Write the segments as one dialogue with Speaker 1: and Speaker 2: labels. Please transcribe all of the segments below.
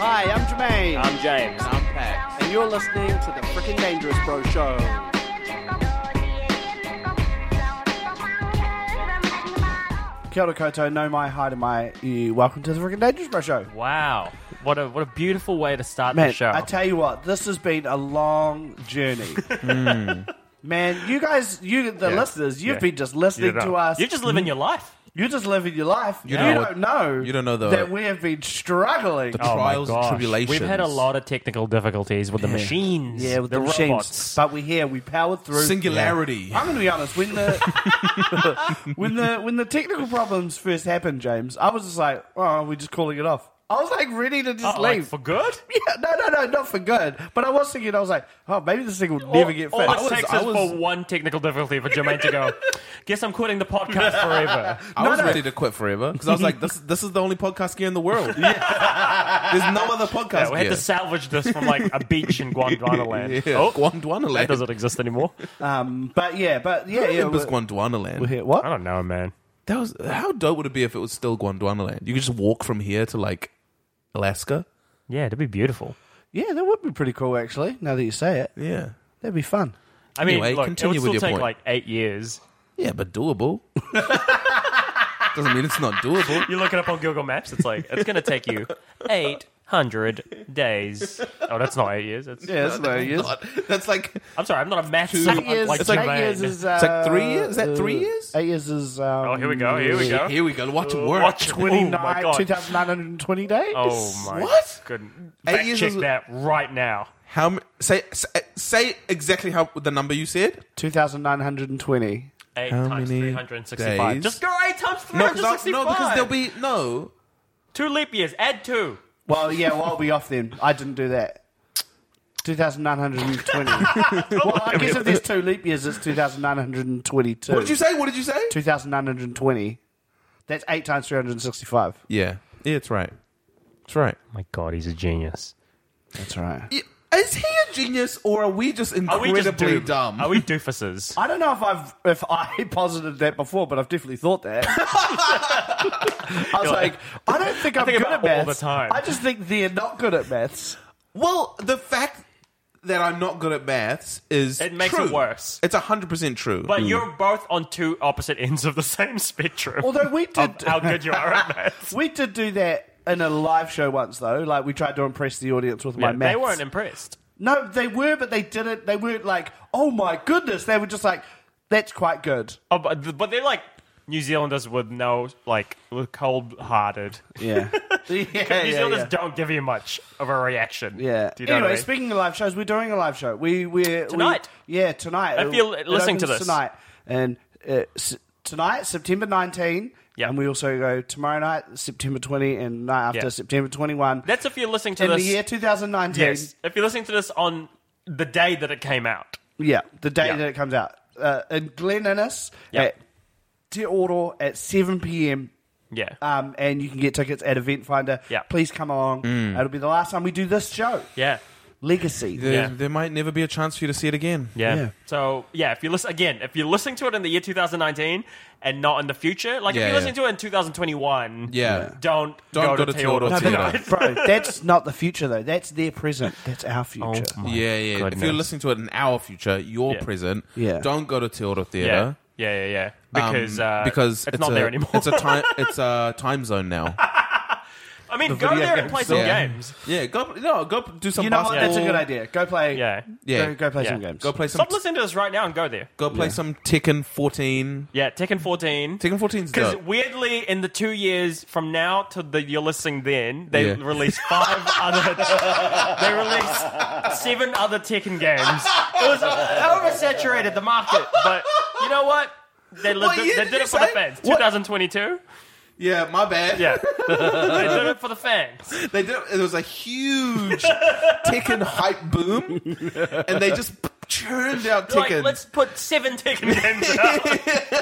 Speaker 1: Hi, I'm Jermaine.
Speaker 2: I'm James. I'm Pax.
Speaker 1: and you're listening to the Freaking Dangerous Bro Show. Kia ora koutou, no mai, hi to mai. eh, Welcome to the Freaking Dangerous Bro Show.
Speaker 2: Wow. What a what a beautiful way to start
Speaker 1: Man,
Speaker 2: the show.
Speaker 1: I tell you what, this has been a long journey.
Speaker 2: Hmm.
Speaker 1: Man, you guys, you the listeners, you've
Speaker 2: Yeah.
Speaker 1: been just listening to us. Mm.
Speaker 2: You're just living your life.
Speaker 1: you're just living your life. You,
Speaker 3: don't know
Speaker 1: don't know.
Speaker 3: you don't know the-
Speaker 1: that we have been struggling.
Speaker 3: the trials and tribulations.
Speaker 2: Oh We've had a lot of technical difficulties with the machines.
Speaker 1: yeah, with the, machines.
Speaker 2: robots.
Speaker 1: But we're here. We powered through.
Speaker 3: singularity.
Speaker 1: I'm going to be honest. When the when the when the technical problems first happened, James, I was just like, "Oh, we're just calling it off." I was like ready to just
Speaker 2: Oh, like,
Speaker 1: leave.
Speaker 2: for good?
Speaker 1: yeah, no, no, no, not for good. But I was thinking, I was like, "Oh, maybe this thing will never get
Speaker 2: all
Speaker 1: fixed."
Speaker 2: all it takes is for one technical difficulty for Jermaine to go, guess I'm quitting the podcast forever.
Speaker 3: I was ready to quit forever because I was like, this, this is the only podcast gear in the world. There's no other podcast
Speaker 2: Yeah, we
Speaker 3: gear.
Speaker 2: had to salvage this from like a beach in Gondwanaland.
Speaker 3: Yeah,
Speaker 2: oh,
Speaker 3: Gondwanaland.
Speaker 2: That doesn't exist anymore.
Speaker 1: um, but yeah, but yeah, yeah.
Speaker 3: it was
Speaker 1: We're,
Speaker 3: Gondwanaland.
Speaker 1: we're here.
Speaker 2: I
Speaker 1: What?
Speaker 2: don't know, man.
Speaker 3: That was how dope would it be if it was still Gondwanaland? You could just walk from here to like Alaska.
Speaker 2: Yeah, it'd be beautiful.
Speaker 1: Yeah, that would be pretty cool, actually. Now that you say it,
Speaker 3: Yeah,
Speaker 1: that'd be fun.
Speaker 2: I mean,
Speaker 3: Anyway,
Speaker 2: look, it would
Speaker 3: continue with
Speaker 2: still
Speaker 3: your
Speaker 2: take
Speaker 3: point.
Speaker 2: like eight years.
Speaker 3: yeah, but doable. doesn't mean it's not doable.
Speaker 2: You look it up on Google Maps. It's like it's going to take you eight hundred days. Oh, that's not eight years. It's,
Speaker 1: Yeah, that's no,
Speaker 3: It's not. That's like
Speaker 2: I'm sorry, I'm not a math.
Speaker 3: Two-
Speaker 2: savant
Speaker 1: Eight years,
Speaker 2: like
Speaker 3: It's like-
Speaker 1: eight
Speaker 2: Jermaine.
Speaker 1: years is,
Speaker 3: It's like three
Speaker 1: uh,
Speaker 3: years? Is that three years?
Speaker 1: Eight years is. Um,
Speaker 2: oh, here we go. Here we go.
Speaker 3: here we go. Watch it work.
Speaker 2: Uh, Watch it.
Speaker 1: Twenty
Speaker 2: Oh my
Speaker 1: nine,
Speaker 2: God.
Speaker 1: two thousand nine hundred and twenty days.
Speaker 2: Oh my
Speaker 3: What?
Speaker 2: goodness!
Speaker 3: Eight
Speaker 2: Fact
Speaker 3: years
Speaker 2: check
Speaker 3: is-
Speaker 2: that right now.
Speaker 3: How m- say say- say exactly how the number you said?
Speaker 1: two thousand nine hundred and twenty.
Speaker 2: Eight
Speaker 3: How
Speaker 2: times
Speaker 3: many
Speaker 2: three hundred and sixty-five.
Speaker 3: days?
Speaker 2: Just go eight times three
Speaker 3: No,
Speaker 2: hundred
Speaker 3: because I-
Speaker 2: sixty-five.
Speaker 3: no, because there'll be no.
Speaker 2: two leap years. Add two. Oh
Speaker 1: Well, yeah, well, I'll be off then. I didn't do that. 2,920. well, I guess if there's two leap years, it's 2,922.
Speaker 3: What did you say? What did you say?
Speaker 1: 2,920. That's 8 times 365.
Speaker 3: Yeah. Yeah, it's right. It's right.
Speaker 2: My God, he's a genius.
Speaker 1: That's right.
Speaker 3: Is he a genius or are we just
Speaker 2: Are we
Speaker 3: incredibly
Speaker 2: just doomed?
Speaker 3: dumb?
Speaker 2: Are we doofuses?
Speaker 1: I don't know if I've if I posited that before, but I've definitely thought that. I was like, I don't think I'm
Speaker 2: think
Speaker 1: good at
Speaker 2: about it all
Speaker 1: maths.
Speaker 2: the time.
Speaker 1: I just think they're not good at maths.
Speaker 3: well, the fact that I'm not good at maths is
Speaker 2: It makes
Speaker 3: true.
Speaker 2: it worse.
Speaker 3: It's 100% true.
Speaker 2: But you're both on two opposite ends of the same spectrum.
Speaker 1: Although we
Speaker 2: of
Speaker 1: did
Speaker 2: how good you are at maths.
Speaker 1: we did do that in a live show once though. Like we tried to impress the audience with my
Speaker 2: Yeah,
Speaker 1: maths.
Speaker 2: They weren't impressed.
Speaker 1: No, they were, but they didn't. They weren't like, oh my goodness. They were just like, that's quite good.
Speaker 2: Oh, but, but they're like New Zealanders with no, like, cold hearted.
Speaker 1: Yeah. yeah, yeah,
Speaker 2: New Zealanders
Speaker 1: yeah.
Speaker 2: don't give you much of a reaction.
Speaker 1: Yeah.
Speaker 2: Do you know
Speaker 1: anyway,
Speaker 2: what I mean?
Speaker 1: speaking of live shows, we're doing a live show. We we're we-
Speaker 2: Tonight.
Speaker 1: yeah, tonight.
Speaker 2: If you're
Speaker 1: It
Speaker 2: listening to
Speaker 1: opens
Speaker 2: this.
Speaker 1: tonight, and uh, s- tonight, September 19.
Speaker 2: Yeah.
Speaker 1: And we also go tomorrow night, September 20, and night after
Speaker 2: Yeah.
Speaker 1: September 21.
Speaker 2: That's if you're listening to
Speaker 1: in
Speaker 2: this.
Speaker 1: the year 2019.
Speaker 2: yes. If you're listening to this on the day that it came out.
Speaker 1: Yeah, the day
Speaker 2: Yeah.
Speaker 1: that it comes out. Uh, in Glen Innes
Speaker 2: Yeah.
Speaker 1: at Te Oro at 7 p.m.
Speaker 2: Yeah.
Speaker 1: Um, and you can get tickets at Event Finder.
Speaker 2: Yeah.
Speaker 1: Please come along. It'll be the last time we do this show.
Speaker 2: yeah.
Speaker 1: Legacy.
Speaker 3: there,
Speaker 2: yeah.
Speaker 3: there might never be a chance for you to see it again.
Speaker 2: Yeah.
Speaker 1: Yeah.
Speaker 2: So yeah, if you listen again, if you're listening to it in the year 2019 and not in the future, like
Speaker 3: Yeah,
Speaker 2: if you're
Speaker 3: yeah.
Speaker 2: listening to it in 2021,
Speaker 3: Yeah.
Speaker 2: don't
Speaker 3: Don't
Speaker 2: go,
Speaker 3: go
Speaker 2: to,
Speaker 3: to
Speaker 2: Te
Speaker 3: Te Oro
Speaker 2: Oro
Speaker 3: tonight.
Speaker 1: Bro,
Speaker 2: tonight.
Speaker 1: that's not the future, though. That's their present. That's our future.
Speaker 3: Yeah, yeah. If you're
Speaker 2: goodness.
Speaker 3: listening to it in our future, your
Speaker 2: Yeah.
Speaker 3: present,
Speaker 1: Yeah.
Speaker 3: don't go to Teora
Speaker 2: Yeah.
Speaker 3: Theatre.
Speaker 2: Yeah, yeah, yeah.
Speaker 3: um,
Speaker 2: Because uh,
Speaker 3: because
Speaker 2: it's, not
Speaker 3: a-
Speaker 2: there anymore.
Speaker 3: It's a time. It's a time zone now.
Speaker 2: I mean, go
Speaker 1: video
Speaker 2: there
Speaker 1: games
Speaker 2: and play some
Speaker 1: store.
Speaker 3: Yeah.
Speaker 2: games.
Speaker 3: Yeah, go no, go do some.
Speaker 1: You know what?
Speaker 3: basketball.
Speaker 1: That's a good idea. Go play.
Speaker 2: Yeah.
Speaker 3: Yeah.
Speaker 1: Go, go play
Speaker 2: Yeah.
Speaker 1: some games.
Speaker 3: Go play some.
Speaker 2: Stop listening to this right now and go there.
Speaker 3: Go play some Tekken 14.
Speaker 2: Yeah, Tekken 14.
Speaker 3: Tekken 14's
Speaker 2: Because
Speaker 3: dope.
Speaker 2: weirdly, in the two years from now to the you're listening then, they
Speaker 3: Yeah.
Speaker 2: released five other. They released seven other Tekken games. It was oversaturated the market, but you know what? They,
Speaker 3: What
Speaker 2: they,
Speaker 3: year
Speaker 2: they
Speaker 3: did
Speaker 2: did
Speaker 3: you
Speaker 2: it for the
Speaker 3: say?
Speaker 2: fans.
Speaker 3: What-
Speaker 2: 2022.
Speaker 3: Yeah, my bad.
Speaker 2: Yeah. they did it for the fans.
Speaker 3: They did. It was a huge Tekken hype boom, and they just churned out
Speaker 2: Like,
Speaker 3: Tekken.
Speaker 2: let's put seven Tekken games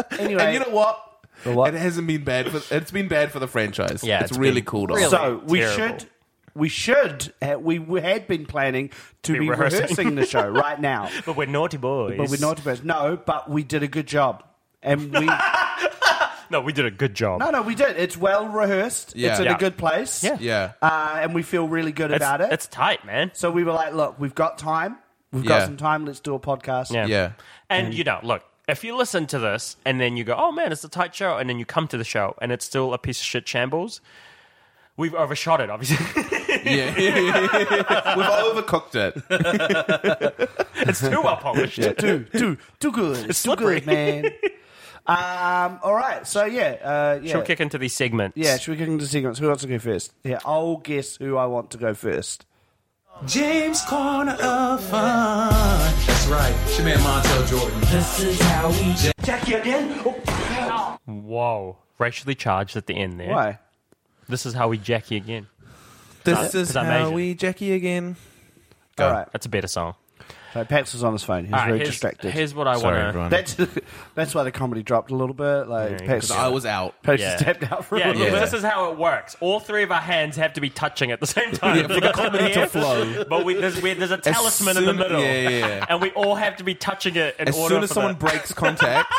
Speaker 2: out.
Speaker 1: Anyway,
Speaker 3: and you know what?
Speaker 1: what?
Speaker 3: It hasn't been bad. For, it's been bad for the franchise.
Speaker 2: Yeah,
Speaker 3: it's,
Speaker 2: it's
Speaker 3: really
Speaker 2: been
Speaker 3: cooled
Speaker 2: really-
Speaker 3: off.
Speaker 1: so we
Speaker 2: terrible.
Speaker 1: should. We should. uh, We w- had been planning to be,
Speaker 2: rehearsing.
Speaker 1: rehearsing. the show right now,
Speaker 2: but we're naughty boys.
Speaker 1: but we're not. supposed- No, but we did a good job, and we.
Speaker 2: No, we did a good job.
Speaker 1: No, no, we did. It's well rehearsed.
Speaker 3: Yeah.
Speaker 1: It's in
Speaker 3: Yeah.
Speaker 1: a good place.
Speaker 2: Yeah.
Speaker 3: yeah,
Speaker 1: Uh, and we feel really good
Speaker 2: it's,
Speaker 1: about it.
Speaker 2: It's tight, man.
Speaker 1: so we were like, look, we've got time. We've
Speaker 3: Yeah.
Speaker 1: got some time. Let's do a podcast.
Speaker 2: Yeah.
Speaker 3: yeah.
Speaker 2: And you know, look, if you listen to this and then you go, "Oh man, it's a tight show," and then you come to the show and it's still a piece of shit shambles, we've overshot it. Obviously,
Speaker 3: yeah. We've overcooked it.
Speaker 2: it's too well polished.
Speaker 1: Too, too, too good. It's too
Speaker 2: slippery.
Speaker 1: good, man. um, all right. So, yeah. Uh, yeah.
Speaker 2: She'll kick into these segments.
Speaker 1: yeah, should we kick into sequence? Who wants to go first? Yeah, I'll guess who I want to go first.
Speaker 4: James Corner of Fun. That's right. She man Montel Jordan. This is how we
Speaker 2: Whoa. Racially charged at the end there.
Speaker 1: Why?
Speaker 2: This is how we Jackie again.
Speaker 3: This is
Speaker 2: I'm
Speaker 3: how
Speaker 2: Asian.
Speaker 3: we Jackie again.
Speaker 1: All right.
Speaker 2: That's a better song.
Speaker 1: So, Pax was on his phone. He was
Speaker 2: All right,
Speaker 1: very
Speaker 2: here's,
Speaker 1: distracted.
Speaker 2: here's what I
Speaker 3: Sorry,
Speaker 2: want
Speaker 3: everyone.
Speaker 1: That's, that's why the comedy dropped a little bit. Like,
Speaker 2: Yeah,
Speaker 1: Pax,
Speaker 3: I was out.
Speaker 1: Pax
Speaker 2: Yeah.
Speaker 1: tapped out for
Speaker 2: Yeah,
Speaker 1: a little
Speaker 2: yeah,
Speaker 1: bit.
Speaker 2: this is how it works. All three of our hands have to be touching at the same time
Speaker 3: Yeah, for the comedy to flow.
Speaker 2: But we, there's, we, there's a
Speaker 3: As
Speaker 2: talisman in
Speaker 3: soon-
Speaker 2: the middle,
Speaker 3: Yeah, yeah, yeah.
Speaker 2: and we all have to be touching it in
Speaker 3: As
Speaker 2: order.
Speaker 3: soon as
Speaker 2: for
Speaker 3: someone
Speaker 2: the,
Speaker 3: breaks contact,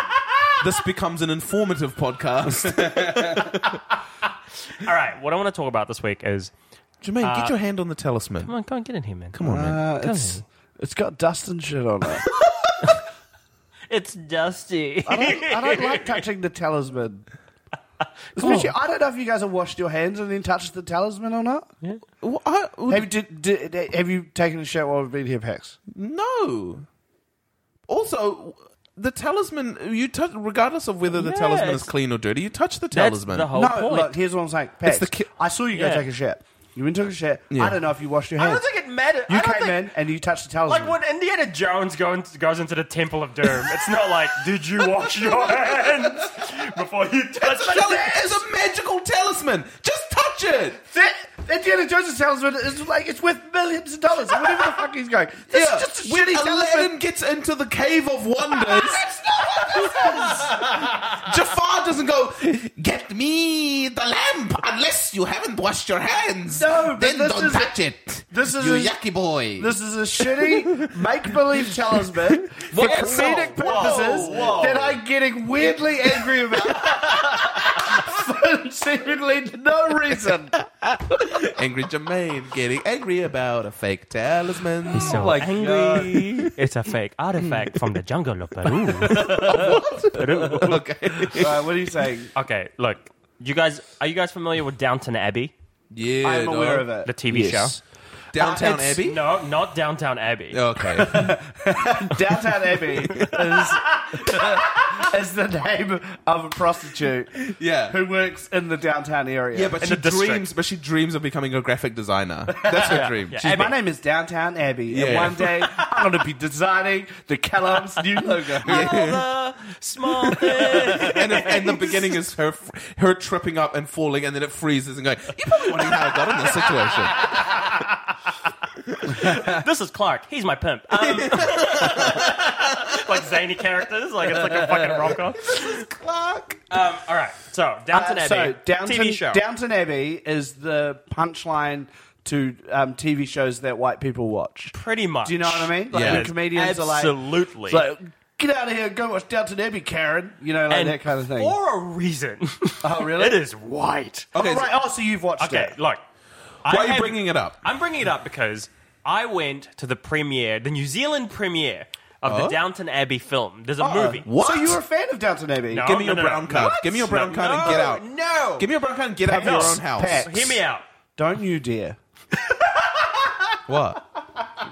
Speaker 3: this becomes an informative podcast.
Speaker 2: all right, what I want to talk about this week is
Speaker 3: Jermaine,
Speaker 2: Uh,
Speaker 3: get your hand on the talisman.
Speaker 2: come on, go and get in here, man.
Speaker 3: Come on, man.
Speaker 1: Uh, it's, it's got dust and shit on it.
Speaker 2: It's dusty.
Speaker 1: I don't, I don't like touching the talisman. Especially, I don't know if you guys have washed your hands and then touched the talisman or not.
Speaker 3: Well, I-
Speaker 1: Have you, did, did, have you taken a shower while we've been here, Pax?
Speaker 3: no. Also, the talisman. You touch, regardless of whether the
Speaker 2: Yeah,
Speaker 3: talisman is
Speaker 2: it's-
Speaker 3: clean or dirty, you touch the
Speaker 2: That's
Speaker 3: talisman.
Speaker 2: the whole
Speaker 1: no,
Speaker 2: Oh, point.
Speaker 1: look, here's what I'm saying. Pax,
Speaker 3: the ki-
Speaker 1: I saw you go
Speaker 2: Yeah.
Speaker 1: take a shit. You went and took a shit.
Speaker 3: Yeah.
Speaker 1: I don't know if you washed your
Speaker 2: I
Speaker 1: hands.
Speaker 2: don't think it mattered.
Speaker 1: you
Speaker 2: I don't
Speaker 1: came
Speaker 2: think-
Speaker 1: in and you touched the talisman.
Speaker 2: Like when Indiana Jones goes, goes into the Temple of Doom, it's not like, did you wash your hands before you touch
Speaker 3: The talisman is a magical talisman. Just touch it.
Speaker 1: that, Indiana Jones' talisman is like, it's worth millions of dollars. Whatever the fuck he's going. This
Speaker 3: Yeah.
Speaker 1: is just a
Speaker 3: when
Speaker 1: shitty talisman.
Speaker 3: Aladdin gets into the cave of wonders, Jafar doesn't go. Get me the lamp unless you haven't washed your hands.
Speaker 1: No, but
Speaker 3: then
Speaker 1: this
Speaker 3: don't
Speaker 1: is-
Speaker 3: touch it.
Speaker 1: this is
Speaker 3: you
Speaker 1: a-
Speaker 3: yucky boy.
Speaker 1: This is a shitty make-believe talisman for
Speaker 3: Yes.
Speaker 1: comedic
Speaker 3: Whoa, whoa,
Speaker 1: purposes
Speaker 3: whoa.
Speaker 1: that I'm getting weirdly angry about for seemingly no reason.
Speaker 3: angry Jermaine getting angry about a fake talisman.
Speaker 2: So
Speaker 1: my
Speaker 2: angry. It's a fake artifact from the jungle of Peru. Peru.
Speaker 3: okay.
Speaker 1: Right, what are you saying?
Speaker 2: Okay, look. You guys, are you guys familiar with Downton Abbey,
Speaker 3: Yeah,
Speaker 1: I'm aware of
Speaker 3: dog.
Speaker 1: it.
Speaker 2: the TV
Speaker 3: Downtown
Speaker 1: it's-
Speaker 3: Abbey.
Speaker 2: show? No, not Downtown Abbey.
Speaker 3: Okay.
Speaker 1: Downtown Abbey is, is the name of a prostitute
Speaker 3: Yeah.
Speaker 1: who works in the downtown area.
Speaker 3: Yeah, but
Speaker 2: In
Speaker 3: she
Speaker 2: the district.
Speaker 3: dreams. But she dreams of becoming a graphic designer. That's her dream.
Speaker 2: yeah.
Speaker 3: She's-
Speaker 1: my name is Downtown Abbey, and
Speaker 3: Yeah.
Speaker 1: one day I'm going to be designing the Kellogg's new logo.
Speaker 2: Small thing.
Speaker 3: and, if- and the beginning is her her tripping up and falling, and then it freezes and going. You're probably wondering how I got in this situation.
Speaker 2: this is Clark. He's my pimp. Um, like zany characters. Like it's like a fucking rom com.
Speaker 3: Clark.
Speaker 2: Um, all right. So Downton Abbey.
Speaker 1: Uh, So Downton,
Speaker 2: TV show.
Speaker 1: Downton Abbey is the punchline to um, TV shows that white people watch.
Speaker 2: Pretty much.
Speaker 1: Do you know what I mean? Like
Speaker 3: Yeah.
Speaker 1: when comedians are like,
Speaker 2: Absolutely.
Speaker 1: it's like, get out of here, go watch Downton Abbey, Karen. You know, like
Speaker 2: And
Speaker 1: that kind of thing.
Speaker 2: For a reason.
Speaker 1: Oh, really?
Speaker 2: it is white.
Speaker 1: oh,
Speaker 3: so-
Speaker 1: right. Oh, so you've watched
Speaker 2: Okay,
Speaker 1: it.
Speaker 2: look.
Speaker 3: Why are you bringing it up?
Speaker 2: I'm bringing it up because I went to the premiere, the New Zealand premiere of
Speaker 3: Oh.
Speaker 2: the Downton Abbey film. There's a
Speaker 1: Oh,
Speaker 2: movie.
Speaker 3: Uh-uh. What?
Speaker 1: So you were a fan of Downton Abbey?
Speaker 2: No.
Speaker 3: Give me your
Speaker 2: no,
Speaker 3: brown
Speaker 2: no.
Speaker 3: card.
Speaker 2: What?
Speaker 3: Give me your brown
Speaker 2: No,
Speaker 3: card and get out.
Speaker 2: no.
Speaker 3: Give me your brown card and get out of your
Speaker 2: No.
Speaker 3: own house.
Speaker 1: Pat.
Speaker 2: Hear me out.
Speaker 1: Don't you, dear.
Speaker 3: What?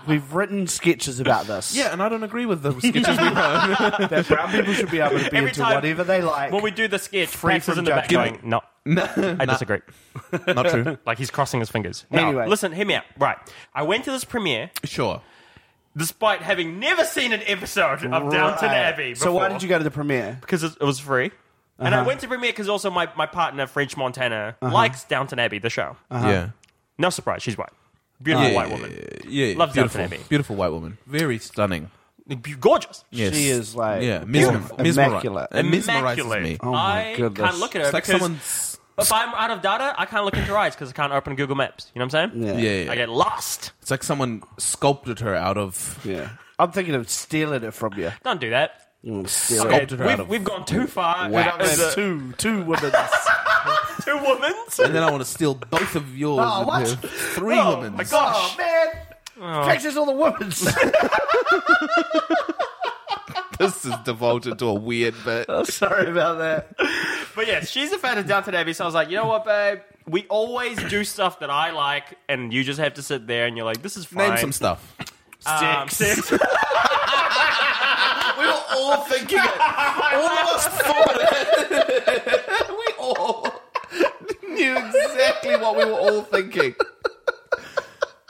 Speaker 1: We've written sketches about this.
Speaker 3: Yeah, and I don't agree with the sketches we've heard.
Speaker 1: that brown people should be able to be
Speaker 2: Every
Speaker 1: into
Speaker 2: time-
Speaker 1: whatever they like.
Speaker 2: When we do the sketch,
Speaker 1: Free
Speaker 2: Pax is
Speaker 1: from
Speaker 2: in the back
Speaker 1: judgment.
Speaker 2: going, no, I disagree.
Speaker 3: Not true.
Speaker 2: Like he's crossing his fingers. No,
Speaker 1: Anyway.
Speaker 2: listen, hear me out. Right. I went to this premiere
Speaker 3: Sure.
Speaker 2: despite having never seen an episode of Downton
Speaker 1: Right.
Speaker 2: Abbey before.
Speaker 1: So why did you go to the premiere?
Speaker 2: Because it it was free. And
Speaker 3: Uh-huh.
Speaker 2: I went to premiere because also my, my partner, French Montana, likes Downton Abbey, the show.
Speaker 3: Yeah.
Speaker 2: No surprise, she's white. Beautiful
Speaker 3: Uh-huh. Yeah,
Speaker 2: white
Speaker 3: yeah,
Speaker 2: woman.
Speaker 3: Yeah, yeah.
Speaker 2: Love
Speaker 3: beautiful,
Speaker 2: Downton Abbey.
Speaker 3: beautiful white woman, very stunning.
Speaker 2: Be- Gorgeous.
Speaker 3: Yes.
Speaker 1: She is like
Speaker 3: yeah, mesmer-
Speaker 1: immaculate.
Speaker 3: mesmerized. It mesmerizes
Speaker 2: Immaculate.
Speaker 3: me.
Speaker 1: my
Speaker 2: I
Speaker 1: goodness.
Speaker 2: can't look at her
Speaker 3: Oh It's like
Speaker 2: because
Speaker 3: someone's.
Speaker 2: if I'm out of data, I can't look into her eyes because I can't open Google Maps. You know what I'm saying?
Speaker 3: Yeah, yeah, yeah.
Speaker 2: I get lost.
Speaker 3: It's like someone sculpted her out of.
Speaker 1: Yeah. I'm thinking of stealing it from you.
Speaker 2: Don't do that.
Speaker 1: You wanna steal it.
Speaker 3: Sculpted her out
Speaker 2: We've,
Speaker 3: of.
Speaker 2: we've gone too far.
Speaker 3: Wax.
Speaker 2: There's a-
Speaker 1: two two women.
Speaker 2: two women's.
Speaker 3: and then I want to steal both of yours.
Speaker 1: Oh,
Speaker 3: and
Speaker 1: what?
Speaker 3: her- Three
Speaker 2: Oh,
Speaker 3: women.
Speaker 2: my God.
Speaker 1: oh man.
Speaker 2: Oh.
Speaker 1: Texas all the women.
Speaker 3: This is devoted to a weird bit.
Speaker 1: Sorry about that.
Speaker 2: But yeah, she's a fan of Downton Abbey, so I was like, you know what, babe? We always do stuff that I like, and you just have to sit there and you're like, this is fine.
Speaker 3: Name some stuff.
Speaker 2: Um, sex.
Speaker 3: We were all thinking it. All of us thought it. we all knew exactly what we were all thinking.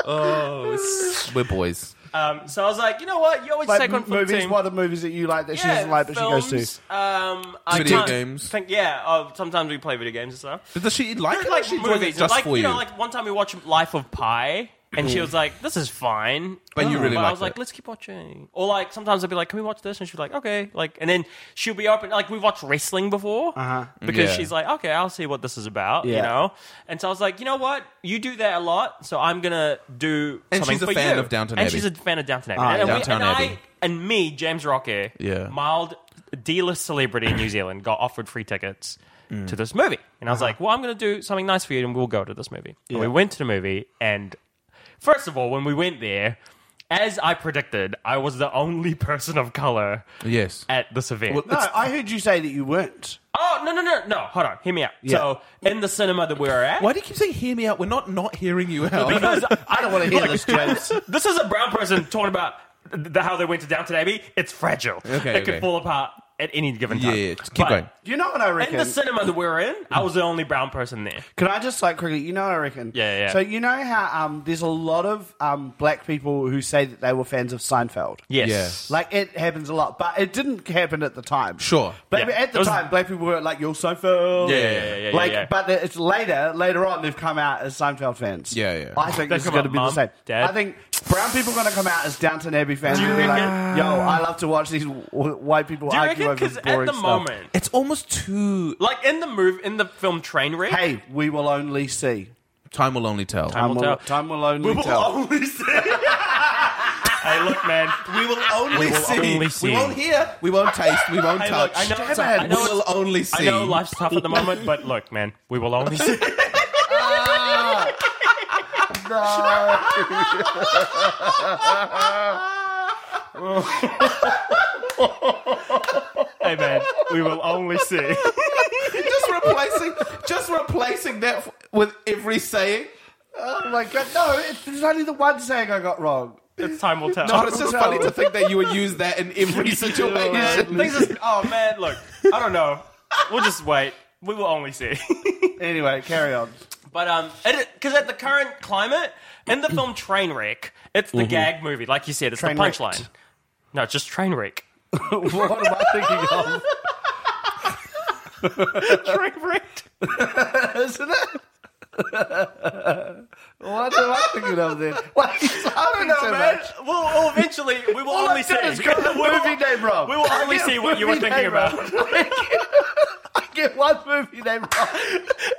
Speaker 3: Oh, it's- we're boys.
Speaker 2: um, so I was like, you know what? You always
Speaker 1: Like
Speaker 2: take one for the
Speaker 1: movies,
Speaker 2: team.
Speaker 1: what are the movies that you like that she
Speaker 2: yeah,
Speaker 1: doesn't like but
Speaker 2: films,
Speaker 1: she goes to?
Speaker 2: Um, I
Speaker 3: Video
Speaker 2: can't
Speaker 3: games.
Speaker 2: Think, yeah, oh, sometimes we play video games and stuff.
Speaker 3: Does she like it? or
Speaker 2: like
Speaker 3: she enjoys
Speaker 2: movies,
Speaker 3: it just
Speaker 2: like
Speaker 3: for you. Mm.
Speaker 2: know, like one time we watched Life of Pi, and she was like, "This is fine,"
Speaker 3: But you really
Speaker 2: But I
Speaker 3: liked
Speaker 2: was like,
Speaker 3: it.
Speaker 2: "Let's keep watching." Or like sometimes I'd be like, "Can we watch this?" And she'd be like, "Okay," like, and then she'll be open. Like we watched wrestling before because
Speaker 3: Uh-huh. Yeah.
Speaker 2: she's like, "Okay, I'll see what this is about," you
Speaker 1: Yeah.
Speaker 2: know. And so I was like, "You know what? You do that a lot, so I'm gonna do."
Speaker 3: And
Speaker 2: something
Speaker 3: she's a
Speaker 2: for
Speaker 3: fan
Speaker 2: you."
Speaker 3: of Downton
Speaker 2: and
Speaker 3: Abbey.
Speaker 2: she's a fan of Downton Abbey.
Speaker 1: Ah,
Speaker 2: and, we-
Speaker 3: Downton
Speaker 2: and
Speaker 3: Abbey.
Speaker 2: I and me, James Rocker,
Speaker 3: Yeah.
Speaker 2: mild D-list celebrity in New Zealand, got offered free tickets
Speaker 3: Mm.
Speaker 2: to this movie, and I
Speaker 3: Uh-huh.
Speaker 2: was like, "Well, I'm going to do something nice for you, and we'll go to this movie." And we went to the movie, and first of all, when we went there, as I predicted, I was the only person of color
Speaker 3: yes.
Speaker 2: at this event.
Speaker 3: Well,
Speaker 1: No, I heard you say that you weren't.
Speaker 2: oh no, no, no, no! Hold on, hear me out. So in the cinema that we were at,
Speaker 3: Why do you keep saying "hear me out"? We're not not hearing you out.
Speaker 2: Because I don't want to
Speaker 1: hear this, James.
Speaker 2: This is a brown person talking about the, how they went to Downton Abbey. It's fragile.
Speaker 3: Okay,
Speaker 2: it could
Speaker 3: okay.
Speaker 2: fall apart at any given
Speaker 3: yeah,
Speaker 2: time.
Speaker 3: yeah, keep
Speaker 2: But
Speaker 3: going.
Speaker 1: You know what I
Speaker 2: In
Speaker 1: reckon?
Speaker 2: the cinema that we're in, I was the only brown person there.
Speaker 1: Can I just like quickly? You know what I reckon?
Speaker 2: Yeah, yeah.
Speaker 1: So you know how um, there's a lot of um, black people who say that they were fans of Seinfeld.
Speaker 2: Yes.
Speaker 1: Like it happens a lot, but it didn't happen at the time.
Speaker 3: Sure.
Speaker 1: but
Speaker 2: Yeah.
Speaker 1: at
Speaker 2: It
Speaker 1: the
Speaker 2: was-
Speaker 1: time, black people were like, "You're Seinfeld."
Speaker 3: Yeah, yeah, yeah,
Speaker 2: yeah,
Speaker 1: like,
Speaker 2: yeah.
Speaker 1: but it's later, later on, they've come out as Seinfeld fans.
Speaker 3: Yeah, yeah.
Speaker 1: I think
Speaker 2: They
Speaker 1: this is
Speaker 2: come
Speaker 1: going
Speaker 2: out
Speaker 1: to be
Speaker 2: mum,
Speaker 1: the same.
Speaker 2: dad.
Speaker 1: I think brown people are going to come out as Downton Abbey fans. and be like, Yo, I love to watch these w- white people
Speaker 2: Do you
Speaker 1: argue
Speaker 2: reckon?
Speaker 1: over
Speaker 2: Because
Speaker 1: boring
Speaker 2: at the
Speaker 1: stuff.
Speaker 2: moment,
Speaker 3: It's almost too.
Speaker 2: like in the move, in the film Trainwreck,
Speaker 1: hey, we will only see.
Speaker 3: Time will only tell.
Speaker 2: Time will tell.
Speaker 1: time will only
Speaker 2: we will
Speaker 1: tell.
Speaker 2: only see. hey, look, man.
Speaker 3: We will only
Speaker 2: We will
Speaker 3: see.
Speaker 2: only see.
Speaker 3: We won't hear. We won't taste. We won't
Speaker 2: Hey,
Speaker 3: touch.
Speaker 2: look, I know, it's,
Speaker 1: Damn it.
Speaker 2: I know
Speaker 3: we will
Speaker 2: it's-
Speaker 3: only see.
Speaker 2: I know life's tough at the moment, but look, man, we will only see. hey, man, we will only see.
Speaker 3: just replacing, just replacing that f- with every saying.
Speaker 1: Oh my god, no, it's, it's only the one saying I got wrong.
Speaker 2: It's time will tell.
Speaker 3: But it's just funny to think that you would use that in every situation.
Speaker 2: Man, things is- oh, man, look, I don't know. We'll just wait. We will only see.
Speaker 1: Anyway, carry on.
Speaker 2: But um, because at the current climate, in the film Trainwreck, it's
Speaker 1: Mm-hmm.
Speaker 2: the gag movie, like you said, it's the
Speaker 1: Trainwrecked.
Speaker 2: punchline. No, it's just Trainwreck.
Speaker 1: what am I thinking of?
Speaker 2: Trainwrecked.
Speaker 1: Isn't it? what am I thinking of then? Why are you laughing so
Speaker 2: man.
Speaker 1: much?
Speaker 2: We'll, we'll eventually we will
Speaker 1: All
Speaker 2: only
Speaker 1: I
Speaker 2: see.
Speaker 1: did is got the
Speaker 2: We will-
Speaker 1: movie name wrong.
Speaker 2: We will
Speaker 1: I
Speaker 2: only
Speaker 1: get
Speaker 2: see
Speaker 1: a
Speaker 2: what you were
Speaker 1: movie
Speaker 2: thinking
Speaker 1: name
Speaker 2: about.
Speaker 1: wrong. I get- I get one movie name wrong.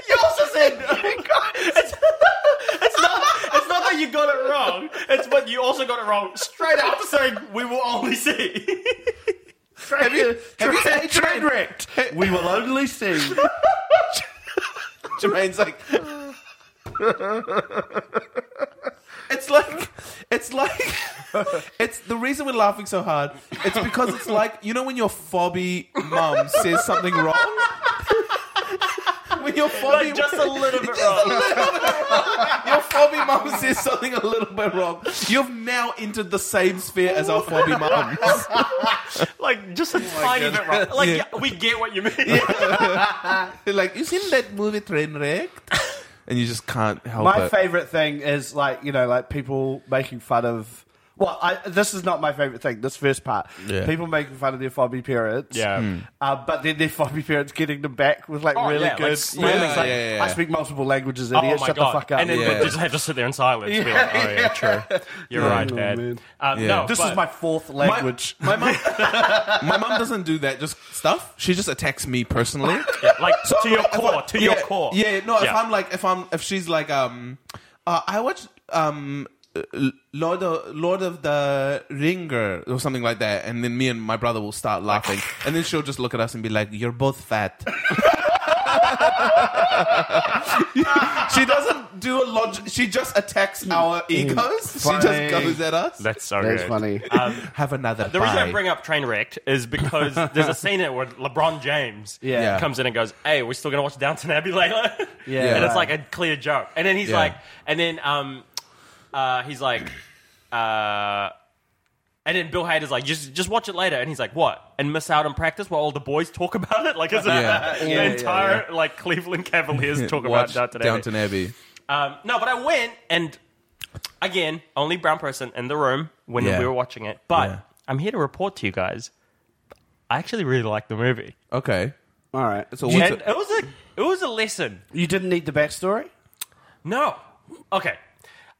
Speaker 1: You also said.
Speaker 2: It's, it's not. It's not that you got it wrong. It's what you also got it wrong straight after saying we will only see.
Speaker 1: Have you, have you said train wrecked? We will only see.
Speaker 3: Jermaine's like, it's like, it's like, it's the reason we're laughing so hard. It's because it's like you know when your fobby mum says something wrong. When your fobby,
Speaker 2: Like just a little bit wrong.
Speaker 3: your fobby mum says something a little bit wrong, you've now entered the same sphere as our fobby mums.
Speaker 2: Like just a tiny bit wrong. Like yeah, we get what you mean. Oh
Speaker 3: They're like, you seen that movie Trainwreck? And you just can't help
Speaker 1: My
Speaker 3: it.
Speaker 1: favorite thing is like you know like people making fun of Well, I, this is not my favorite thing. This first part,
Speaker 3: Yeah.
Speaker 1: people making fun of their fobby parents.
Speaker 2: Yeah. Hmm.
Speaker 1: uh, but then their fobby parents getting them back with like
Speaker 2: Oh,
Speaker 1: really
Speaker 2: yeah, like
Speaker 1: good.
Speaker 2: slamming.
Speaker 1: really, it's like,
Speaker 3: Yeah, yeah, yeah.
Speaker 1: I speak multiple languages,
Speaker 2: Oh
Speaker 1: idiot.
Speaker 2: my
Speaker 1: Shut
Speaker 2: god!
Speaker 1: the fuck up.
Speaker 2: And then
Speaker 3: Yeah.
Speaker 2: they just have to sit there in silence. and be like, oh yeah, true. You're right,
Speaker 1: Oh,
Speaker 2: Dad.
Speaker 1: man.
Speaker 2: Um,
Speaker 3: Yeah.
Speaker 2: No,
Speaker 1: this
Speaker 2: but-
Speaker 1: is my fourth
Speaker 3: My-
Speaker 1: language.
Speaker 3: My, mom, my mom doesn't do that. Just stuff. She just attacks me personally.
Speaker 2: Yeah, like to
Speaker 3: I'm
Speaker 2: your
Speaker 3: like- if I-
Speaker 2: core, to your
Speaker 3: yeah,
Speaker 2: core.
Speaker 3: Yeah, no. If
Speaker 2: Yeah.
Speaker 3: I'm like, if I'm, if she's like, um, uh, I watched um, uh, Lord of Lord of the Ringer or something like that, and then me and my brother will start laughing, and then she'll just look at us and be like, "You're both fat." she doesn't do a log. She just
Speaker 2: Mm.
Speaker 3: attacks our egos. She
Speaker 1: Funny.
Speaker 3: just goes at us.
Speaker 2: That's so
Speaker 1: That's
Speaker 2: good.
Speaker 1: funny.
Speaker 3: Have another.
Speaker 2: The reason I
Speaker 3: bite.
Speaker 2: bring up Trainwreck is because there's a scene in it where LeBron James
Speaker 1: Yeah. Yeah.
Speaker 2: comes in and goes, "Hey, we're still gonna watch Downton Abbey later."
Speaker 1: Yeah.
Speaker 2: and it's like a clear joke. And then he's
Speaker 3: Yeah.
Speaker 2: like, and then um, uh, he's like, uh, and then Bill Hader's like, "Just just watch it later." And he's like, "What?" And miss out on practice while all the boys talk about it, like as
Speaker 3: Yeah.
Speaker 2: the
Speaker 3: Yeah, yeah,
Speaker 2: entire like Cleveland Cavaliers talk about
Speaker 3: Watch
Speaker 2: Downton Abbey.
Speaker 3: Downton Abbey.
Speaker 2: Um, no, but I went and again, only brown person in the room when
Speaker 3: Yeah.
Speaker 2: we were watching it. But
Speaker 3: Yeah.
Speaker 2: I'm here to report to you guys. I actually really liked the movie,
Speaker 3: Okay.
Speaker 1: All right.
Speaker 3: So
Speaker 2: and
Speaker 3: what's
Speaker 2: it was a it was a lesson.
Speaker 1: You didn't need the backstory.
Speaker 2: No, okay,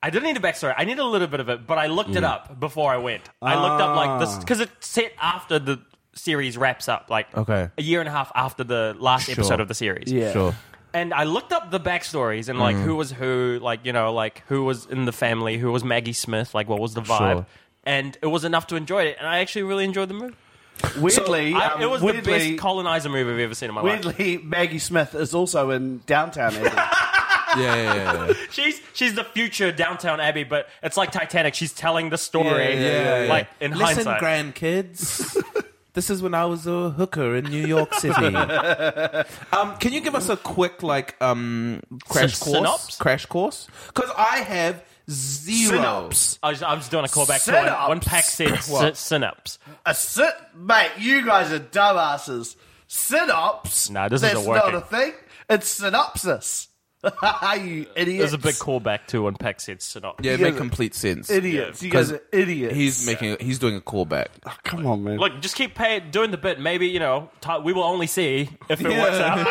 Speaker 2: I didn't need a backstory. I need a little bit of it, but I looked
Speaker 3: Mm.
Speaker 2: it up before I went. I looked up like this
Speaker 3: Ah.
Speaker 2: because it's set after the series wraps up, like
Speaker 3: Okay.
Speaker 2: a year and a half after the last
Speaker 3: Sure.
Speaker 2: episode of the series.
Speaker 1: Yeah.
Speaker 3: sure.
Speaker 2: and I looked up the backstories and like who
Speaker 3: Mm.
Speaker 2: was who, like you know, like who was in the family, who was Maggie Smith, like what was the vibe,
Speaker 3: Sure.
Speaker 2: and it was enough to enjoy it. And I actually really enjoyed the movie.
Speaker 1: Weirdly,
Speaker 2: I-
Speaker 1: um,
Speaker 2: it was
Speaker 1: weirdly,
Speaker 2: the best colonizer movie I've ever seen in my life.
Speaker 1: Weirdly, Maggie Smith is also in Downtown Abbey.
Speaker 3: Yeah, yeah, yeah, yeah.
Speaker 2: She's she's the future Downtown Abbey, but it's like Titanic. She's telling the story, like in
Speaker 3: Listen,
Speaker 2: hindsight.
Speaker 3: grandkids. this is when I was a hooker in New York City. um, can you give us a quick like um, crash
Speaker 2: Syn-
Speaker 3: course?
Speaker 2: synopsis?
Speaker 3: Crash course? Because I have zero.
Speaker 1: Synopse.
Speaker 2: I was, I was doing a callback to when, when Pac said sy- synapse.
Speaker 1: A sit, mate. You guys are dumbasses. Synopsis.
Speaker 2: No, this
Speaker 1: that's
Speaker 2: isn't
Speaker 1: not
Speaker 2: working.
Speaker 1: a thing. It's synopsis. you idiots.
Speaker 2: It was a big callback to when Pac said synapse.
Speaker 3: Yeah, it made complete sense.
Speaker 1: Idiots. You guys
Speaker 3: Because
Speaker 1: are idiots.
Speaker 3: He's making. He's doing a callback.
Speaker 1: Come on, man.
Speaker 2: Look, just keep pay, doing the bit. Maybe you know ti- we will only see if it works out.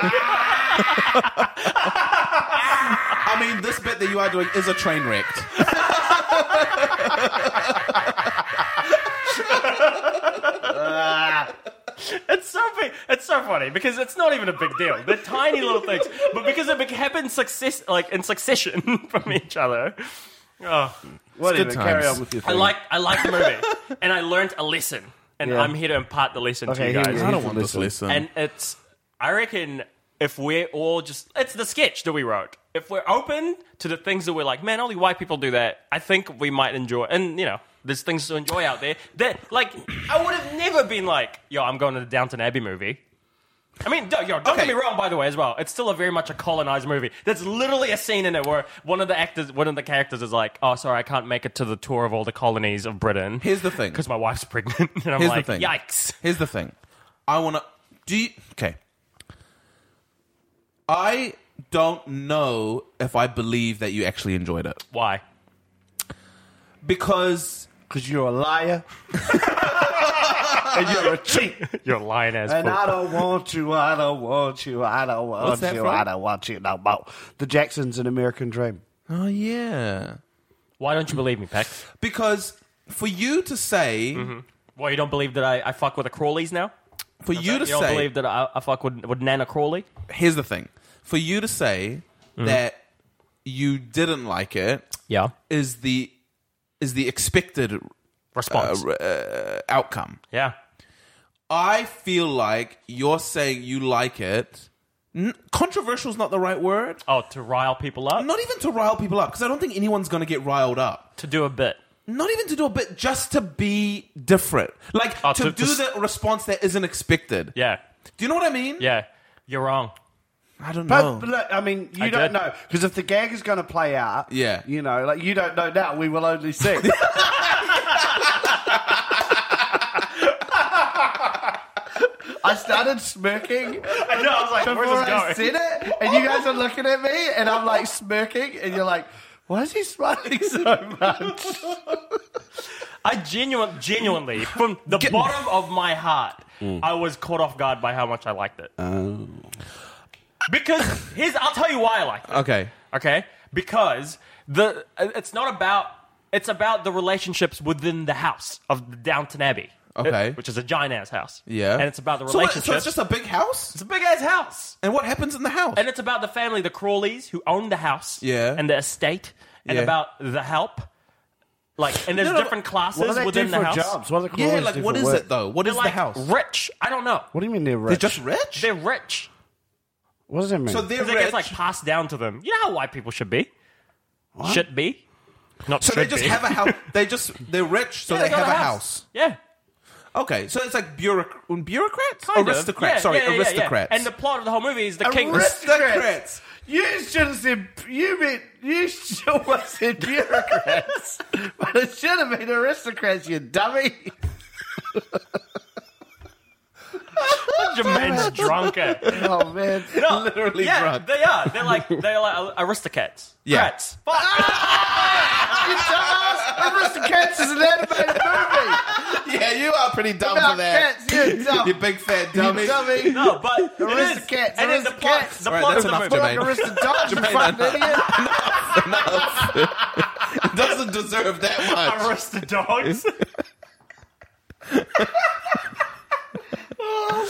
Speaker 3: I mean, this bit that you are doing is a train wreck.
Speaker 2: It's so big, it's so funny because it's not even a big deal. They're tiny little things, but because it be- happened success like in succession from each other. Oh,
Speaker 1: Whatever.
Speaker 3: good
Speaker 1: Carry
Speaker 3: times.
Speaker 1: on with your
Speaker 2: I
Speaker 1: thing.
Speaker 2: like I like the movie, and I learned a lesson, and
Speaker 1: Yeah.
Speaker 2: I'm here to impart the lesson
Speaker 1: Okay,
Speaker 2: to you
Speaker 1: here we
Speaker 2: guys.
Speaker 1: go.
Speaker 3: I don't want this lesson.
Speaker 2: And it's I reckon if we're all just it's the sketch that we wrote. If we're open to the things that we're like, man, only white people do that. I think we might enjoy, and you know. There's things to enjoy out there that, like, I would have never been like, yo, I'm going to the Downton Abbey movie. I mean, don't, yo, don't
Speaker 3: Okay.
Speaker 2: get me wrong, by the way, as well. It's still a very much a colonized movie. There's literally a scene in it where one of the actors, one of the characters is like, oh, sorry, I can't make it to the tour of all the colonies of Britain.
Speaker 3: Here's the thing.
Speaker 2: Because my wife's pregnant. And I'm
Speaker 3: Here's
Speaker 2: like,
Speaker 3: the thing.
Speaker 2: yikes.
Speaker 3: Here's the thing. I want to. Do you. Okay. I don't know if I believe that you actually enjoyed it.
Speaker 2: Why?
Speaker 3: Because.
Speaker 1: because you're a liar and you're a cheat.
Speaker 2: You're lying as
Speaker 1: And I don't want you. I don't want you. I don't want
Speaker 3: What's that
Speaker 1: you.
Speaker 3: from?
Speaker 1: I don't want you no more. The Jacksons in American Dream.
Speaker 3: Oh, yeah.
Speaker 2: Why don't you believe me, Peck?
Speaker 3: Because for you to say.
Speaker 2: Mm-hmm. Why you don't believe that I, I fuck with the Crawleys now?
Speaker 3: For you
Speaker 2: You
Speaker 3: to
Speaker 2: don't
Speaker 3: say.
Speaker 2: believe that I, I fuck with, with Nana Crawley?
Speaker 3: here's the thing. For you to say
Speaker 2: Mm-hmm.
Speaker 3: that you didn't like it
Speaker 2: Yeah.
Speaker 3: is the is the expected uh,
Speaker 2: Response.
Speaker 3: re- uh, outcome.
Speaker 2: yeah.
Speaker 3: I feel like you're saying you like it. N- controversial is not the right word.
Speaker 2: Oh, to rile people up?
Speaker 3: Not even to rile people up, because I don't think anyone's going to get riled up.
Speaker 2: To do a bit.
Speaker 3: Not even to do a bit, just to be different. Like,
Speaker 2: Oh,
Speaker 3: to,
Speaker 2: to-
Speaker 3: do
Speaker 2: to s-
Speaker 3: the response that isn't expected.
Speaker 2: Yeah.
Speaker 3: Do you know what I mean?
Speaker 2: Yeah. You're wrong.
Speaker 3: I don't
Speaker 1: But,
Speaker 3: know.
Speaker 1: but look, I mean, you
Speaker 2: I
Speaker 1: don't
Speaker 2: did.
Speaker 1: know because if the gag is going to play out,
Speaker 3: Yeah.
Speaker 1: you know, like you don't know now. We will only see. I started smirking. I
Speaker 2: know, I was like, where's
Speaker 1: before
Speaker 2: this
Speaker 1: I
Speaker 2: going?
Speaker 1: said it, and you guys are looking at me, and I'm like smirking, and you're like, Why is he smiling so much?
Speaker 2: I genuine, genuinely, from the bottom of my heart, I was caught off guard by how much I liked it. Because here's, I'll tell you why I like it.
Speaker 3: Okay.
Speaker 2: okay because the it's not about it's about the relationships within the house of Downton Abbey
Speaker 3: Okay.
Speaker 2: uh, which is a giant ass house
Speaker 3: Yeah.
Speaker 2: and it's about the
Speaker 3: So, what,
Speaker 2: relationships
Speaker 3: so it's just a big house?
Speaker 2: it's a big ass house
Speaker 3: And what happens in the house?
Speaker 2: and it's about the family the Crawleys who own the house
Speaker 3: Yeah.
Speaker 2: and the estate and
Speaker 3: Yeah.
Speaker 2: about the help like and there's
Speaker 3: No, no,
Speaker 2: different
Speaker 3: but
Speaker 1: What do
Speaker 2: classes
Speaker 1: they
Speaker 2: within
Speaker 1: do
Speaker 2: the
Speaker 1: for
Speaker 2: house
Speaker 1: jobs? What do the
Speaker 3: yeah,
Speaker 1: crawlers
Speaker 3: like
Speaker 1: do
Speaker 3: what
Speaker 1: for
Speaker 3: is
Speaker 1: work?
Speaker 3: it though? What
Speaker 2: they're
Speaker 3: is
Speaker 2: like
Speaker 3: the house?
Speaker 2: rich I don't know
Speaker 1: What do you mean they're
Speaker 3: They're
Speaker 1: rich?
Speaker 3: just rich.
Speaker 2: they're rich
Speaker 1: what does that mean?
Speaker 3: so they're
Speaker 2: because it
Speaker 3: rich.
Speaker 2: gets like passed down to them you know how white people should be should be not
Speaker 3: so they
Speaker 2: should
Speaker 3: just
Speaker 2: be.
Speaker 3: have a house. They just they're rich, so
Speaker 2: Yeah,
Speaker 3: they,
Speaker 2: got
Speaker 3: have a house.
Speaker 2: yeah
Speaker 3: Okay, so it's like bureauc- bureaucrats,
Speaker 2: Kind of.
Speaker 3: aristocrats.
Speaker 2: Yeah,
Speaker 3: sorry,
Speaker 2: yeah, yeah, yeah.
Speaker 3: aristocrats.
Speaker 2: And the plot of the whole movie is the king.
Speaker 3: aristocrats.
Speaker 1: You should have said you meant you should have said bureaucrats, but it should have been aristocrats. You dummy.
Speaker 2: Jermaine's drunker.
Speaker 1: Oh man,
Speaker 2: No,
Speaker 1: literally
Speaker 2: yeah,
Speaker 1: drunk.
Speaker 2: they are. They're like they're like aristocrats.
Speaker 3: Yeah.
Speaker 2: Crats. Fuck.
Speaker 1: Ah! You dumbass. aristocrats is an animated movie.
Speaker 3: Yeah, you are pretty dumb
Speaker 1: About
Speaker 3: for that.
Speaker 1: cats, you dumb.
Speaker 3: you big fat dummy.
Speaker 1: You dummy.
Speaker 2: No, but it is.
Speaker 1: Aristocats,
Speaker 2: And then the plot,
Speaker 1: aristocats.
Speaker 2: the
Speaker 3: Alright,
Speaker 2: plot
Speaker 3: that's
Speaker 2: of the
Speaker 3: enough,
Speaker 2: movie.
Speaker 3: Jermaine.
Speaker 1: Fuck aristocrats, you fucking idiot.
Speaker 2: uh,
Speaker 3: Doesn't deserve that much.
Speaker 2: Aristodogs.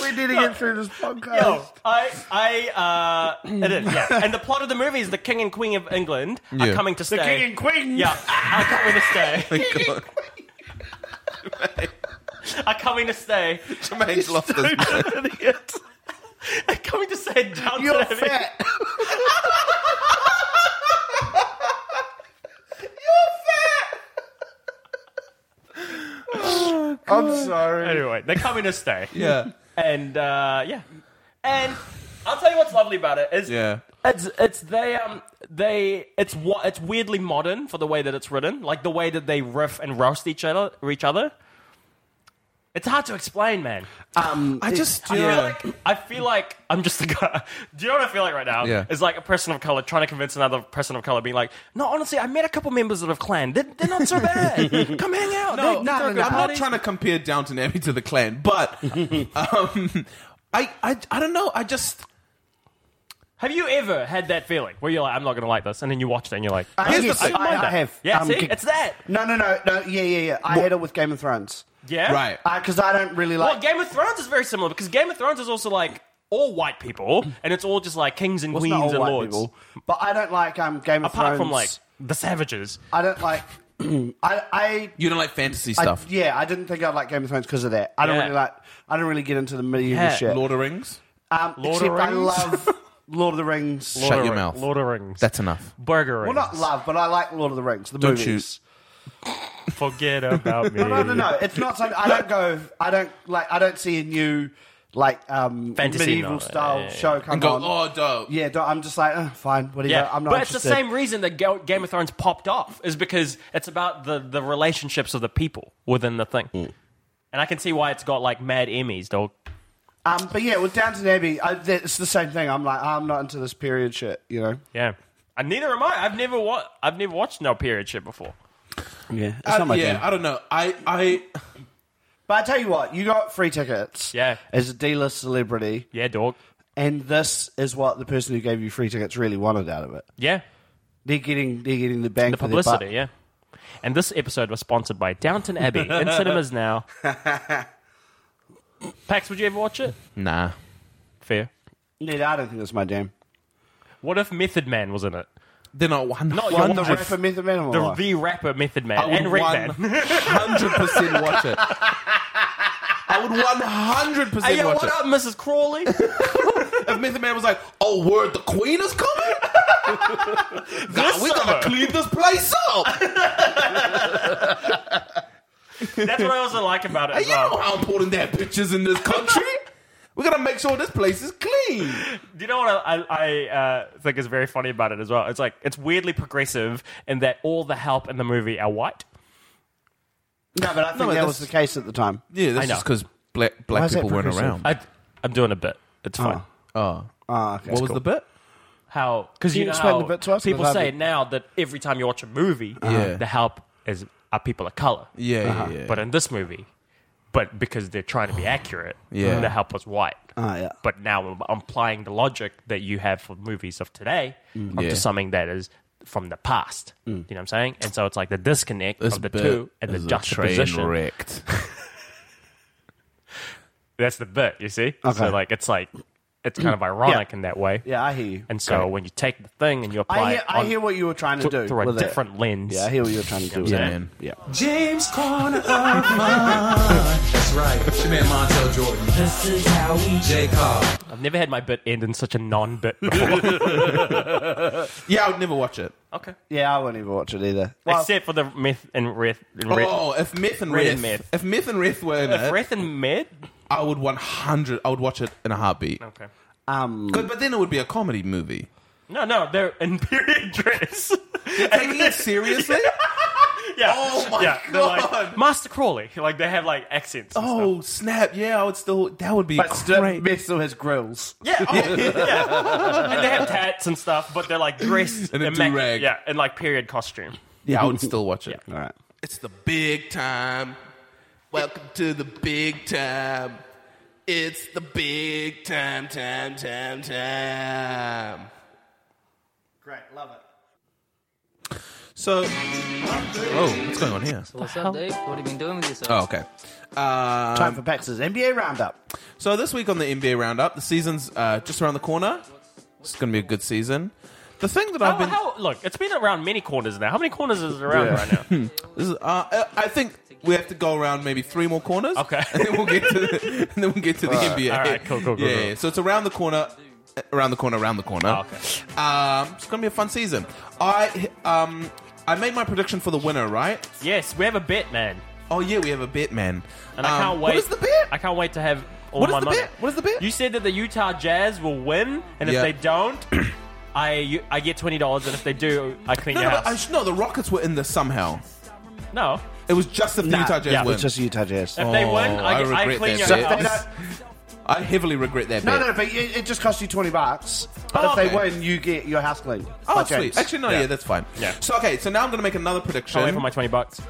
Speaker 1: We need to get through this podcast.
Speaker 2: Yo, I, I, uh, it is, yeah. And the plot of the movie is the king and queen of England are
Speaker 3: Yeah.
Speaker 2: coming to stay.
Speaker 1: the king and queen.
Speaker 2: Yeah, are coming to stay.
Speaker 3: God.
Speaker 2: Are coming to stay.
Speaker 3: Jermaine's lost his mind.
Speaker 1: idiot.
Speaker 2: Are coming to stay down
Speaker 1: You're
Speaker 2: to
Speaker 1: fat. I'm sorry.
Speaker 2: Anyway, they're coming to stay.
Speaker 3: Yeah,
Speaker 2: and uh, yeah, and I'll tell you what's lovely about it is
Speaker 3: yeah.
Speaker 2: it's it's they um they it's wa- it's weirdly modern for the way that it's written, like the way that they riff and roast each other each other. It's hard to explain, man.
Speaker 3: I just
Speaker 2: I,
Speaker 3: yeah.
Speaker 2: feel like, I feel like I'm just a guy. Do you know what I feel like right now?
Speaker 3: Yeah.
Speaker 2: It's like a person of color trying to convince another person of color, being like, "No, honestly, I met a couple members of the clan. They're, they're not so bad. Come hang out.
Speaker 3: No,
Speaker 2: They- they're
Speaker 3: no, no,
Speaker 2: a
Speaker 3: no,
Speaker 2: good
Speaker 3: I'm
Speaker 2: party."
Speaker 3: not trying to compare Downton Abbey to the Clan, but um, I, I, I don't know. I just
Speaker 2: Have you ever had that feeling where you're like, "I'm not going to like this," and then you watch it and you're like,
Speaker 1: I,
Speaker 3: Here's the
Speaker 1: yes,
Speaker 3: thing.
Speaker 1: I, I have.
Speaker 2: "Yeah,
Speaker 1: um,
Speaker 2: see,
Speaker 1: kick-
Speaker 2: it's that."
Speaker 1: No, no, no, no. Yeah, yeah, yeah. I had it with Game of Thrones
Speaker 2: Yeah,
Speaker 3: right.
Speaker 1: because I don't really like.
Speaker 2: Well, Game of Thrones is very similar because Game of Thrones is also like all white people, and it's all just like kings and
Speaker 1: Well, it's not
Speaker 2: queens
Speaker 1: all
Speaker 2: and
Speaker 1: white
Speaker 2: lords.
Speaker 1: people, but I don't like um, Game of
Speaker 2: Apart
Speaker 1: Thrones.
Speaker 2: from like the savages,
Speaker 1: I don't like. I, I
Speaker 3: You don't like fantasy
Speaker 1: I-
Speaker 3: stuff.
Speaker 1: yeah, I didn't think I'd like Game of Thrones because of that. I don't
Speaker 2: Yeah.
Speaker 1: really like. I don't really get into the medieval
Speaker 2: Yeah.
Speaker 1: shit.
Speaker 3: Lord of the Rings.
Speaker 1: um,
Speaker 2: Lord of
Speaker 1: except I
Speaker 2: Rings?
Speaker 1: love Lord of the Rings.
Speaker 3: Shut
Speaker 2: Lord
Speaker 3: your
Speaker 2: of-
Speaker 3: mouth.
Speaker 2: Lord of Rings,
Speaker 3: That's enough.
Speaker 2: burger
Speaker 1: well,
Speaker 2: rings.
Speaker 1: not love, but I like Lord of the Rings. The
Speaker 3: Don't you-
Speaker 1: movies.
Speaker 2: Forget about me.
Speaker 1: No, no, no. It's not something. I don't go. I don't like. I don't see a new like um,
Speaker 2: Fantasy
Speaker 1: medieval
Speaker 2: novel,
Speaker 1: style
Speaker 2: yeah, yeah, yeah.
Speaker 1: show come
Speaker 3: And go.
Speaker 1: on.
Speaker 3: Oh, dope.
Speaker 1: Yeah, don't- I'm just like, uh fine, whatever.
Speaker 2: Yeah,
Speaker 1: I'm not.
Speaker 2: but it's
Speaker 1: interested.
Speaker 2: the same reason that Ga- Game of Thrones popped off is because it's about the, the relationships of the people within the thing,
Speaker 1: Mm.
Speaker 2: and I can see why it's got like mad Emmys, dog.
Speaker 1: Um, but yeah, with Downton Abbey, I, that- it's the same thing. I'm like, I'm not into this period shit. You know.
Speaker 2: Yeah, and neither am I. I've never wa- I've never watched no period shit before.
Speaker 1: Uh, Yeah, it's
Speaker 3: I, yeah, I don't know. I, I,
Speaker 1: But I tell you what, you got free tickets.
Speaker 2: Yeah.
Speaker 1: As a D-list celebrity,
Speaker 2: Yeah, dog.
Speaker 1: and this is what the person who gave you free tickets really wanted out of it.
Speaker 2: Yeah,
Speaker 1: They're getting, they're getting the bang
Speaker 2: the
Speaker 1: for
Speaker 2: publicity,
Speaker 1: Their buck.
Speaker 2: yeah. And this episode was sponsored by Downton Abbey in cinemas now. Pax, would you ever watch it?
Speaker 3: nah.
Speaker 2: Fair.
Speaker 1: Ned, I don't think that's my jam.
Speaker 2: What if Method Man was in it?
Speaker 3: They're not one.
Speaker 2: Not your
Speaker 3: one
Speaker 1: The
Speaker 2: wife.
Speaker 3: hundred-
Speaker 1: rapper Method Man or
Speaker 2: The,
Speaker 1: what?
Speaker 2: the rapper Method Man
Speaker 3: Oh. I would
Speaker 2: and Red
Speaker 3: one
Speaker 2: Man.
Speaker 3: hundred percent watch it. I would one hundred
Speaker 2: Hey,
Speaker 3: percent
Speaker 2: yo,
Speaker 3: watch
Speaker 2: what
Speaker 3: it.
Speaker 2: up, Mrs. Crawley?
Speaker 3: If Method Man was like, "Oh, word, the Queen is coming. God, we
Speaker 2: summer."
Speaker 3: gotta clean this place up."
Speaker 2: That's what I also like about it
Speaker 3: Hey,
Speaker 2: as
Speaker 3: you know
Speaker 2: well.
Speaker 3: how important that bitch is in this country. we gotta make sure this place is clean.
Speaker 2: Do you know what I, I uh, think is very funny about it as well? It's like, it's weirdly progressive in that all the help in the movie are white.
Speaker 1: no, but I think
Speaker 3: No,
Speaker 1: that
Speaker 3: that's-
Speaker 1: was the case at the time.
Speaker 3: Yeah,
Speaker 2: I
Speaker 3: that's
Speaker 2: know.
Speaker 3: just because black
Speaker 1: Why
Speaker 3: black
Speaker 1: is that
Speaker 3: people weren't
Speaker 1: progressive?
Speaker 3: around.
Speaker 2: I, I'm doing a bit. It's fine.
Speaker 3: oh,
Speaker 1: Ah, okay.
Speaker 3: what was the bit?
Speaker 2: how because
Speaker 1: Can
Speaker 2: you,
Speaker 1: you
Speaker 2: know
Speaker 1: explain
Speaker 2: how
Speaker 1: the bit to us?
Speaker 2: people
Speaker 1: Because I
Speaker 2: say
Speaker 1: haven't-
Speaker 2: now that every time you watch a movie,
Speaker 1: Uh-huh.
Speaker 3: Yeah.
Speaker 2: the help is are people of color.
Speaker 3: Yeah, yeah, yeah.
Speaker 2: But in this movie, but because they're trying to be accurate,
Speaker 3: Yeah.
Speaker 2: the help was white.
Speaker 1: Ah, yeah.
Speaker 2: But now I'm applying the logic that you have for movies of today onto
Speaker 3: Mm. Yeah.
Speaker 2: something that is from the past.
Speaker 1: Mm.
Speaker 2: You know what I'm saying? And so it's like the disconnect
Speaker 3: This
Speaker 2: of the
Speaker 3: bit
Speaker 2: two and the
Speaker 3: is a
Speaker 2: juxtaposition.
Speaker 3: Train wrecked.
Speaker 2: That's the bit, you see?
Speaker 1: Okay.
Speaker 2: So like it's like it's kind of ironic in that way.
Speaker 1: Yeah, I hear you.
Speaker 2: And so when you take the thing and you apply
Speaker 1: I hear,
Speaker 2: it
Speaker 1: I
Speaker 2: on-
Speaker 1: hear what you were trying to
Speaker 2: th-
Speaker 1: do.
Speaker 2: through a
Speaker 1: with it.
Speaker 2: different lens.
Speaker 1: Yeah, I hear what you were trying to do. with
Speaker 3: Yeah,
Speaker 1: it.
Speaker 3: man.
Speaker 1: Yeah.
Speaker 4: James Corner of Fun. That's right. It's your man Montel Jordan. This is how we J. Cole.
Speaker 2: I've never had my bit end in such a non bit before.
Speaker 3: yeah, I would never watch it.
Speaker 2: okay.
Speaker 1: Yeah, I won't even watch it either. Well,
Speaker 2: Except for the myth and wrath and wrath.
Speaker 3: Oh, if Myth and
Speaker 2: Red
Speaker 3: Red,
Speaker 2: and Myth.
Speaker 3: if Myth and Wrath were in it,
Speaker 2: Wrath and med?
Speaker 3: I would one hundred. I would watch it in a heartbeat.
Speaker 2: Okay.
Speaker 1: um,
Speaker 3: But, but then it would be a comedy movie.
Speaker 2: No, no, they're in period dress.
Speaker 3: Taking it seriously?
Speaker 2: yeah.
Speaker 3: Oh my
Speaker 2: yeah, They're like,
Speaker 3: God.
Speaker 2: Master Crawley. Like they have like accents. and
Speaker 3: Oh snap! Yeah, I would still. That would be
Speaker 1: but still,
Speaker 3: great.
Speaker 1: Bessel has grills.
Speaker 2: Yeah, oh, yeah. And they have tats and stuff, but they're like dressed
Speaker 3: In a
Speaker 2: immac-
Speaker 3: do-rag.
Speaker 2: Yeah, in like period costume.
Speaker 3: Yeah, I would still watch it.
Speaker 1: All right.
Speaker 3: It's the big time. Welcome to the big time. It's the big time, time, time, time.
Speaker 1: Great, love it.
Speaker 3: So, oh, what's going on here?
Speaker 5: What's up, Dave? What have you been doing with yourself?
Speaker 3: Oh, okay. Uh,
Speaker 1: Time for Pax's NBA roundup.
Speaker 3: So this week on the NBA roundup, the season's uh, just around the corner. It's going to be a good season. The thing that
Speaker 2: How,
Speaker 3: I've been,
Speaker 2: how- look, it's been around many corners now. How many corners is it around right now?
Speaker 3: this is, uh, uh, I think we have to go around maybe three more corners.
Speaker 2: Okay.
Speaker 3: and then we'll get to the, and then we'll get to the NBA.
Speaker 2: All right, cool, cool, cool,
Speaker 3: Yeah,
Speaker 2: cool.
Speaker 3: yeah. So it's around the corner, uh, around the corner, around the corner.
Speaker 2: Oh, okay.
Speaker 3: Um, it's going to be a fun season. I um, I made my prediction for the winner, right?
Speaker 2: yes, we have a bet, man.
Speaker 3: Oh yeah, we have a bet, man.
Speaker 2: And I
Speaker 3: Um,
Speaker 2: can't wait.
Speaker 3: What is the bet?
Speaker 2: I can't wait to have all
Speaker 3: What is
Speaker 2: my
Speaker 3: the
Speaker 2: money.
Speaker 3: bet? What is the bet?
Speaker 2: You said that the Utah Jazz will win, and if
Speaker 3: Yeah.
Speaker 2: they don't, I you, I get twenty dollars, and if they do, I clean
Speaker 3: no,
Speaker 2: your
Speaker 3: no,
Speaker 2: house.
Speaker 3: I sh- no, the Rockets were in this somehow.
Speaker 2: no,
Speaker 3: It was just if the
Speaker 1: Nah,
Speaker 3: Utah Jazz
Speaker 2: yeah,
Speaker 3: win.
Speaker 1: It's just you, Jazz.
Speaker 2: if they win, I,
Speaker 3: Oh, I
Speaker 2: get- I
Speaker 3: regret
Speaker 2: clean your
Speaker 3: that bet.
Speaker 2: house.
Speaker 3: I heavily regret that
Speaker 1: No,
Speaker 3: bet.
Speaker 1: no, no, but it, it just costs you 20 bucks. But
Speaker 3: Oh,
Speaker 1: if they
Speaker 3: okay.
Speaker 1: win, you get your house cleaned.
Speaker 3: Oh,
Speaker 1: by
Speaker 3: sweet.
Speaker 1: James.
Speaker 3: Actually, no, yeah.
Speaker 2: Yeah.
Speaker 3: that's fine.
Speaker 2: Yeah.
Speaker 3: So, okay, so now I'm going to make another prediction.
Speaker 2: Can't wait for my twenty bucks.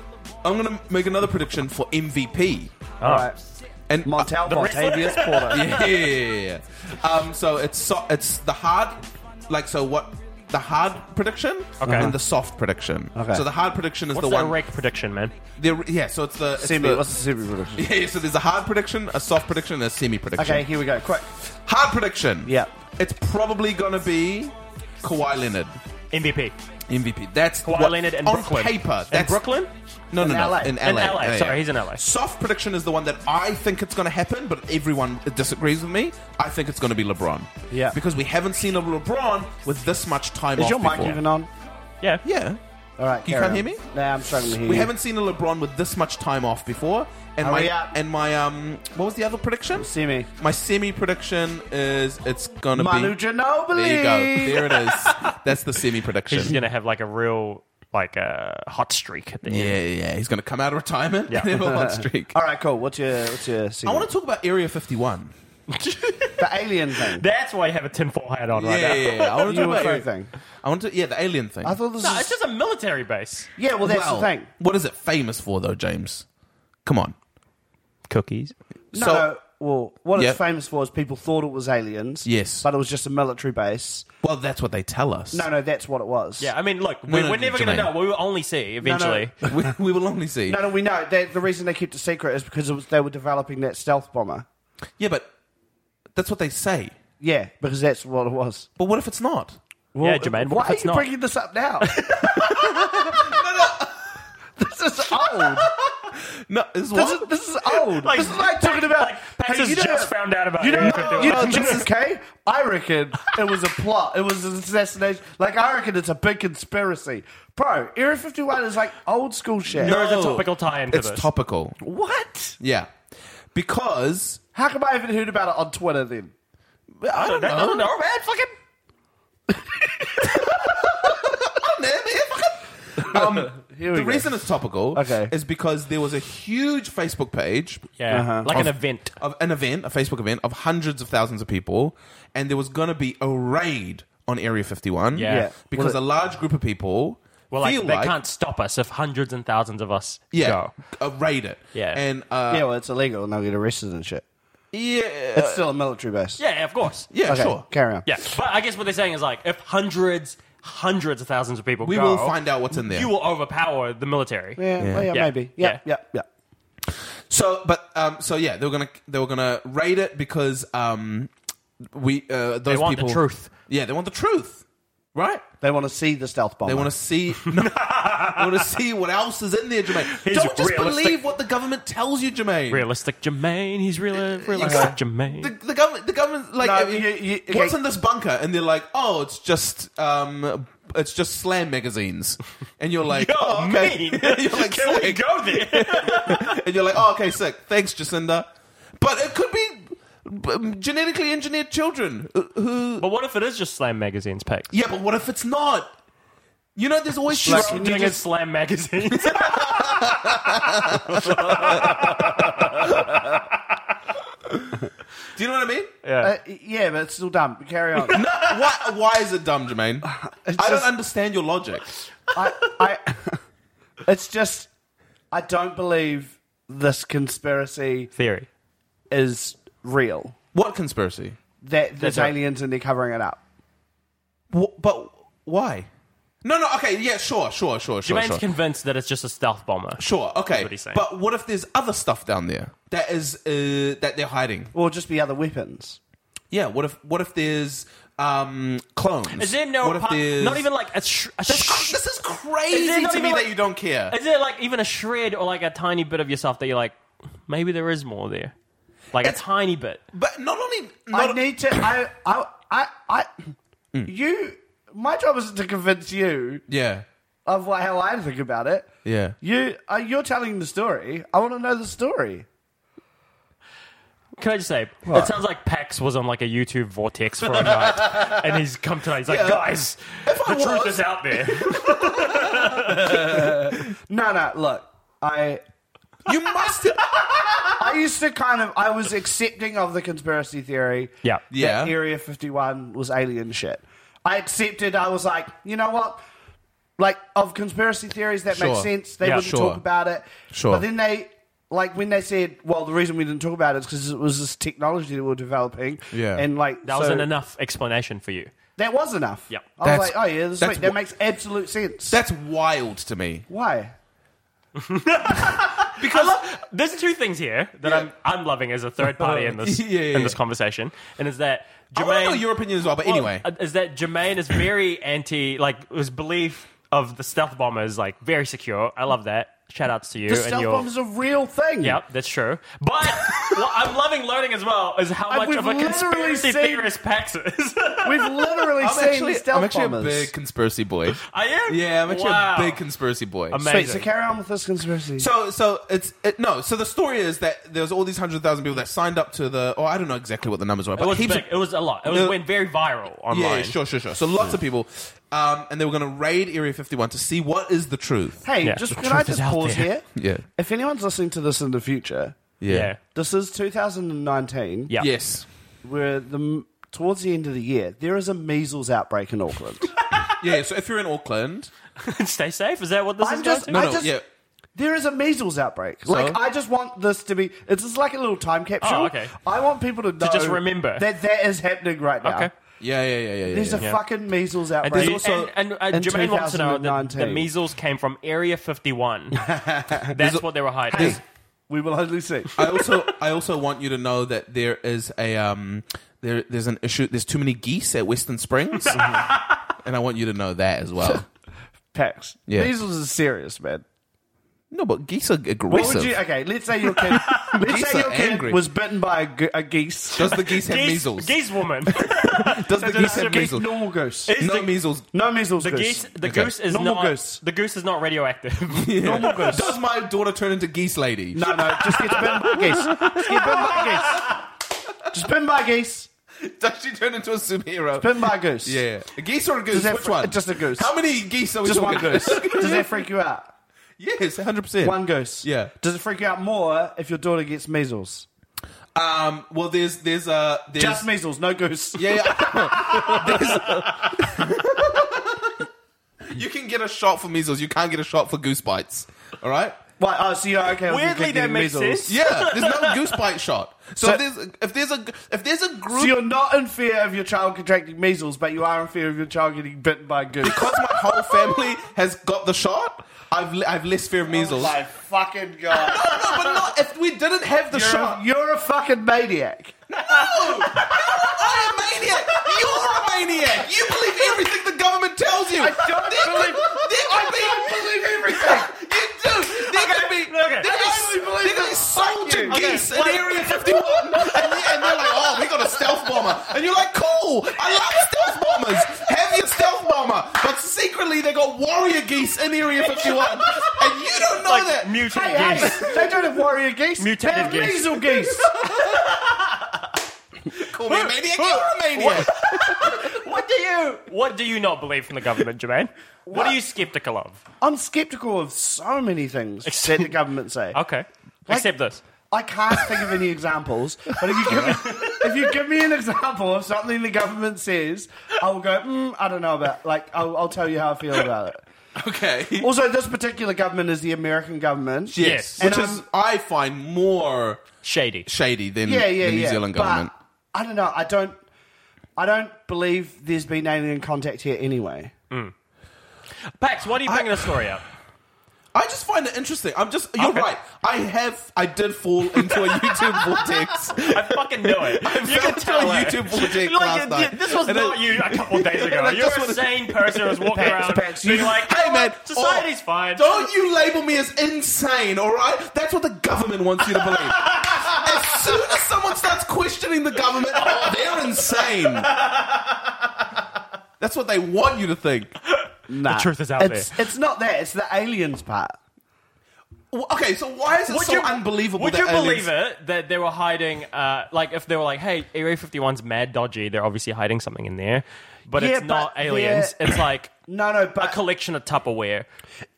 Speaker 3: I'm going to make another prediction for MVP.
Speaker 2: All
Speaker 1: All right.
Speaker 3: And uh,
Speaker 1: Montel Montavious Porter.
Speaker 3: yeah, yeah, yeah, yeah. Um, so it's so, it's the hard, like so what the hard prediction
Speaker 2: Okay.
Speaker 3: and the soft prediction.
Speaker 1: Okay.
Speaker 3: So the hard prediction is
Speaker 2: What's
Speaker 3: the
Speaker 2: that
Speaker 3: one.
Speaker 2: rank prediction, man?
Speaker 3: the- yeah. So it's the. It's
Speaker 1: Semi,
Speaker 3: the-
Speaker 1: what's the semi prediction?
Speaker 3: yeah, so there's a hard prediction, a soft prediction, and a semi prediction.
Speaker 1: Okay, here we go. Quick.
Speaker 3: Hard prediction.
Speaker 1: Yeah.
Speaker 3: It's probably gonna be Kawhi Leonard.
Speaker 2: MVP.
Speaker 3: MVP. That's
Speaker 2: Kawhi
Speaker 3: what,
Speaker 2: Leonard in
Speaker 3: on
Speaker 2: Brooklyn.
Speaker 3: paper.
Speaker 2: In
Speaker 3: that's-
Speaker 2: Brooklyn?
Speaker 3: No, no,
Speaker 1: In
Speaker 3: no.
Speaker 1: LA.
Speaker 3: In LA.
Speaker 2: In LA. Sorry, he's in LA.
Speaker 3: Soft prediction is the one that I think it's going to happen, but everyone disagrees with me. I think it's going to be LeBron.
Speaker 1: Yeah.
Speaker 3: Because we haven't seen a LeBron with this much time
Speaker 1: Is
Speaker 3: off
Speaker 1: your mic
Speaker 3: before.
Speaker 1: even on?
Speaker 2: Yeah.
Speaker 3: Yeah.
Speaker 1: All right.
Speaker 3: You
Speaker 1: carry
Speaker 3: can't
Speaker 1: on.
Speaker 3: hear me?
Speaker 1: Nah, I'm struggling to hear
Speaker 3: We
Speaker 1: you.
Speaker 3: haven't seen a LeBron with this much time off before. And
Speaker 1: Mm. Hurry
Speaker 3: my
Speaker 1: up.
Speaker 3: and my um what was the other prediction?
Speaker 1: Semi.
Speaker 3: My semi prediction is it's gonna
Speaker 1: Manu
Speaker 3: be
Speaker 1: Ginobili.
Speaker 3: There you go. There it is. That's the semi prediction.
Speaker 2: He's gonna have like a real like a hot streak at the
Speaker 3: Yeah,
Speaker 2: end.
Speaker 3: yeah, yeah. He's going to come out of retirement
Speaker 2: Yeah.
Speaker 3: and have a hot streak.
Speaker 1: All right, cool. What's your what's your?
Speaker 3: I
Speaker 1: Segment?
Speaker 3: want to talk about Area 51.
Speaker 1: the alien thing.
Speaker 2: That's why you have a tinfoil hat on right
Speaker 3: yeah,
Speaker 2: now.
Speaker 3: yeah, yeah. I want to
Speaker 1: the
Speaker 3: talk about
Speaker 1: UFO
Speaker 3: Area-
Speaker 1: thing.
Speaker 3: I want to, yeah, the alien thing.
Speaker 1: I thought this
Speaker 2: No,
Speaker 1: was.
Speaker 2: it's just a military base.
Speaker 1: yeah, well, that's
Speaker 3: Well,
Speaker 1: the thing.
Speaker 3: What is it famous for, though, James? Come on.
Speaker 2: Cookies.
Speaker 1: No,
Speaker 3: So-
Speaker 1: no. Well, what
Speaker 3: Yep.
Speaker 1: it's famous for is people thought it was aliens.
Speaker 3: Yes.
Speaker 1: but it was just a military base.
Speaker 3: Well, that's what they tell us.
Speaker 1: No, no, that's what it was.
Speaker 2: Yeah, I mean, look, we,
Speaker 3: no,
Speaker 2: we're never going to
Speaker 3: Jermaine.
Speaker 2: know. We will only see eventually.
Speaker 3: we, we will only see.
Speaker 1: No, no, we know. They, the reason they kept it secret is because it was, they were developing that stealth bomber.
Speaker 3: Yeah, but that's what they say.
Speaker 1: Yeah, because that's what it was.
Speaker 3: But what if it's not?
Speaker 2: yeah, Jermaine,
Speaker 1: Why are
Speaker 2: what if
Speaker 1: you
Speaker 2: it's not?
Speaker 1: bringing this up now? This is old.
Speaker 3: No, this is
Speaker 1: This
Speaker 3: what?
Speaker 1: is, this is old.
Speaker 2: Like-
Speaker 1: this is like talking about.
Speaker 2: Pat has
Speaker 1: you know-
Speaker 2: just found out about
Speaker 1: you know,
Speaker 2: it.
Speaker 1: you know, this is okay. I reckon it was a plot. It was an assassination. Like I reckon it's a big conspiracy, bro. Area fifty one is like old school shit.
Speaker 2: There is a topical tie-in to
Speaker 3: It's
Speaker 2: this.
Speaker 3: topical.
Speaker 1: What?
Speaker 3: Yeah. Because.
Speaker 1: How come I even heard about it on Twitter then?
Speaker 3: I don't know.
Speaker 2: no, man, fucking.
Speaker 3: Um,
Speaker 1: Here we
Speaker 3: the
Speaker 1: go.
Speaker 3: reason it's topical
Speaker 1: Okay.
Speaker 3: is because there was a huge Facebook page
Speaker 2: Yeah, like an
Speaker 3: Uh-huh. Of-
Speaker 2: event.
Speaker 3: of an event, a Facebook event of hundreds of thousands of people, and there was going to be a raid on Area 51.
Speaker 2: Yeah. Yeah.
Speaker 3: Because a large group of people
Speaker 2: Well,
Speaker 3: feel
Speaker 2: like, they
Speaker 3: like
Speaker 2: can't stop us if hundreds and thousands of us
Speaker 3: yeah,
Speaker 2: go.
Speaker 3: uh, raid it.
Speaker 2: Yeah.
Speaker 3: And uh,
Speaker 1: yeah, well, it's illegal and they'll get arrested and shit.
Speaker 3: yeah,
Speaker 1: It's still a military base.
Speaker 2: Yeah, of course.
Speaker 3: yeah,
Speaker 1: Okay,
Speaker 3: sure.
Speaker 1: carry on.
Speaker 2: Yeah, but I guess what they're saying is like if hundreds, hundreds of thousands of people
Speaker 3: We
Speaker 2: go,
Speaker 3: will find out what's in there.
Speaker 2: You will overpower the military.
Speaker 1: Yeah, well, yeah,
Speaker 2: Yeah.
Speaker 1: maybe. Yeah, yeah,
Speaker 2: Yeah.
Speaker 1: yeah.
Speaker 3: So, but um, so yeah, they were gonna they were gonna raid it because um, we uh, those
Speaker 2: They want the
Speaker 3: people
Speaker 2: truth.
Speaker 3: Yeah, they want the truth, right?
Speaker 1: They want to see the stealth bomber.
Speaker 3: They want to see no, want to see what else is in there, Jermaine.
Speaker 2: He's
Speaker 3: Don't just
Speaker 2: realistic.
Speaker 3: believe what the government tells you, Jermaine.
Speaker 2: Realistic Jermaine, he's real, realistic Jermaine.
Speaker 3: The, the government, the government, like,
Speaker 1: No,
Speaker 3: I mean,
Speaker 1: you- you-
Speaker 3: what's
Speaker 1: okay.
Speaker 3: in this bunker? And they're like, oh, it's just, um, it's just slam magazines. And you're like,
Speaker 2: Yo,
Speaker 3: oh, okay.
Speaker 2: mean.
Speaker 3: you're like,
Speaker 2: Can we
Speaker 3: sick.
Speaker 2: go there?
Speaker 3: and you're like, oh, okay, sick. Thanks, Jacinda. But it could be um, genetically engineered children uh, who.
Speaker 2: but what if it is just Slam Magazine's pick?
Speaker 3: Yeah, but what if it's not? You know, there's always
Speaker 2: Like,
Speaker 3: you
Speaker 2: we're doing
Speaker 3: just-
Speaker 2: it Slam Magazines.
Speaker 3: Do you know what I mean?
Speaker 1: Uh, yeah, but it's still dumb. Carry on.
Speaker 3: Why, why is it dumb, Jermaine? I don't
Speaker 1: just-
Speaker 3: understand your logic.
Speaker 1: I, I, it's just, I don't believe this conspiracy
Speaker 2: Theory.
Speaker 1: is real.
Speaker 3: What conspiracy?
Speaker 1: That there's
Speaker 2: That's right.
Speaker 1: aliens and they're covering it up.
Speaker 3: Wh- but why? No, no, okay, yeah, sure, sure, sure, sure.
Speaker 2: Jermaine's
Speaker 3: sure.
Speaker 2: convinced that it's just a stealth bomber.
Speaker 3: Sure,
Speaker 2: what
Speaker 3: okay.
Speaker 2: he's saying.
Speaker 3: But what if there's other stuff down there that is uh, that they're hiding?
Speaker 1: Or just be other weapons.
Speaker 3: Yeah, what if what if there's um clones?
Speaker 2: Is there no
Speaker 3: what if
Speaker 2: part-
Speaker 3: there's...
Speaker 2: not even like a, sh- a
Speaker 3: this,
Speaker 2: sh-
Speaker 3: this is crazy
Speaker 2: Is there not
Speaker 3: to me
Speaker 2: even, like-
Speaker 3: that you don't care.
Speaker 2: Is there like even a shred or like a tiny bit of yourself that you're like, maybe there is more there? Like a
Speaker 3: It's-
Speaker 2: tiny bit.
Speaker 3: But not only
Speaker 1: I
Speaker 3: not
Speaker 1: need to. I. I. I. I You. My job is to convince you
Speaker 3: yeah
Speaker 1: of what, how I think about it.
Speaker 3: yeah.
Speaker 1: You. Uh, you're telling the story. I want to know the story.
Speaker 2: Can I just say, it sounds like Pax was on like a YouTube vortex for a night, and he's come tonight. He's like,
Speaker 3: Yeah.
Speaker 2: guys,
Speaker 3: I
Speaker 2: the truth
Speaker 3: was-
Speaker 2: is out there.
Speaker 1: No, no. Look, I.
Speaker 3: You must.
Speaker 1: I used to kind of. I was accepting of the conspiracy theory.
Speaker 2: yeah.
Speaker 3: yeah.
Speaker 1: that Area 51 was alien shit. I accepted, I was like, you know what? Like, of conspiracy theories, that
Speaker 3: Sure.
Speaker 1: makes sense. They
Speaker 2: Yeah,
Speaker 1: wouldn't
Speaker 3: sure.
Speaker 1: talk about it.
Speaker 3: Sure.
Speaker 1: But then they, like, when they said, well, the reason we didn't talk about it is because it was this technology that we were developing.
Speaker 3: Yeah.
Speaker 1: And, like,
Speaker 2: That
Speaker 1: so-
Speaker 2: wasn't enough explanation for you.
Speaker 1: That was enough.
Speaker 2: Yep.
Speaker 1: I
Speaker 3: That's-
Speaker 1: was like, oh, yeah, this is
Speaker 3: that's
Speaker 1: sweet. That
Speaker 3: wh-
Speaker 1: makes absolute sense.
Speaker 3: That's wild to me.
Speaker 1: Why?
Speaker 2: Because there's two things here that I'm I'm loving as a third party in this
Speaker 3: Yeah, yeah,
Speaker 2: in this
Speaker 3: yeah.
Speaker 2: conversation, and is that
Speaker 3: I want to know
Speaker 2: Jermaine
Speaker 3: your opinion as well. But
Speaker 2: Well,
Speaker 3: anyway,
Speaker 2: uh, is that Jermaine is very anti, like his belief of the stealth bomber is like very secure. I love that. Shout outs to you
Speaker 1: The
Speaker 2: and
Speaker 1: stealth
Speaker 2: your.
Speaker 1: bomb is a real thing.
Speaker 2: Yep, that's true. But what I'm loving learning as well is how
Speaker 1: And
Speaker 2: much
Speaker 1: we've
Speaker 2: of a
Speaker 1: literally
Speaker 2: conspiracy
Speaker 1: seen-
Speaker 2: theorist Pax is.
Speaker 1: We've literally
Speaker 3: I'm
Speaker 1: seen
Speaker 3: actually,
Speaker 1: stealth
Speaker 3: I'm actually
Speaker 1: bombers.
Speaker 3: a big conspiracy boy.
Speaker 2: I am.
Speaker 3: Yeah, I'm actually
Speaker 2: Wow.
Speaker 3: a big conspiracy boy.
Speaker 2: Amazing.
Speaker 1: Wait, so carry on with this conspiracy.
Speaker 3: So, so it's it, no. So the story is that there's all these hundred thousand people that signed up to the. Oh, I don't know exactly what the numbers were, but
Speaker 2: It was
Speaker 3: heaps
Speaker 2: big.
Speaker 3: of-
Speaker 2: It was a lot. It was
Speaker 3: No.
Speaker 2: went very viral online.
Speaker 3: yeah, yeah, sure, sure, sure. So lots of people, um, and they were going to raid Area 51 to see what is the truth.
Speaker 1: hey,
Speaker 2: Yeah.
Speaker 1: just
Speaker 2: The
Speaker 1: can I
Speaker 2: truth is
Speaker 1: just
Speaker 2: out
Speaker 1: pause
Speaker 2: there.
Speaker 1: here?
Speaker 3: Yeah,
Speaker 1: If anyone's listening to this in the future,
Speaker 3: yeah,
Speaker 2: Yeah.
Speaker 1: This is 2019.
Speaker 2: Yeah.
Speaker 3: yes,
Speaker 1: Where the towards the end of the year, there is a measles outbreak in Auckland.
Speaker 3: yeah. So if you're in Auckland,
Speaker 2: Stay safe. Is that what this
Speaker 1: I'm
Speaker 2: is
Speaker 1: just-
Speaker 3: no,
Speaker 2: going
Speaker 1: I
Speaker 2: to?
Speaker 3: no, yeah,
Speaker 1: there is a measles outbreak. Like I just want this to be. It's just like a little time capsule.
Speaker 2: Oh, okay.
Speaker 1: I want people to know
Speaker 2: just remember.
Speaker 1: that that is happening right now.
Speaker 2: Okay.
Speaker 3: yeah, yeah, yeah, yeah. yeah,
Speaker 1: There's
Speaker 3: yeah.
Speaker 1: a fucking measles outbreak.
Speaker 2: And, also, and, and, uh,
Speaker 1: in
Speaker 2: Jermaine wants to know that the
Speaker 1: 2019.
Speaker 2: measles came from Area 51. That's what they were hiding.
Speaker 1: we will only see.
Speaker 3: I also, I also want you to know that there is a um, there, there's an issue. There's too many geese at Western Springs, and I want you to know that as well.
Speaker 1: Pax.
Speaker 3: Yeah.
Speaker 1: Measles is serious, man.
Speaker 3: No, but geese are aggressive.
Speaker 1: What would you? Okay, let's say your kid. let's
Speaker 3: Geese
Speaker 1: say
Speaker 3: are
Speaker 1: your kid
Speaker 3: angry.
Speaker 1: was bitten by a, ge- a geese.
Speaker 3: Does the geese have
Speaker 2: Geese,
Speaker 3: measles?
Speaker 2: geese woman.
Speaker 3: Does the geese have
Speaker 2: Geese-
Speaker 3: measles?
Speaker 1: Normal goose.
Speaker 2: Is
Speaker 3: No
Speaker 2: the-
Speaker 3: measles.
Speaker 1: No measles.
Speaker 2: The
Speaker 1: goose.
Speaker 2: geese, the
Speaker 3: Okay.
Speaker 2: goose is
Speaker 1: Normal
Speaker 2: not
Speaker 1: goose.
Speaker 2: the goose is not radioactive.
Speaker 3: Normal goose. Does my daughter turn into geese lady?
Speaker 1: No, no, just get bitten by a geese. Just get bitten by a geese. Just bitten by a geese.
Speaker 3: Does she turn into a superhero?
Speaker 1: Bitten by a goose.
Speaker 3: Yeah. A geese or a goose?
Speaker 1: Just a-
Speaker 3: Which one?
Speaker 1: just a goose.
Speaker 3: How many geese are we
Speaker 1: Just one
Speaker 3: talking
Speaker 1: goose. Does that freak you out?
Speaker 3: yes, 100%.
Speaker 1: One goose.
Speaker 3: Yeah.
Speaker 1: Does it freak you out more if your daughter gets measles?
Speaker 3: Um, well, there's there's uh there's
Speaker 1: Just measles, no goose.
Speaker 3: yeah. yeah. There's- you can get a shot for measles. You can't get a shot for goose bites. All right.
Speaker 1: Why? Oh, so yeah, okay. I was
Speaker 2: Weirdly,
Speaker 1: thinking
Speaker 2: that makes
Speaker 1: measles.
Speaker 2: sense.
Speaker 3: Yeah. There's no goose bite shot. So,
Speaker 1: So-
Speaker 3: if there's if there's a if there's a group
Speaker 1: So you're not in fear of your child contracting measles, but you are in fear of your child getting bitten by a goose.
Speaker 3: because my whole family has got the shot, I've le- I've less fear of measles.
Speaker 1: My fucking god.
Speaker 3: No, but not if we didn't have the
Speaker 1: You're a,
Speaker 3: shot.
Speaker 1: you're a fucking maniac.
Speaker 3: I'm a maniac. You're a maniac. You believe everything the government tells you. I
Speaker 1: don't believe-
Speaker 3: There could be, believe everything. You do. There could be.
Speaker 2: Okay.
Speaker 3: There could
Speaker 1: I only
Speaker 3: be,
Speaker 1: believe
Speaker 3: there could
Speaker 1: it.
Speaker 3: be soldier
Speaker 1: Fuck you.
Speaker 3: geese in Area 51, and, they, and they're like, "Oh, we got a stealth bomber," and you're like, "Cool. I love stealth bombers. Have your stealth bomber." But secretly, they got warrior geese in Area 51, and you don't know
Speaker 2: Like
Speaker 3: that.
Speaker 2: mutated
Speaker 1: Hey,
Speaker 2: geese.
Speaker 1: they don't have warrior geese.
Speaker 2: Mutated
Speaker 1: they have
Speaker 2: geese.
Speaker 1: measles geese.
Speaker 3: Call me a maniac. You're a maniac.
Speaker 2: What do you What do you not believe from the government, Jermaine? What, are you skeptical of?
Speaker 1: I'm skeptical of so many things that the government say.
Speaker 2: Okay. Except this.
Speaker 1: I can't think of any examples, but if you give me, if you give me an example of something the government says, I will go. Mm, I don't know about. Like, I'll, I'll tell you how I feel about it.
Speaker 3: Okay.
Speaker 1: Also, this particular government is the American government.
Speaker 2: Yes.
Speaker 3: Which
Speaker 1: And
Speaker 3: is,
Speaker 1: I'm-
Speaker 3: I find more
Speaker 2: Shady.
Speaker 3: shady than
Speaker 1: yeah, yeah,
Speaker 3: the New
Speaker 1: yeah.
Speaker 3: Zealand
Speaker 1: But
Speaker 3: government.
Speaker 1: I don't know. I don't. I don't believe there's been alien contact here anyway.
Speaker 2: Pax, why do you bring this story up?
Speaker 3: I just find it interesting. I'm just, you're
Speaker 2: Okay.
Speaker 3: right. I have, I did fall into a YouTube vortex.
Speaker 2: I fucking knew it. you
Speaker 3: fell
Speaker 2: can
Speaker 3: into
Speaker 2: tell
Speaker 3: a
Speaker 2: it.
Speaker 3: YouTube vortex
Speaker 2: Like,
Speaker 3: last
Speaker 2: it-
Speaker 3: night.
Speaker 2: This was
Speaker 3: And
Speaker 2: not
Speaker 3: I-
Speaker 2: you a couple days ago.
Speaker 3: I
Speaker 2: You're
Speaker 3: just
Speaker 2: a
Speaker 3: wanna-
Speaker 2: sane person who's walking
Speaker 1: Pax,
Speaker 2: around
Speaker 1: Pax,
Speaker 2: being
Speaker 1: you-
Speaker 2: like,
Speaker 3: Hey man,
Speaker 2: society's
Speaker 3: oh,
Speaker 2: fine.
Speaker 3: Don't you label me as insane, all right? That's what the government wants you to believe. as soon as someone starts questioning the government, oh, they're insane. That's what they want you to think.
Speaker 1: Nah. The
Speaker 2: truth is out
Speaker 1: it's, It's not that. It's the aliens part.
Speaker 3: Well, Okay, so why is it so unbelievable?
Speaker 2: Would
Speaker 3: that
Speaker 2: you
Speaker 3: aliens-
Speaker 2: believe it that they were hiding? Uh, like, if they were like, "Hey, Area 51's mad dodgy. They're obviously hiding something in there," but
Speaker 1: Yeah,
Speaker 2: it's not
Speaker 1: but
Speaker 2: aliens.
Speaker 1: they're-
Speaker 2: It's like
Speaker 1: No, no.
Speaker 2: a
Speaker 1: But
Speaker 2: collection of Tupperware.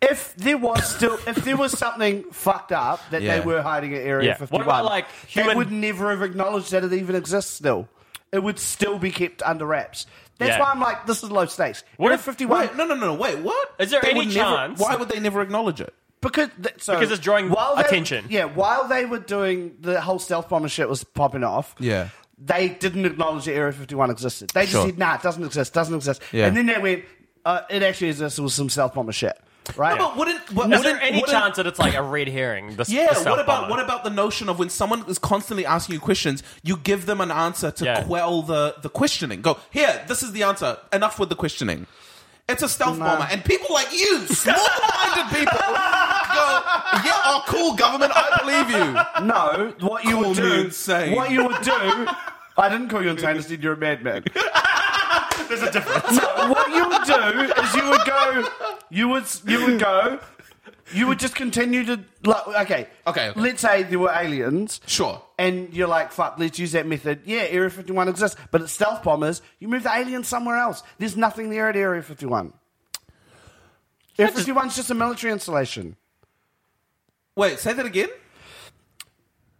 Speaker 1: if there was still, if there was something fucked up that
Speaker 3: Yeah.
Speaker 1: they were hiding at Area
Speaker 2: Yeah.
Speaker 1: 51,
Speaker 2: What about, like,
Speaker 1: they
Speaker 2: human-
Speaker 1: would never have acknowledged that it even exists. Still, it would still be kept under wraps. That's
Speaker 2: Yeah.
Speaker 1: why I'm like, this is low stakes.
Speaker 2: What
Speaker 1: Area
Speaker 2: if-
Speaker 1: 51?
Speaker 3: Wait, no, no, no, no. Wait, what?
Speaker 2: Is there
Speaker 3: They
Speaker 2: any
Speaker 3: would never-
Speaker 2: chance-
Speaker 3: why would they never acknowledge it?
Speaker 1: Because th- so
Speaker 2: Because it's drawing
Speaker 1: while they-
Speaker 2: attention.
Speaker 1: Yeah, while they were doing the whole stealth bomber shit was popping off.
Speaker 3: Yeah.
Speaker 1: they didn't acknowledge that Area 51 existed. They just
Speaker 3: Sure.
Speaker 1: said, "Nah, it doesn't exist. Doesn't exist."
Speaker 3: Yeah.
Speaker 1: And then they went, uh, "It actually exists with some stealth bomber shit." Right?
Speaker 3: No, but wouldn't, what,
Speaker 2: Is
Speaker 3: wouldn't
Speaker 2: there any
Speaker 3: wouldn't-
Speaker 2: chance that it's like a red herring? This,
Speaker 3: Yeah,
Speaker 2: this
Speaker 3: what about
Speaker 2: Alabama?
Speaker 3: what about the notion of when someone is constantly asking you questions, you give them an answer to
Speaker 2: Yeah.
Speaker 3: quell the, the questioning. Go, here, this is the answer. Enough with the questioning. It's a stealth
Speaker 1: Nah.
Speaker 3: bomber, and people like you, small-minded people, go, yeah, oh, cool, government, I believe you.
Speaker 1: No, what you
Speaker 3: Call
Speaker 1: would
Speaker 3: me
Speaker 1: do,
Speaker 3: insane.
Speaker 1: what you would do. I didn't call you insane. I said you're a madman.
Speaker 2: There's a difference.
Speaker 1: No, what you would do is you would go. You would you would go. You would just continue to like. Okay,
Speaker 3: Okay, okay.
Speaker 1: Let's say there were aliens.
Speaker 3: Sure.
Speaker 1: And you're like, fuck, let's use that method. Yeah, Area 51 exists, but it's stealth bombers. You move the aliens somewhere else. There's nothing there at Area 51. Area 51's just a military installation.
Speaker 3: Wait, say that again?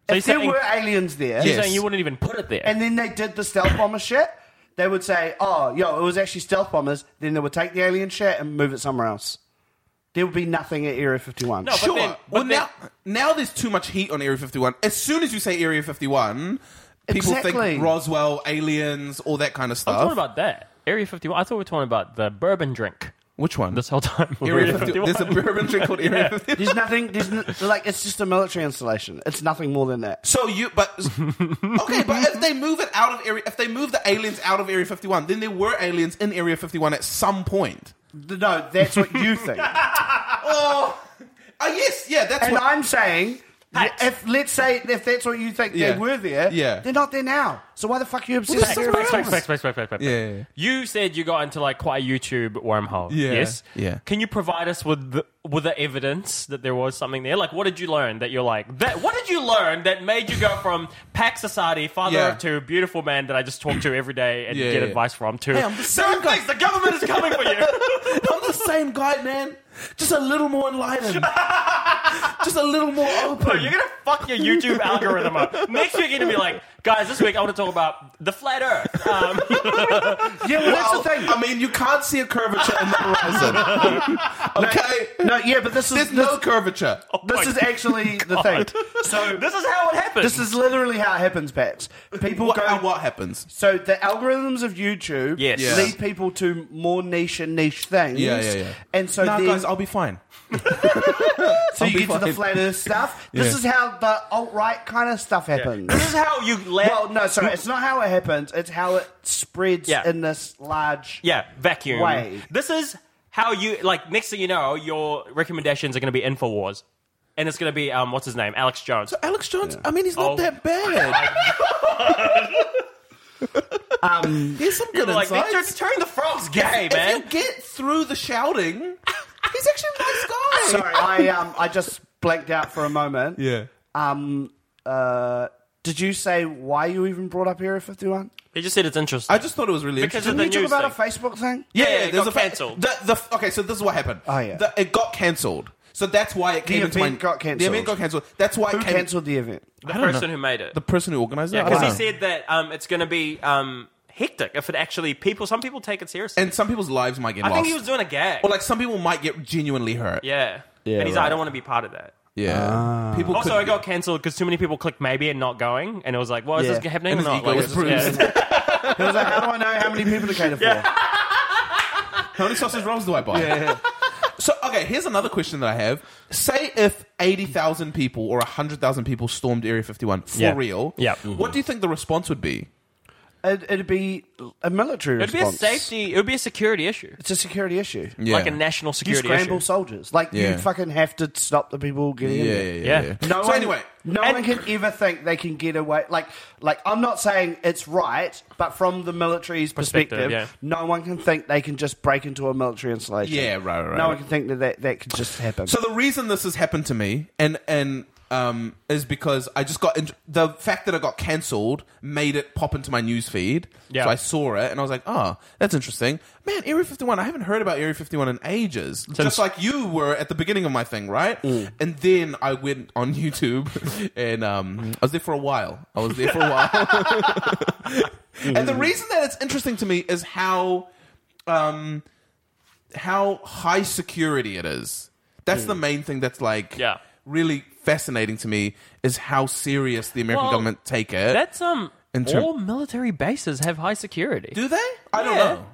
Speaker 1: If there
Speaker 2: saying-
Speaker 1: were aliens there,
Speaker 3: Yeah.
Speaker 2: You're saying
Speaker 3: Yes.
Speaker 2: you wouldn't even put it there.
Speaker 1: and then they did the stealth bomber shit, they would say, oh, yo, it was actually stealth bombers. Then they would take the alien shit and move it somewhere else. There would be nothing at Area 51.
Speaker 2: No, but
Speaker 3: Sure.
Speaker 2: then- but
Speaker 3: well,
Speaker 2: then-
Speaker 3: now, now there's too much heat on Area 51. As soon as you say Area 51, people
Speaker 1: Exactly.
Speaker 3: think Roswell, aliens, all that kind of
Speaker 2: I'm
Speaker 3: stuff.
Speaker 2: talking about that Area 51. I thought we were talking about the bourbon drink
Speaker 3: Which one?
Speaker 2: this whole time.
Speaker 3: Area 51. There's a bourbon drink called Area 51.
Speaker 1: There's nothing, there's n- like, it's just a military installation. It's nothing more than that.
Speaker 3: So you, but okay, but if they move it out of area, if they move the aliens out of Area Fifty One, then there were aliens in Area Fifty One at some point.
Speaker 1: No, that's what you think.
Speaker 3: Oh, uh, yes, yeah, that's
Speaker 1: And
Speaker 3: what.
Speaker 1: I'm saying, if let's say if that's what you think
Speaker 3: Yeah.
Speaker 1: they were there,
Speaker 3: Yeah.
Speaker 1: they're not there now. So why the fuck are you obsessed
Speaker 3: Well,
Speaker 1: with
Speaker 3: there's
Speaker 1: Area
Speaker 3: somewhere
Speaker 2: Facts,
Speaker 1: 51?
Speaker 2: facts, facts, facts, facts, facts.
Speaker 3: Yeah, yeah, yeah.
Speaker 2: You said you got into like quite a YouTube wormhole.
Speaker 3: Yeah,
Speaker 2: Yes.
Speaker 3: yeah.
Speaker 2: Can you provide us with the, with the evidence that there was something there? Like, what did you learn that you're like that? What did you learn that made you go from pack society, father
Speaker 3: Yeah.
Speaker 2: of two, beautiful man that I just talk to every day and
Speaker 3: Yeah,
Speaker 2: get
Speaker 3: yeah.
Speaker 2: advice from to?
Speaker 3: Hey, I'm the same
Speaker 2: "Don't
Speaker 3: guy."
Speaker 2: think the government is coming for you.
Speaker 3: I'm the same guy, man. Just a little more enlightened. Just a little more open.
Speaker 2: But you're gonna fuck your YouTube algorithm up. Next week you're gonna be like, guys, this week I want to talk about the flat Earth. Um,
Speaker 1: Yeah, well, that's the
Speaker 3: Well,
Speaker 1: thing.
Speaker 3: I mean, you can't see a curvature in the horizon. okay?
Speaker 1: No, yeah, but this is
Speaker 3: There's
Speaker 1: this,
Speaker 3: no curvature.
Speaker 1: this is actually the thing. So
Speaker 2: this is how it happens.
Speaker 1: this is literally how it happens, Pat. People
Speaker 3: What,
Speaker 1: go
Speaker 3: and what happens?
Speaker 1: So the algorithms of YouTube
Speaker 2: Yes. Yeah.
Speaker 1: lead people to more niche and niche things.
Speaker 3: Yeah, yeah, yeah.
Speaker 1: And so
Speaker 3: nah,
Speaker 1: then,
Speaker 3: guys, I'll be fine.
Speaker 1: so you
Speaker 3: be
Speaker 1: get to the
Speaker 3: fine.
Speaker 1: flat Earth stuff. This
Speaker 3: Yeah.
Speaker 1: is how the alt right kind of stuff happens.
Speaker 2: This is how you let.
Speaker 1: well, no, sorry, it's not how it happens. It's how it spreads
Speaker 2: Yeah.
Speaker 1: in this large.
Speaker 2: Yeah, vacuum.
Speaker 1: Way.
Speaker 2: This is how you like. Next thing you know, your recommendations are going to be Infowars, and it's going to be um, what's his name, Alex Jones.
Speaker 3: Alex Jones, I mean, he's not
Speaker 2: Oh.
Speaker 3: that bad. um, There's some good
Speaker 2: You're like,
Speaker 3: insights.
Speaker 2: turn, turn the frogs gay,
Speaker 3: if
Speaker 2: man.
Speaker 3: you get through the shouting, he's actually a nice guy.
Speaker 1: Sorry, I um, I just blanked out for a moment.
Speaker 3: Yeah.
Speaker 1: Um. Uh. Did you say why you even brought up Area 51?
Speaker 2: They just said it's interesting.
Speaker 3: I just thought it was really
Speaker 2: Because
Speaker 3: interesting.
Speaker 2: of
Speaker 1: Didn't you
Speaker 2: news
Speaker 1: talk about
Speaker 2: thing.
Speaker 1: a Facebook thing?
Speaker 3: Yeah,
Speaker 2: Yeah,
Speaker 3: yeah,
Speaker 2: it
Speaker 3: there's
Speaker 2: got
Speaker 3: a fa-
Speaker 2: cancelled.
Speaker 3: The, the f- okay, so this is what happened.
Speaker 1: Oh, yeah.
Speaker 3: The- it got cancelled. So that's why it came into my
Speaker 1: event got
Speaker 3: The event
Speaker 1: cancelled.
Speaker 3: got cancelled. That's why
Speaker 1: Who
Speaker 3: it came,
Speaker 1: cancelled the event?
Speaker 2: the person who made it.
Speaker 3: The person who organised it. I
Speaker 2: because
Speaker 3: don't
Speaker 2: he
Speaker 3: know.
Speaker 2: said that um, it's going to be um, hectic if it actually people. Some people take it seriously.
Speaker 3: and some people's lives might get
Speaker 2: I
Speaker 3: lost.
Speaker 2: think he was doing a gag.
Speaker 3: or like some people might get genuinely hurt.
Speaker 2: yeah. and he's like, I don't want to be part of that.
Speaker 1: Ah.
Speaker 3: Yeah. people
Speaker 2: Also,
Speaker 3: could-
Speaker 2: I got cancelled because too many people clicked maybe and not going, and it was like, well, is
Speaker 1: Yeah.
Speaker 2: this happening
Speaker 3: And
Speaker 2: or
Speaker 3: his
Speaker 2: not?
Speaker 3: ego
Speaker 2: Like,
Speaker 3: was
Speaker 2: it's just- yeah.
Speaker 3: bruised.
Speaker 1: It was like, how do I know how many people to cater for?
Speaker 3: How many sausage rolls do I buy? So okay, here's another question that I have. Say if eighty thousand people or hundred thousand people stormed Area Fifty One for
Speaker 2: Yeah.
Speaker 3: real,
Speaker 2: Yeah.
Speaker 3: What do you think the response would be?
Speaker 1: It, it'd be a military
Speaker 2: It'd be a
Speaker 1: response.
Speaker 2: safety. It would be a security issue,
Speaker 1: It's a security issue.
Speaker 3: Yeah.
Speaker 2: like a national
Speaker 1: You
Speaker 2: security
Speaker 1: scramble
Speaker 2: issue.
Speaker 1: soldiers. Like
Speaker 3: Yeah.
Speaker 1: you fucking have to stop the people getting
Speaker 3: Yeah,
Speaker 1: in
Speaker 3: yeah,
Speaker 1: there.
Speaker 3: yeah.
Speaker 2: Yeah.
Speaker 3: yeah.
Speaker 1: No
Speaker 3: so
Speaker 1: one,
Speaker 3: anyway,
Speaker 1: no one can ever think they can get away. Like, like I'm not saying it's right, but from the military's perspective,
Speaker 2: Perspective, yeah.
Speaker 1: no one can think they can just break into a military installation.
Speaker 3: Yeah, right, right,
Speaker 1: No
Speaker 3: right.
Speaker 1: one can think that that, that could just happen.
Speaker 3: So the reason this has happened to me and and um, is because I just got in- the fact that it got cancelled made it pop into my news feed.
Speaker 2: Yeah.
Speaker 3: So I saw it and I was like, oh, that's interesting. Man, Area 51, I haven't heard about Area 51 in ages. just like you were at the beginning of my thing, right? And then I went on YouTube and um, I was there for a while. I was there for a while. and the
Speaker 2: Mm.
Speaker 3: reason that it's interesting to me is how um, how high security it is. That's the main thing that's like
Speaker 2: Mm. Yeah.
Speaker 3: really fascinating to me is how serious the American
Speaker 2: Well,
Speaker 3: government take it.
Speaker 2: That's um.
Speaker 3: In term-
Speaker 2: all military bases have high security.
Speaker 3: Do they? I don't
Speaker 2: Yeah.
Speaker 3: know.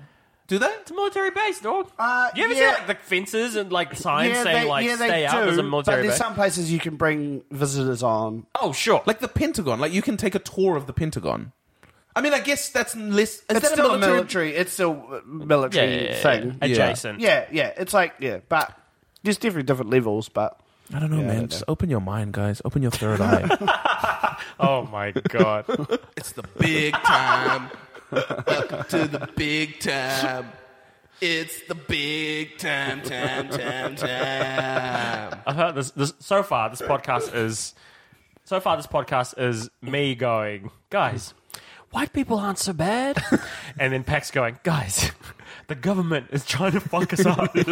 Speaker 3: Do they?
Speaker 2: It's a military base, dog.
Speaker 1: Uh,
Speaker 2: you ever
Speaker 1: yeah.
Speaker 2: see like the fences and like signs
Speaker 1: yeah,
Speaker 2: saying
Speaker 1: they,
Speaker 2: like
Speaker 1: yeah, they
Speaker 2: "stay
Speaker 1: do,
Speaker 2: out"? There's a
Speaker 1: but
Speaker 2: military
Speaker 1: there's
Speaker 2: base.
Speaker 1: some places you can bring visitors on.
Speaker 2: oh, sure.
Speaker 3: Like the Pentagon. Like you can take a tour of the Pentagon. I mean, I guess that's less. Is
Speaker 1: It's
Speaker 3: that
Speaker 1: still
Speaker 3: a military?
Speaker 1: It's still uh, military thing.
Speaker 2: adjacent.
Speaker 1: Yeah, yeah. It's like yeah, but there's definitely different levels. But
Speaker 3: I don't know,
Speaker 1: I
Speaker 3: man.
Speaker 1: don't
Speaker 3: Just open your mind, guys. Open your third eye.
Speaker 2: Oh my god.
Speaker 3: it's the big time. Welcome to the big time. It's the big time, time, time, time.
Speaker 2: I've heard this, this. So far, this podcast is. So far, this podcast is me going, guys. White people aren't so bad. and then Pax going, guys. The government is trying to fuck us up.
Speaker 3: James, you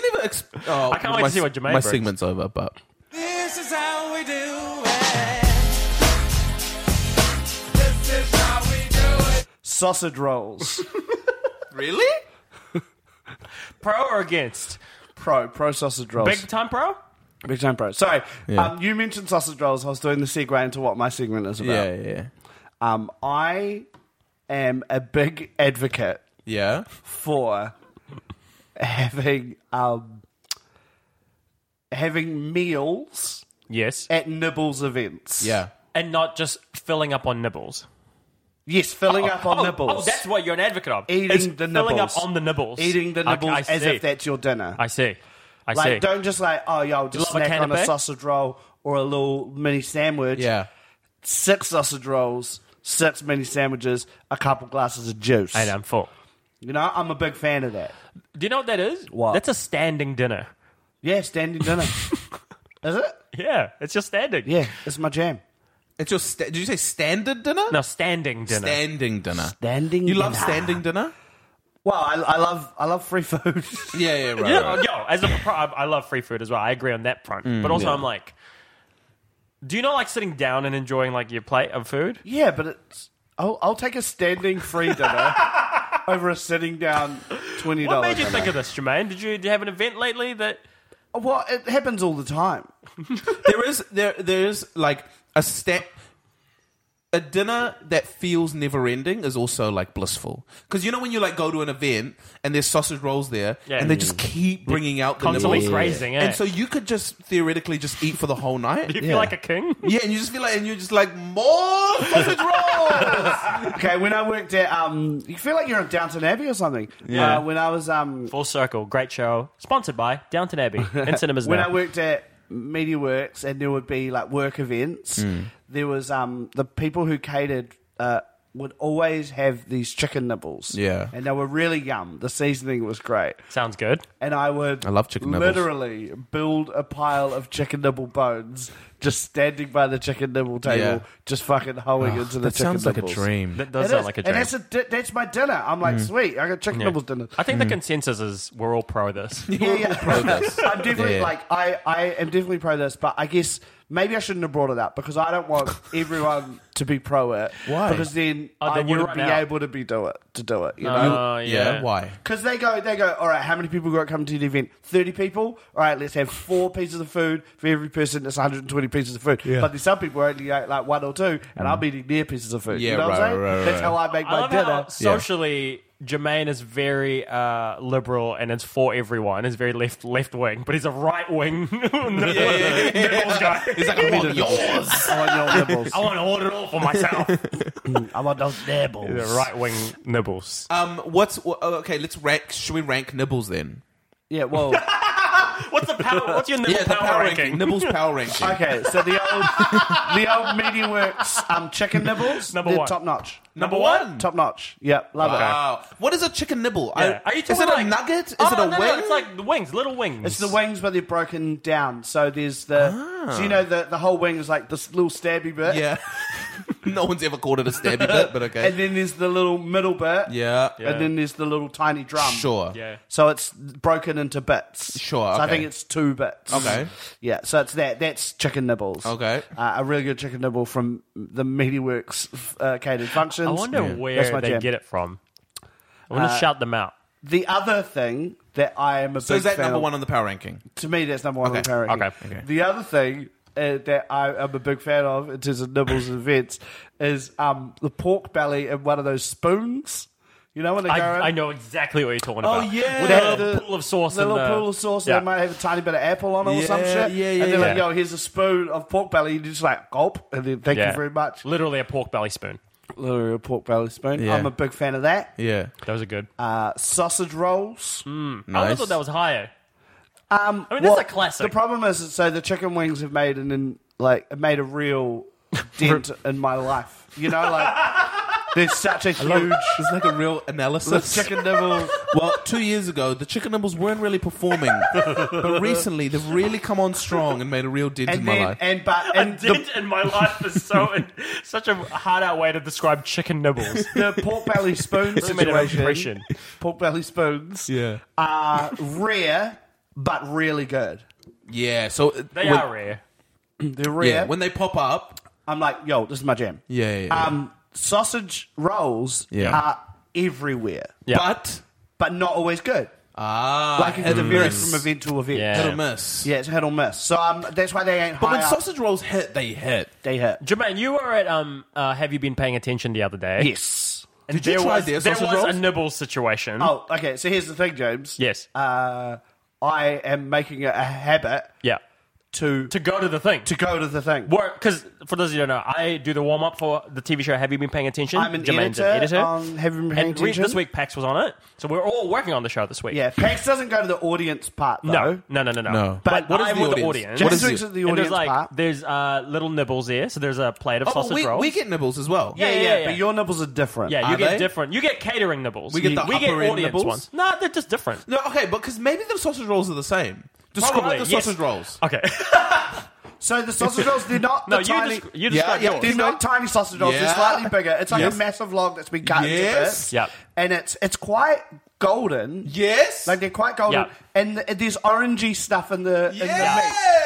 Speaker 3: never. Exp- oh,
Speaker 2: I can't wait
Speaker 3: my,
Speaker 2: to see what Jermaine
Speaker 3: My
Speaker 2: brings.
Speaker 3: segment's over, but
Speaker 4: This is how we do it. This is how we do it.
Speaker 1: sausage rolls,
Speaker 3: really,
Speaker 2: pro or against?
Speaker 1: pro pro sausage rolls,
Speaker 2: Big time pro?
Speaker 1: Big time pro. Sorry, um, you mentioned sausage rolls. I was doing the segue into what my segment is about.
Speaker 3: yeah, yeah,
Speaker 1: Um, I am a big advocate
Speaker 3: yeah.
Speaker 1: for having um, having meals
Speaker 2: Yes.
Speaker 1: at nibbles events.
Speaker 3: yeah.
Speaker 2: And not just filling up on nibbles.
Speaker 1: Yes, filling up on
Speaker 2: oh,
Speaker 1: nibbles.
Speaker 2: Oh, that's what you're an advocate of.
Speaker 1: Eating
Speaker 2: is
Speaker 1: the
Speaker 2: Filling up
Speaker 1: nibbles.
Speaker 2: on the nibbles.
Speaker 1: eating the
Speaker 2: Okay,
Speaker 1: nibbles
Speaker 2: I
Speaker 1: as
Speaker 2: see.
Speaker 1: if that's your dinner.
Speaker 2: I see. I
Speaker 1: like,
Speaker 2: see.
Speaker 1: don't just like, oh, yo, just
Speaker 2: love a
Speaker 1: snack on a
Speaker 2: canapé?
Speaker 1: sausage roll or a little mini sandwich.
Speaker 3: Yeah.
Speaker 1: six sausage rolls, six mini sandwiches, a couple glasses of juice.
Speaker 2: And I'm full.
Speaker 1: You know, I'm a big fan of that.
Speaker 2: Do you know what that is?
Speaker 1: What?
Speaker 2: That's a standing dinner.
Speaker 1: Yeah, standing dinner. Is it?
Speaker 2: Yeah, it's just standing.
Speaker 1: Yeah, it's my jam.
Speaker 3: It's your. Sta- did you say standard dinner?
Speaker 2: No, standing dinner.
Speaker 3: standing dinner.
Speaker 1: Standing
Speaker 3: You love
Speaker 1: dinner.
Speaker 3: standing dinner?
Speaker 1: Well, I, I love I love free food.
Speaker 3: Yeah, yeah, right.
Speaker 2: Yeah,
Speaker 3: right.
Speaker 2: yo, as a pro, I love free food as well. I agree on that front.
Speaker 1: Mm,
Speaker 2: but also, I'm like, do you not like sitting down and enjoying like your plate of food?
Speaker 1: yeah, but it's I'll, I'll take a standing free dinner over a sitting down twenty
Speaker 2: What
Speaker 1: dollars.
Speaker 2: made you think of this, Jermaine? Did you, did you have an event lately that?
Speaker 1: Well, it happens all the time.
Speaker 3: there is there there's like a step a dinner that feels never ending is also like blissful because you know when you like go to an event and there's sausage rolls there
Speaker 2: Yeah.
Speaker 3: and they just keep bringing out the
Speaker 2: Constantly
Speaker 3: nibbles.
Speaker 2: grazing, eh?
Speaker 3: and so you could just theoretically just eat for the whole night
Speaker 2: You feel like a king?
Speaker 3: yeah and you just feel like and you're just like more sausage rolls
Speaker 1: Okay, when I worked at um, you feel like you're in Downton Abbey or something.
Speaker 3: Yeah.
Speaker 1: Uh, when I was um,
Speaker 2: Full circle, great show, sponsored by Downton Abbey in cinemas
Speaker 1: when
Speaker 2: now.
Speaker 1: I worked at MediaWorks, and there would be like work events,
Speaker 3: Mm.
Speaker 1: there was um the people who catered uh would always have these chicken nibbles.
Speaker 3: Yeah.
Speaker 1: And they were really yum. The seasoning was great.
Speaker 2: Sounds good.
Speaker 1: And I would
Speaker 3: I love chicken nibbles.
Speaker 1: literally build a pile of chicken nibble bones just standing by the chicken nibble table,
Speaker 3: Yeah.
Speaker 1: just fucking hoeing into the
Speaker 3: that
Speaker 1: chicken
Speaker 3: sounds like a
Speaker 1: nibbles.
Speaker 3: dream Mm.
Speaker 2: That does
Speaker 1: It
Speaker 2: sound
Speaker 1: is.
Speaker 2: like a
Speaker 1: And
Speaker 2: dream.
Speaker 1: that's, a di- that's my dinner. I'm like, sweet, I got chicken
Speaker 2: Yeah.
Speaker 1: nibbles dinner. Mm.
Speaker 2: I think the consensus is we're all pro this.
Speaker 1: Yeah, yeah.
Speaker 3: this.
Speaker 1: I'm definitely
Speaker 3: Yeah.
Speaker 1: like I, I am definitely pro this, but I guess maybe I shouldn't have brought it up because I don't want everyone to be pro it.
Speaker 3: Why?
Speaker 1: Because then
Speaker 2: Oh,
Speaker 1: I
Speaker 2: then you
Speaker 1: wouldn't
Speaker 2: run
Speaker 1: be
Speaker 2: out.
Speaker 1: able to be do it to do it. You know.
Speaker 2: Uh,
Speaker 3: yeah why
Speaker 1: Because they go, they go. All right, how many people got come to the event? Thirty people. All right, let's have four pieces of food for every person. That's 120 pieces of food. But there's some people who only ate like one or two, and I'm eating their pieces of food.
Speaker 3: Mm. Yeah,
Speaker 1: you know what
Speaker 3: right,
Speaker 1: I'm saying?
Speaker 3: right, right,
Speaker 1: That's
Speaker 3: right.
Speaker 1: how I make
Speaker 2: I
Speaker 1: my
Speaker 2: love
Speaker 1: dinner.
Speaker 2: how socially Jermaine is very uh, liberal and it's for everyone. He's very left left wing, but he's a right wing nibbles guy.
Speaker 3: it's like I want yours
Speaker 1: I want your nibbles.
Speaker 2: I want to order it all for myself.
Speaker 1: I want those nibbles.
Speaker 2: the right wing nibbles.
Speaker 3: um what's wh- oh, okay let's rank should we rank nibbles then
Speaker 1: Yeah. Well.
Speaker 2: What's the power? What's your nibble
Speaker 3: the
Speaker 2: power, ranking?
Speaker 3: nibbles power ranking
Speaker 1: Okay, so the old the old MediaWorks um, chicken nibbles,
Speaker 2: Number
Speaker 1: they're
Speaker 2: one.
Speaker 1: top notch,
Speaker 2: Number one.
Speaker 1: top notch. Yep, love it.
Speaker 3: Wow. What is a chicken nibble?
Speaker 2: Yeah.
Speaker 3: I,
Speaker 2: Are you
Speaker 3: is
Speaker 2: talking
Speaker 3: it
Speaker 2: like,
Speaker 3: a nugget? Is
Speaker 2: Oh,
Speaker 3: it
Speaker 2: no,
Speaker 3: a
Speaker 2: no, no,
Speaker 3: wing?
Speaker 2: It's like the wings, little wings.
Speaker 1: It's the wings, but they're broken down. So there's the so you know the the whole wing is like this little stabby bit,
Speaker 3: Ah. yeah. no one's ever called it a stabby bit, but okay.
Speaker 1: and then there's the little middle bit,
Speaker 3: yeah.
Speaker 2: Yeah.
Speaker 1: and then there's the little tiny drum.
Speaker 3: Sure.
Speaker 2: um, Yeah.
Speaker 1: So it's broken into bits.
Speaker 3: Sure,
Speaker 1: So I
Speaker 3: okay.
Speaker 1: think it's two bits.
Speaker 3: Okay.
Speaker 1: Yeah. So it's that. That's chicken nibbles.
Speaker 3: Okay.
Speaker 1: Uh, a really good chicken nibble from the MediaWorks uh, catered functions.
Speaker 2: I wonder
Speaker 1: That's my
Speaker 2: where they
Speaker 1: jam.
Speaker 2: get it from. I want to shout them out.
Speaker 1: The other thing that I am a
Speaker 3: So
Speaker 1: big
Speaker 3: is that
Speaker 1: fan
Speaker 3: number
Speaker 1: of-
Speaker 3: one on the power ranking?
Speaker 1: to me that's number one
Speaker 3: Okay,
Speaker 1: on power ranking.
Speaker 2: okay, okay.
Speaker 1: The other thing uh, that I, I'm a big fan of in terms of nibbles and events is um, the pork belly and one of those spoons. You know when they
Speaker 2: I,
Speaker 1: go in?
Speaker 2: I know exactly what you're talking
Speaker 3: Oh,
Speaker 2: about.
Speaker 3: yeah.
Speaker 2: with
Speaker 1: They
Speaker 2: a
Speaker 1: have
Speaker 2: little pool of sauce.
Speaker 1: The
Speaker 2: and
Speaker 1: little
Speaker 2: the,
Speaker 1: pool of sauce.
Speaker 2: Yeah.
Speaker 1: They might have a tiny bit of apple on it or
Speaker 3: Yeah,
Speaker 1: some shit.
Speaker 3: yeah,
Speaker 1: And
Speaker 3: yeah,
Speaker 1: they're like,
Speaker 2: yeah.
Speaker 1: "Yo, here's a spoon of pork belly." You just like gulp, and then thank
Speaker 2: Yeah.
Speaker 1: you very much.
Speaker 2: Literally a pork belly spoon.
Speaker 1: Little pork belly spoon.
Speaker 3: Yeah.
Speaker 1: I'm a big fan of that.
Speaker 3: Yeah.
Speaker 2: Those are good.
Speaker 1: Uh, sausage rolls.
Speaker 2: I would've thought that was higher.
Speaker 1: Um,
Speaker 2: I mean, that's
Speaker 1: well,
Speaker 2: a classic.
Speaker 1: The problem is, so the chicken wings have made an in, like it made a real dent in my life. You know, like there's such a huge
Speaker 3: It's like a real
Speaker 1: the
Speaker 3: analysis.
Speaker 1: chicken nibble.
Speaker 3: well, two years ago, the chicken nibbles weren't really performing, but recently they've really come on strong and made a real dent in
Speaker 1: And
Speaker 3: my
Speaker 1: then,
Speaker 3: life.
Speaker 1: and but and the,
Speaker 2: Dent in my life is so such a hard out way to describe chicken nibbles.
Speaker 1: the pork belly spoon
Speaker 2: Really made an
Speaker 1: situation,
Speaker 2: impression.
Speaker 1: pork belly spoons,
Speaker 3: Yeah.
Speaker 1: are rare but really good.
Speaker 3: yeah. So uh,
Speaker 2: They
Speaker 3: when,
Speaker 2: are rare.
Speaker 1: They're rare.
Speaker 3: Yeah. When they pop up.
Speaker 1: I'm like, yo, this is my jam.
Speaker 3: Yeah. yeah, yeah.
Speaker 1: Um, sausage rolls
Speaker 3: Yeah.
Speaker 1: are everywhere,
Speaker 2: Yeah.
Speaker 3: But
Speaker 1: but not always good.
Speaker 3: ah,
Speaker 1: Like it
Speaker 3: hit
Speaker 1: can
Speaker 3: or
Speaker 1: vary
Speaker 3: miss.
Speaker 1: from event to event.
Speaker 2: Yeah.
Speaker 3: Hit or miss.
Speaker 1: Yeah, it's hit or miss. So um, that's why they ain't
Speaker 3: But
Speaker 1: high
Speaker 3: when
Speaker 1: up.
Speaker 3: sausage rolls hit, they hit.
Speaker 1: they hit.
Speaker 2: Jermaine, you were at um. Uh, have you been paying attention the other day?
Speaker 1: Yes.
Speaker 2: And
Speaker 3: Did you
Speaker 2: there
Speaker 3: try
Speaker 2: was,
Speaker 3: their
Speaker 2: there
Speaker 3: sausage
Speaker 2: was
Speaker 3: rolls?
Speaker 2: a nibble situation.
Speaker 1: Oh, okay. So here's the thing, James.
Speaker 2: yes.
Speaker 1: Uh, I am making it a habit
Speaker 2: yeah.
Speaker 1: to,
Speaker 2: To
Speaker 1: to
Speaker 2: go to the thing. To
Speaker 1: go to the thing.
Speaker 2: Because for those of you who don't know, I do the warm up for the TV show. Have you been paying attention?
Speaker 1: I'm an
Speaker 2: Jermaine's
Speaker 1: editor
Speaker 2: an editor.
Speaker 1: on Have You Been Paying
Speaker 2: and we- this
Speaker 1: Attention?
Speaker 2: week Pax was on it, so we're all working on the show this week.
Speaker 1: Yeah, Pax doesn't go to the audience part though.
Speaker 2: No, no, no, no, no.
Speaker 3: No.
Speaker 2: But,
Speaker 1: But
Speaker 2: what is
Speaker 1: I'm
Speaker 2: with
Speaker 3: the
Speaker 2: the audience?
Speaker 3: audience. What
Speaker 1: James
Speaker 3: is it?
Speaker 1: drinks at the
Speaker 2: and
Speaker 1: audience
Speaker 2: there's like
Speaker 1: part.
Speaker 2: there's uh, little nibbles there, so there's a plate of
Speaker 3: Oh,
Speaker 2: sausage
Speaker 3: but we,
Speaker 2: rolls.
Speaker 3: we get nibbles as well.
Speaker 1: Yeah yeah,
Speaker 2: yeah.
Speaker 1: but your nibbles are different.
Speaker 2: yeah, you
Speaker 3: Are
Speaker 2: get
Speaker 3: they?
Speaker 2: different. You get catering nibbles.
Speaker 3: We get the
Speaker 2: we get
Speaker 3: upper end
Speaker 2: audience
Speaker 3: nibbles?
Speaker 2: ones. No, they're just different.
Speaker 3: No, okay, but because maybe the sausage rolls are the same. Describe
Speaker 2: Probably,
Speaker 3: the
Speaker 2: yes. Uh,
Speaker 3: sausage rolls.
Speaker 2: Okay.
Speaker 1: So the sausage rolls, they're not
Speaker 2: no,
Speaker 1: the
Speaker 2: you
Speaker 1: tiny.
Speaker 2: just you
Speaker 3: Yeah,
Speaker 2: describe
Speaker 3: yeah,
Speaker 2: yours.
Speaker 1: they're not tiny sausage rolls.
Speaker 3: Yeah.
Speaker 1: They're slightly bigger. It's like
Speaker 3: Yes.
Speaker 1: a massive log that's been cut
Speaker 3: Yes.
Speaker 1: into bits.
Speaker 2: Yep.
Speaker 1: And it's it's quite golden.
Speaker 3: Yes.
Speaker 1: Like they're quite golden,
Speaker 2: Yeah.
Speaker 1: and th- there's orangey stuff in the, in the meat.
Speaker 3: yeah.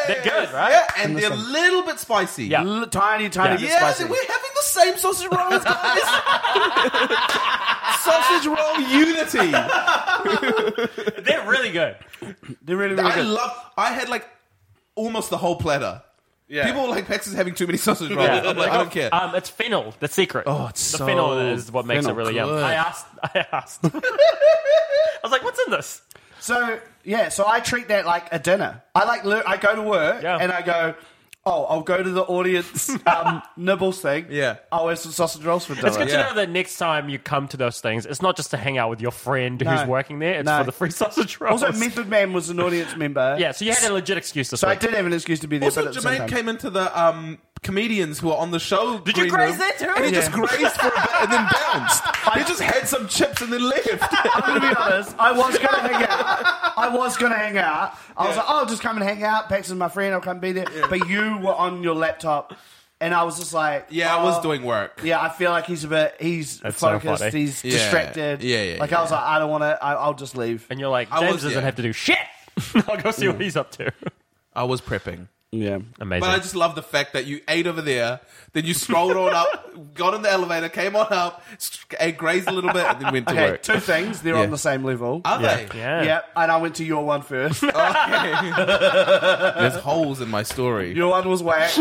Speaker 2: They're good, right?
Speaker 3: Yeah, and they're a
Speaker 1: Understand.
Speaker 3: little bit spicy.
Speaker 2: Yeah.
Speaker 1: L- tiny, tiny
Speaker 2: Yeah.
Speaker 1: bit
Speaker 3: Yeah,
Speaker 1: spicy.
Speaker 3: we're having the same sausage rolls, guys. sausage roll unity.
Speaker 2: They're really good.
Speaker 1: They're really, really
Speaker 3: I
Speaker 1: good.
Speaker 3: love. I had like almost the whole platter.
Speaker 1: Yeah.
Speaker 3: People were like, "Pax is having too many sausage rolls." I'm like, I
Speaker 1: Uh,
Speaker 3: don't care.
Speaker 2: Um, it's fennel, the secret.
Speaker 3: Oh, it's
Speaker 2: the
Speaker 3: so
Speaker 2: fennel is what makes it
Speaker 3: fennel
Speaker 2: really yum.
Speaker 3: good.
Speaker 2: I asked. I asked. I was like, "What's in this?"
Speaker 1: So yeah, so I treat that like a dinner. I like lear- I go to work
Speaker 2: Yeah.
Speaker 1: and I go. Oh, I'll go to the audience um, nibbles thing.
Speaker 3: Yeah.
Speaker 1: I'll have some sausage rolls for dinner.
Speaker 2: It's good
Speaker 3: Yeah.
Speaker 2: to know that next time you come to those things, it's not just to hang out with your friend
Speaker 1: No.
Speaker 2: who's working there. It's
Speaker 1: No.
Speaker 2: for the free sausage rolls.
Speaker 1: Also, Method Man was an audience member.
Speaker 2: yeah, so you had a legit excuse this
Speaker 1: So I
Speaker 2: week.
Speaker 1: did have an excuse to be there.
Speaker 3: Also,
Speaker 1: but at the same
Speaker 3: Jermaine
Speaker 1: time-
Speaker 3: came into the um, comedians who are on the show. Did
Speaker 2: you graze
Speaker 3: room,
Speaker 2: there too?
Speaker 3: And he just
Speaker 1: Yeah.
Speaker 3: grazed for a bit and then bounced. he just had some chips and then left.
Speaker 1: I'm gonna be honest. I was gonna hang out. I was gonna hang out. I was
Speaker 3: Yeah.
Speaker 1: like, oh, I'll just come and hang out. Pax is my friend. I'll come be there. But you were on your laptop, and I was just like,
Speaker 3: yeah, I
Speaker 1: oh,
Speaker 3: was doing work.
Speaker 1: Yeah, I feel like he's a bit. He's
Speaker 2: That's so
Speaker 1: focused.
Speaker 2: funny.
Speaker 1: he's
Speaker 3: Yeah.
Speaker 1: distracted.
Speaker 3: Yeah, yeah,
Speaker 1: Like
Speaker 3: yeah.
Speaker 1: I was like, I don't want to. I'll just leave.
Speaker 2: and you're like,
Speaker 3: I
Speaker 2: James
Speaker 3: was-
Speaker 2: doesn't
Speaker 3: yeah.
Speaker 2: have to do shit. I'll go see what he's up to.
Speaker 3: I was prepping.
Speaker 1: Yeah.
Speaker 2: Amazing.
Speaker 3: But I just love the fact that you ate over there, then you strolled on up, got in the elevator, came on up, st- ate, grazed a little bit, and then went to
Speaker 1: Okay,
Speaker 3: work.
Speaker 1: two things. They're
Speaker 3: Yeah.
Speaker 1: on the same level.
Speaker 3: Are they?
Speaker 2: Uh, yeah.
Speaker 1: yeah, and I went to your one first.
Speaker 3: There's holes in my story.
Speaker 1: your one was whack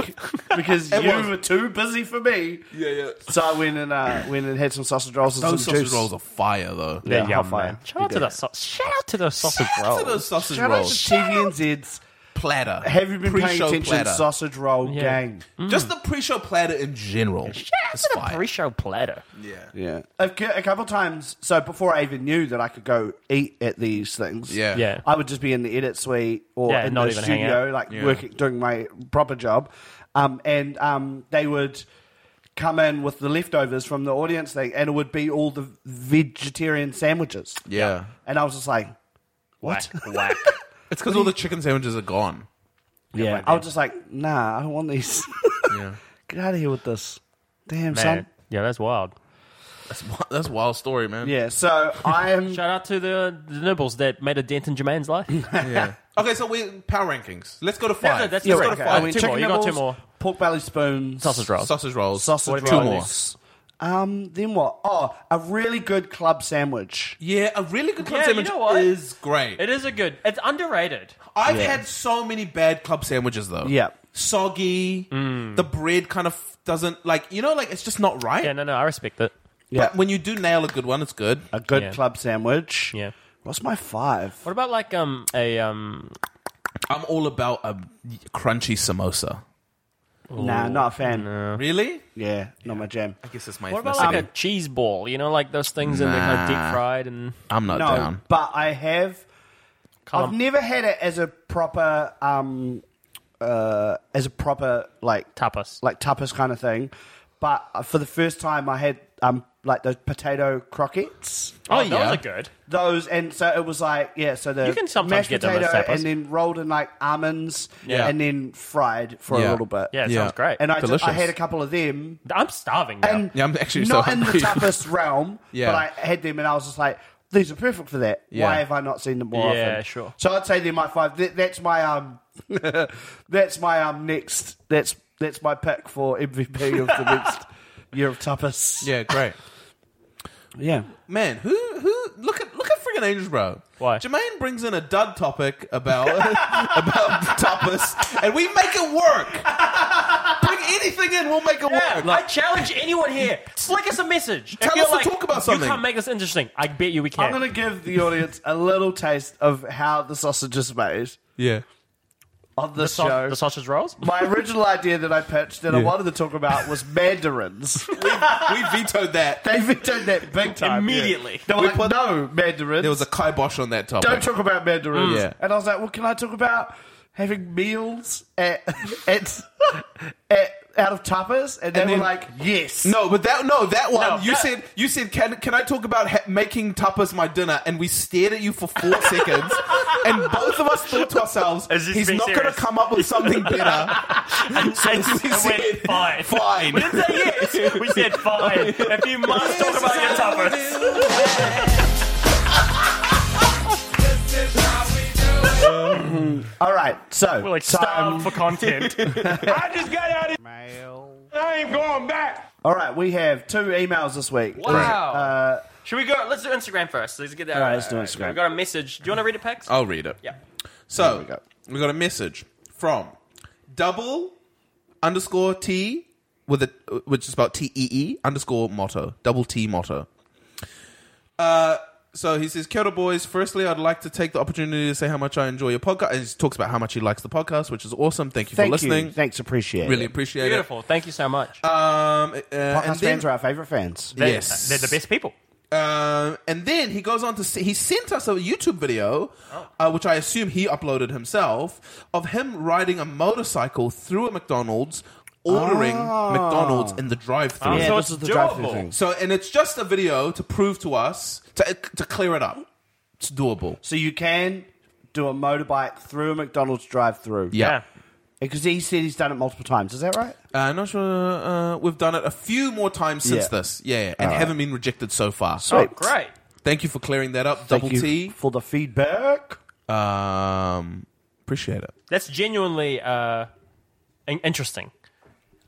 Speaker 1: because you
Speaker 3: It was.
Speaker 1: were too busy for me.
Speaker 3: yeah, yeah.
Speaker 1: So I went and uh, went and had some sausage rolls. And
Speaker 3: Those
Speaker 1: some
Speaker 3: sausage
Speaker 1: juice.
Speaker 3: rolls are fire, though.
Speaker 2: They're
Speaker 1: Yeah,
Speaker 2: yum,
Speaker 1: hot
Speaker 2: man.
Speaker 1: fire.
Speaker 2: Shout out, to the sau- shout out to those sausage
Speaker 3: Shout out
Speaker 2: rolls.
Speaker 3: to those sausage
Speaker 1: Shout out to
Speaker 3: rolls.
Speaker 1: TVNZ's
Speaker 3: platter.
Speaker 1: Have you been paying
Speaker 3: Pre-show
Speaker 1: attention to
Speaker 3: platter. Mm.
Speaker 1: the sausage roll
Speaker 2: Yeah.
Speaker 1: gang?
Speaker 3: Just the pre-show platter in general.
Speaker 2: Shout out
Speaker 3: is
Speaker 2: to the
Speaker 3: fire.
Speaker 2: pre-show platter.
Speaker 3: Yeah.
Speaker 1: Yeah. A, cou- a couple times, so before I even knew that I could go eat at these things,
Speaker 3: Yeah.
Speaker 2: Yeah.
Speaker 1: I would just be in the edit suite or
Speaker 2: Yeah,
Speaker 1: in
Speaker 2: not
Speaker 1: the
Speaker 2: even hang
Speaker 1: studio,
Speaker 2: out.
Speaker 1: like
Speaker 3: Yeah.
Speaker 1: working, doing my proper job. Um, and um, they would come in with the leftovers from the audience thing, and it would be all the vegetarian sandwiches.
Speaker 3: Yeah.
Speaker 1: And I was just like,
Speaker 2: Whack, whack.
Speaker 3: It's because all the chicken sandwiches are gone.
Speaker 1: yeah, I was just like, nah, I don't want these.
Speaker 3: Yeah.
Speaker 1: Get out of here with this, damn
Speaker 2: Man.
Speaker 1: son.
Speaker 2: Yeah, that's wild.
Speaker 3: That's, wi- that's a wild story, man.
Speaker 1: Yeah. So I am.
Speaker 2: Shout out to the, the nibbles that made a dent in Jermaine's life.
Speaker 3: Okay, so we power rankings. Let's go to five.
Speaker 2: that's
Speaker 3: Let's
Speaker 2: the
Speaker 3: go
Speaker 2: rank.
Speaker 3: to
Speaker 2: I
Speaker 3: five.
Speaker 2: mean,
Speaker 3: Two-
Speaker 2: chicken more. You got two
Speaker 1: nibbles,
Speaker 2: more.
Speaker 1: Pork belly spoons.
Speaker 2: sausage rolls.
Speaker 3: sausage rolls.
Speaker 1: Sausage
Speaker 3: Two
Speaker 1: rolls.
Speaker 3: more.
Speaker 1: Um, then what? Oh, a really good club sandwich.
Speaker 3: Yeah, a really good club
Speaker 2: Yeah, you
Speaker 3: sandwich
Speaker 2: know what?
Speaker 3: is great.
Speaker 2: It is a good. It's underrated.
Speaker 3: I've had so many bad club sandwiches though.
Speaker 1: Yeah.
Speaker 3: Soggy. The bread kind of doesn't like you know like it's just not right.
Speaker 2: Yeah, no, no, I respect it.
Speaker 1: Yeah.
Speaker 3: But when you do nail a good one, it's good.
Speaker 1: A good
Speaker 2: Yeah.
Speaker 1: club sandwich.
Speaker 2: Yeah.
Speaker 1: What's my five?
Speaker 2: What about like um a um
Speaker 3: I'm all about a crunchy samosa.
Speaker 1: Nah, not a fan.
Speaker 3: Really?
Speaker 1: Yeah, not my jam.
Speaker 3: I guess it's my
Speaker 2: what about
Speaker 3: ethnicity.
Speaker 2: like a cheese ball? You know, like those things and they're kind of
Speaker 3: Nah.
Speaker 2: deep fried and
Speaker 3: I'm not
Speaker 1: No,
Speaker 3: down.
Speaker 1: but I have. I've
Speaker 2: Can't-
Speaker 1: never had it as a proper, um, uh, as a proper like
Speaker 2: tapas.
Speaker 1: like tapas kind of thing. But uh, for the first time, I had um like those potato croquettes.
Speaker 2: oh,
Speaker 3: yeah.
Speaker 2: those are good.
Speaker 1: those and so it was like yeah so the
Speaker 2: You can sometimes
Speaker 1: mashed
Speaker 2: get them
Speaker 1: potato
Speaker 2: as tapas.
Speaker 1: and then rolled in like almonds
Speaker 3: Yeah.
Speaker 1: and then fried for
Speaker 3: Yeah.
Speaker 1: a little bit
Speaker 2: Yeah, it
Speaker 3: Yeah.
Speaker 2: sounds great.
Speaker 1: and I, ju-
Speaker 3: Delicious.
Speaker 1: I had a couple of them
Speaker 2: I'm starving now.
Speaker 1: and
Speaker 3: Yeah, I'm actually so
Speaker 1: not in the
Speaker 3: hungry.
Speaker 1: toughest realm
Speaker 3: Yeah.
Speaker 1: but I had them and I was just like these are perfect for that
Speaker 3: Yeah.
Speaker 1: why have I not seen them more
Speaker 2: Yeah,
Speaker 1: often
Speaker 2: sure.
Speaker 1: so I'd say they're my five Th- that's my um that's my um next that's that's my pick for MVP of the next year of tapas
Speaker 3: Yeah, great.
Speaker 1: yeah
Speaker 3: Man, who who look at look at friggin' Angels, bro.
Speaker 2: Why?
Speaker 3: Jermaine brings in a dud topic about about tapas, and we make it work. Bring anything in, we'll make it
Speaker 2: Yeah,
Speaker 3: work.
Speaker 2: I challenge anyone here. Slick us a message. If
Speaker 3: Tell
Speaker 2: you're
Speaker 3: us to
Speaker 2: like,
Speaker 3: talk about something."
Speaker 2: You can't make this interesting. I bet you we can.
Speaker 1: I'm going to give the audience a little taste of how the sausage is made
Speaker 3: yeah.
Speaker 1: on this
Speaker 2: Sau-
Speaker 1: show.
Speaker 2: the sausage rolls.
Speaker 1: My original idea that I pitched that I
Speaker 3: Yeah.
Speaker 1: wanted to talk about was mandarins.
Speaker 3: We vetoed that.
Speaker 1: they vetoed that big time.
Speaker 2: Immediately.
Speaker 1: They were
Speaker 3: We
Speaker 1: like,
Speaker 3: put-
Speaker 1: no, mandarins.
Speaker 3: There was a Mm. kibosh on that topic.
Speaker 1: Don't talk about mandarins.
Speaker 3: Yeah.
Speaker 1: And I was like, well, can I talk about having meals at, at, at out of tapas? And they
Speaker 3: And
Speaker 1: were
Speaker 3: then-
Speaker 1: like, yes.
Speaker 3: No, but that no, that one
Speaker 2: No.
Speaker 3: you said you said can can I talk about ha- making tapas my dinner? And we stared at you for four seconds, and both of us thought to ourselves,
Speaker 2: Is this
Speaker 3: he's
Speaker 2: being
Speaker 3: not going to
Speaker 2: serious?
Speaker 3: come up with something better. so
Speaker 2: And
Speaker 3: we
Speaker 2: we went
Speaker 3: said,
Speaker 2: fine.
Speaker 3: fine.
Speaker 2: We didn't say yes. We said fine. If you must talk about your tapas.
Speaker 1: All right, so
Speaker 2: We're like starved for content. I just got out of I ain't going back.
Speaker 1: all right, we have two emails this week.
Speaker 2: Wow.
Speaker 3: Uh,
Speaker 2: Should we go? Let's do Instagram first. Let's get that.
Speaker 1: All right, let's do Instagram.
Speaker 2: We got a message. Do you want to read it, Pex?
Speaker 3: I'll read it.
Speaker 2: Yeah.
Speaker 3: So we
Speaker 1: we go.
Speaker 3: got. a message from double underscore T with a which is about T E E underscore motto double T motto. Uh, so he says, "Kia ora, boys. Firstly, I'd like to take the opportunity to say how much I enjoy your podcast." And he talks about how much he likes the podcast, which is awesome. Thank you
Speaker 1: Thank
Speaker 3: for listening.
Speaker 1: you. Thanks, appreciate
Speaker 3: really
Speaker 1: it.
Speaker 3: appreciate
Speaker 2: Beautiful. Thank you so much.
Speaker 3: it. Um, uh,
Speaker 1: Podcast
Speaker 3: and then,
Speaker 1: fans are our favorite fans.
Speaker 2: They-
Speaker 3: yes.
Speaker 2: They're the best people.
Speaker 3: Um, and then he goes on to say, he sent us a YouTube video,
Speaker 2: Oh.
Speaker 3: uh, which I assume he uploaded himself, of him riding a motorcycle through a McDonald's, ordering
Speaker 1: Ah.
Speaker 3: McDonald's in the drive-through.
Speaker 2: Oh, so
Speaker 1: this
Speaker 2: it's
Speaker 1: is the drive-thru
Speaker 2: doable.
Speaker 1: thing.
Speaker 3: So, and it's just a video to prove to us to uh, to clear it up. It's doable.
Speaker 1: So you can do a motorbike through a McDonald's drive-through.
Speaker 3: Yeah.
Speaker 1: because he said he's done it multiple times. Is that right?
Speaker 3: Uh, not sure. Uh, we've done it a few more times since
Speaker 1: Yeah.
Speaker 3: this. Yeah, yeah, and
Speaker 1: All right.
Speaker 3: haven't been rejected so far.
Speaker 2: Oh,
Speaker 1: Sweet.
Speaker 2: great.
Speaker 3: Thank you for clearing that up,
Speaker 1: Thank
Speaker 3: Double
Speaker 1: you
Speaker 3: T.
Speaker 1: for the feedback.
Speaker 3: Um, appreciate it.
Speaker 2: That's genuinely uh, in- interesting.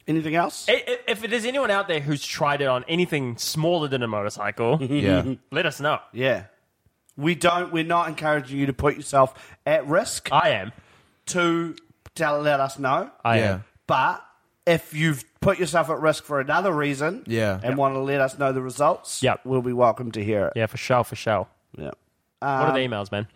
Speaker 1: Anything else?
Speaker 2: I- i- If it is anyone out there who's tried it on anything smaller than a motorcycle,
Speaker 3: Yeah.
Speaker 2: let us know.
Speaker 1: Yeah. We don't. We're not encouraging you to put yourself at risk
Speaker 2: I am.
Speaker 1: to tell, let us know.
Speaker 2: I
Speaker 3: yeah.
Speaker 2: am.
Speaker 1: but if you've put yourself at risk for another reason,
Speaker 3: Yeah.
Speaker 1: and
Speaker 3: Yep.
Speaker 1: want to let us know the results,
Speaker 2: Yep.
Speaker 1: we'll be welcome to hear it.
Speaker 2: Yeah, for sure, for sure.
Speaker 1: Yep.
Speaker 2: what are the emails, man?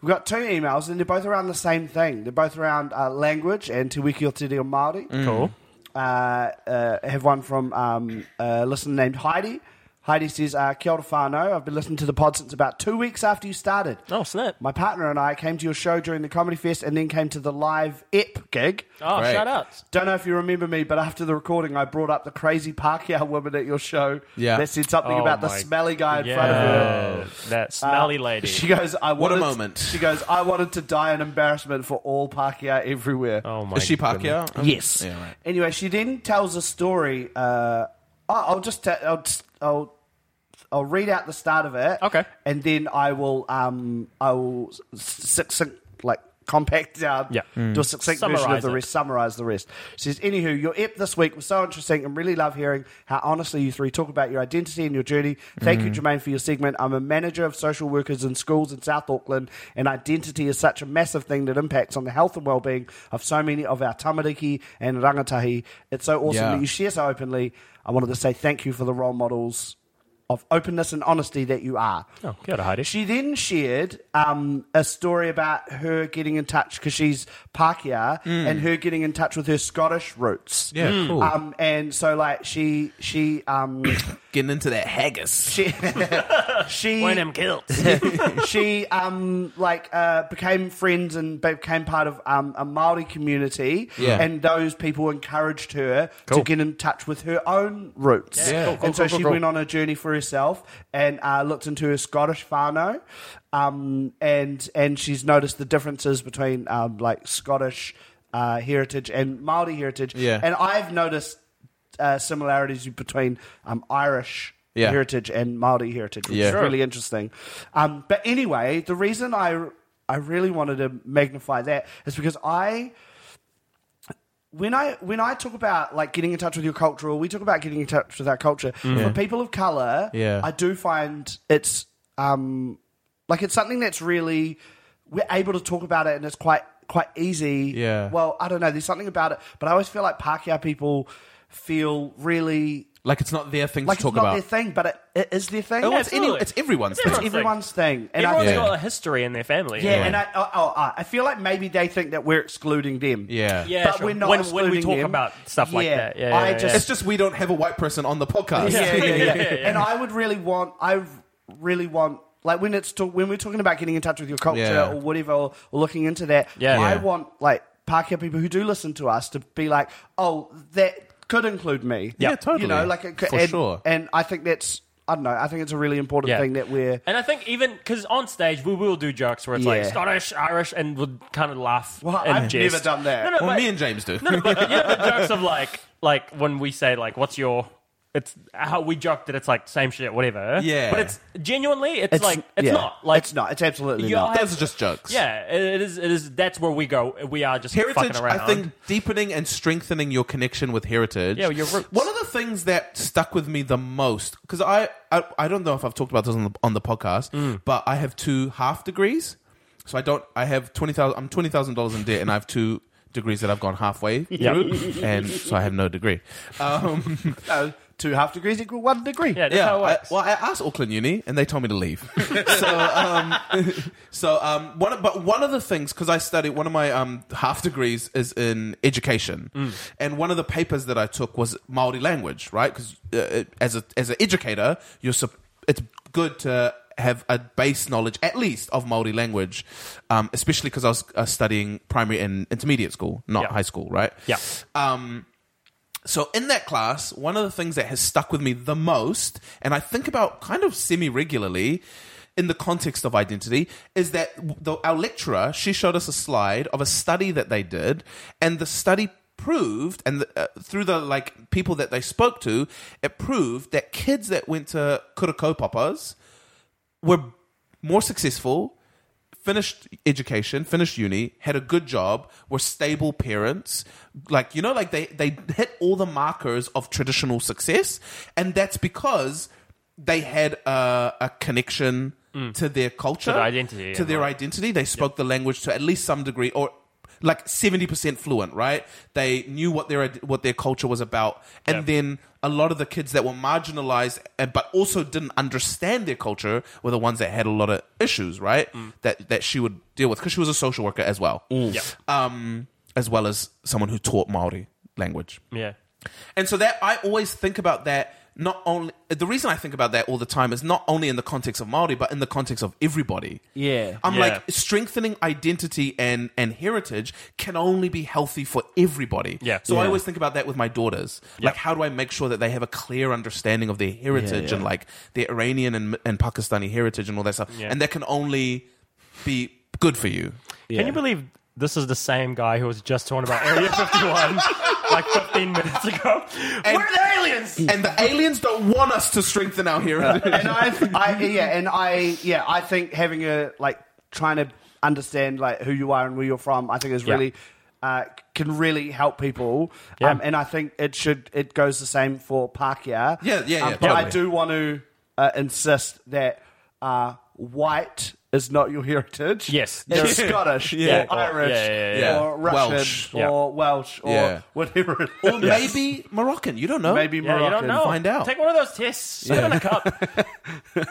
Speaker 1: We've got two emails, and they're both around the same thing. They're both around uh, language and Te Wiki o Te Reo Māori.
Speaker 3: Mm.
Speaker 2: Cool.
Speaker 1: uh, uh, I have one from um, a listener named Heidi. Heidi says, uh, Kia ora whānau. I've been listening to the pod since about two weeks after you started.
Speaker 2: Oh, snap.
Speaker 1: My partner and I came to your show during the Comedy Fest and then came to the live EP gig.
Speaker 2: Oh,
Speaker 3: Great.
Speaker 2: shout outs.
Speaker 1: Don't know if you remember me, but after the recording, I brought up the crazy Pākehā woman at your show
Speaker 3: Yeah.
Speaker 1: that said something
Speaker 2: Oh
Speaker 1: about the
Speaker 2: my-
Speaker 1: smelly guy in
Speaker 2: Yeah.
Speaker 1: front of her.
Speaker 2: That smelly lady.
Speaker 1: She goes, I
Speaker 3: What a
Speaker 1: wanted,
Speaker 3: moment.
Speaker 1: She goes, I wanted to die in embarrassment for all Pākehā everywhere.
Speaker 2: oh, my
Speaker 3: Is she Pacquiao? Um,
Speaker 1: Yes.
Speaker 3: Yeah, right.
Speaker 1: Anyway, she then tells a story. Uh, I- I'll just ta- I'll just, I'll I'll read out the start of it.
Speaker 2: Okay.
Speaker 1: and then I will um I will s- succinct like compact down.
Speaker 2: Yeah.
Speaker 1: do a succinct version of
Speaker 2: Summarise
Speaker 1: the
Speaker 2: it.
Speaker 1: rest. Summarize the rest. She says, anywho, your ep this week was so interesting and really love hearing how honestly you three talk about your identity and your journey. Thank you, Jermaine, for your segment. I'm a manager of social workers in schools in South Auckland, and identity is such a massive thing that impacts on the health and well-being of so many of our tamariki and rangatahi. It's so awesome
Speaker 3: Yeah.
Speaker 1: that you share so openly. I wanted to say thank you for the role models of openness and honesty that you are.
Speaker 2: Oh, kia ora, Heidi.
Speaker 1: She then shared um, a story about her getting in touch because she's Pakia and her getting in touch with her Scottish roots.
Speaker 3: Yeah, Mm. cool.
Speaker 1: Um, and so, like, she she um,
Speaker 3: Getting into that haggis.
Speaker 1: she she
Speaker 2: When I'm killed.
Speaker 1: she um like uh became friends and became part of um a Maori community,
Speaker 3: Yeah.
Speaker 1: and those people encouraged her
Speaker 2: Cool.
Speaker 1: to get in touch with her own roots.
Speaker 3: Yeah. Cool, cool,
Speaker 1: and so
Speaker 3: cool, cool,
Speaker 1: she
Speaker 3: cool.
Speaker 1: went on a journey for herself and uh, looked into her Scottish whānau, um and and she's noticed the differences between um like Scottish uh, heritage and Maori heritage.
Speaker 3: Yeah.
Speaker 1: and I've noticed uh, similarities between um Irish.
Speaker 3: Yeah.
Speaker 1: Heritage and Maori heritage, which
Speaker 3: Yeah.
Speaker 1: is
Speaker 3: Sure.
Speaker 1: really interesting. Um, but anyway, the reason I I really wanted to magnify that is because I when I when I talk about like getting in touch with your culture, or we talk about getting in touch with our culture for people of color,
Speaker 3: Mm-hmm. Yeah.
Speaker 1: I do find it's um like it's something that's really we're able to talk about it, and it's quite quite easy.
Speaker 3: Yeah.
Speaker 1: Well, I don't know. There's something about it, but I always feel like Pakeha people feel really
Speaker 3: Like it's not their thing
Speaker 1: like
Speaker 3: to
Speaker 1: it's not
Speaker 3: talk about.
Speaker 1: their thing, but it, it is their thing.
Speaker 3: Oh, it's, any,
Speaker 2: Absolutely.
Speaker 3: it's everyone's
Speaker 2: It's
Speaker 3: thing.
Speaker 2: everyone's-
Speaker 1: everyone's thing, and I
Speaker 2: Everyone's
Speaker 1: think
Speaker 3: Yeah.
Speaker 2: got a history in their family.
Speaker 1: yeah, and I, oh, oh, oh, I feel like maybe they think that we're excluding them.
Speaker 3: Yeah.
Speaker 2: Yeah,
Speaker 1: but
Speaker 2: sure.
Speaker 1: we're not
Speaker 2: When- when
Speaker 1: excluding
Speaker 2: we talk
Speaker 1: them.
Speaker 2: about stuff like that. Yeah,
Speaker 1: I
Speaker 2: yeah,
Speaker 1: just
Speaker 3: It's just we don't have a white person on the podcast.
Speaker 1: yeah, yeah, yeah,
Speaker 2: Yeah, yeah.
Speaker 1: And I would really want, I really want, like when it's talk, when we're talking about getting in touch with your culture
Speaker 3: Yeah.
Speaker 1: or whatever, or, or looking into that.
Speaker 2: Yeah.
Speaker 1: I
Speaker 3: Yeah.
Speaker 1: want like Pakeha people who do listen to us to be like, oh, that could include me.
Speaker 3: Yeah, totally.
Speaker 1: You know, like it could,
Speaker 3: For
Speaker 1: and,
Speaker 3: sure.
Speaker 1: And I think that's, I don't know, I think it's a really important
Speaker 2: Yeah.
Speaker 1: thing that we're.
Speaker 2: And I think even because on stage we will do jokes where it's like
Speaker 1: Yeah.
Speaker 2: Scottish, Irish, and we'll kind of laugh.
Speaker 1: Well,
Speaker 2: and
Speaker 1: I've
Speaker 2: jest.
Speaker 1: never done that.
Speaker 2: No, no,
Speaker 3: Well,
Speaker 2: but,
Speaker 3: me and James do.
Speaker 2: no, no, but you know the jokes of like like when we say like what's your it's how we joke that it's like same shit, whatever.
Speaker 3: Yeah.
Speaker 2: but it's genuinely, it's, like it's
Speaker 1: yeah.
Speaker 2: not like
Speaker 1: it's not. It's absolutely
Speaker 2: You
Speaker 1: not.
Speaker 2: have-
Speaker 3: Those are just jokes.
Speaker 2: Yeah, it it is. It is. That's where we go. We are just
Speaker 3: Heritage,
Speaker 2: fucking around.
Speaker 3: I think, deepening and strengthening your connection with heritage.
Speaker 2: Yeah, your roots.
Speaker 3: One of the things that stuck with me the most, because I, I, I don't know if I've talked about this on the on the podcast,
Speaker 2: Mm.
Speaker 3: but I have two half degrees, so I don't. I have twenty thousand. I'm twenty thousand dollars in debt, and I have two degrees that I've gone halfway through, and so I have no degree. Um,
Speaker 1: Uh, two half degrees equal one degree.
Speaker 2: Yeah, that's
Speaker 3: yeah,
Speaker 2: how it
Speaker 3: I,
Speaker 2: works.
Speaker 3: well, I asked Auckland Uni, and they told me to leave. so, um, so um, one, of- but one of the things because I studied one of my um, half degrees is in education,
Speaker 2: Mm.
Speaker 3: and one of the papers that I took was Maori language, right? Because uh, it- as a as an educator, you're sup- it's good to have a base knowledge at least of Maori language, um, especially because I was uh, studying primary and intermediate school, not
Speaker 2: Yeah.
Speaker 3: high school, right?
Speaker 2: Yeah.
Speaker 3: Um, so in that class, one of the things that has stuck with me the most, and I think about kind of semi regularly in the context of identity, is that the, our lecturer she showed us a slide of a study that they did, and the study proved and the, uh, through the like people that they spoke to it proved that kids that went to kuroko papas were more successful, finished education, finished uni, had a good job, were stable parents. Like, you know, like they, they hit all the markers of traditional success. And that's because they had a, a connection to their culture,
Speaker 2: their identity,
Speaker 3: to
Speaker 2: yeah,
Speaker 3: their
Speaker 2: right.
Speaker 3: identity. They spoke the language to at least some degree or like 70% fluent, right? They knew what their what their culture was about. And then a lot of the kids that were marginalized and but also didn't understand their culture were the ones that had a lot of issues, right? That that she would deal with cuz she was a social worker as well. Um as well as someone who taught Maori language.
Speaker 2: yeah.
Speaker 3: And so that I always think about that not only the reason I think about that all the time is not only in the context of Maori, but in the context of everybody.
Speaker 1: Yeah.
Speaker 3: I'm
Speaker 2: Yeah.
Speaker 3: like strengthening identity and and heritage can only be healthy for everybody.
Speaker 2: Yeah.
Speaker 3: So I
Speaker 2: Yeah.
Speaker 3: always think about that with my daughters. Like, how do I make sure that they have a clear understanding of their heritage and like their Iranian and, and Pakistani heritage and all that stuff?
Speaker 2: Yeah.
Speaker 3: And that can only be good for you.
Speaker 2: Can you believe this is the same guy who was just talking about Area 51 like 15 minutes ago? Where are the aliens?
Speaker 3: And the aliens don't want us to strengthen our heritage.
Speaker 1: and I, I, yeah, and I, yeah, I think having a like trying to understand like who you are and where you're from, I think is really uh, can really help people. Um, and I think it should it goes the same for Pakia.
Speaker 3: Yeah, yeah,
Speaker 1: Um,
Speaker 3: yeah,
Speaker 1: but I
Speaker 3: totally.
Speaker 1: do want to uh, insist that uh, white. Is not your heritage.
Speaker 2: Yes.
Speaker 1: it's
Speaker 3: Yeah.
Speaker 1: Scottish,
Speaker 3: Yeah.
Speaker 1: or Irish,
Speaker 2: Yeah, yeah,
Speaker 3: yeah.
Speaker 1: or
Speaker 3: Yeah.
Speaker 1: Russian,
Speaker 3: Welsh.
Speaker 1: or
Speaker 2: Yeah.
Speaker 1: Welsh, or
Speaker 3: Yeah.
Speaker 1: whatever. It
Speaker 3: Or
Speaker 1: is.
Speaker 3: maybe Moroccan. You don't know.
Speaker 1: maybe
Speaker 2: Yeah,
Speaker 1: Moroccan.
Speaker 2: you don't know.
Speaker 3: find out.
Speaker 2: Take one of those tests. Sit in a cup.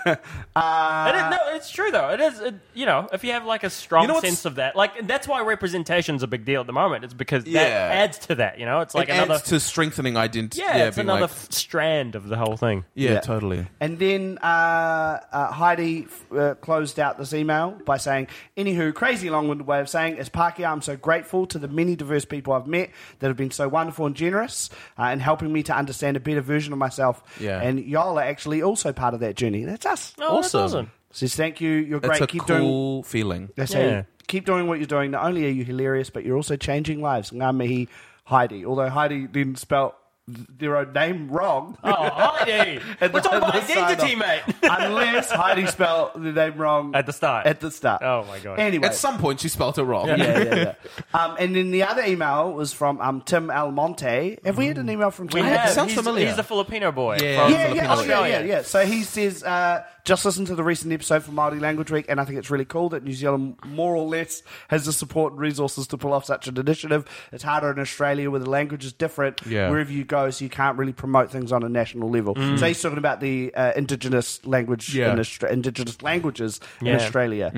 Speaker 2: It is- no, it's true though. It is. It, you know, if you have like a strong
Speaker 3: You know what's-
Speaker 2: sense of that, like that's why representation's a big deal at the moment. It's because that
Speaker 3: Yeah.
Speaker 2: adds to that. You know, it's like
Speaker 3: it
Speaker 2: another.
Speaker 3: adds to strengthening identity.
Speaker 2: yeah, it's
Speaker 3: being
Speaker 2: another
Speaker 3: like-
Speaker 2: f- strand of the whole thing.
Speaker 3: yeah,
Speaker 1: Yeah.
Speaker 3: totally.
Speaker 1: And then uh, uh, Heidi uh, closed out this email by saying, Anywho, crazy long winded way of saying, as Pakia, I'm so grateful to the many diverse people I've met that have been so wonderful and generous uh, in helping me to understand a better version of myself.
Speaker 3: Yeah.
Speaker 1: And y'all are actually also part of that journey. That's us.
Speaker 2: Oh, that's
Speaker 3: Awesome.
Speaker 2: awesome.
Speaker 1: Says, Thank you. You're
Speaker 3: That's
Speaker 1: great.
Speaker 3: a
Speaker 1: Keep doing.
Speaker 3: cool feeling.
Speaker 1: That's
Speaker 2: Yeah.
Speaker 1: it. Keep doing what you're doing. Not only are you hilarious, but you're also changing lives. Ngamihi Heidi. Although Heidi didn't spell th- their own name wrong.
Speaker 2: Oh, Heidi, we're
Speaker 1: At the-
Speaker 2: talking about
Speaker 1: at the side
Speaker 2: identity,
Speaker 1: of-
Speaker 2: mate.
Speaker 1: Unless Heidi spelled the name wrong
Speaker 2: At the start.
Speaker 1: At the start.
Speaker 2: Oh, my God.
Speaker 1: Anyway.
Speaker 3: At some point, she spelled it wrong.
Speaker 1: yeah, yeah, yeah. Um, and then the other email was from um, Tim Almonte. Have we had an email from Tim?
Speaker 2: We have.
Speaker 3: sounds
Speaker 2: he's,
Speaker 3: familiar.
Speaker 2: He's the Filipino boy.
Speaker 3: Yeah.
Speaker 2: from
Speaker 1: Yeah, yeah, oh,
Speaker 3: Filipino
Speaker 1: yeah, yeah,
Speaker 2: Australia.
Speaker 1: yeah. So he says, uh, just listen to the recent episode for Māori Language Week, and I think it's really cool that New Zealand, more or less, has the support and resources to pull off such an initiative. It's harder in Australia where the language is different
Speaker 3: Yeah. Mm.
Speaker 1: wherever you go, so you can't really promote things on a national level. So he's talking about the uh, indigenous language,
Speaker 3: Yeah. Mm.
Speaker 1: in Austra- indigenous languages in
Speaker 2: Yeah.
Speaker 1: Australia.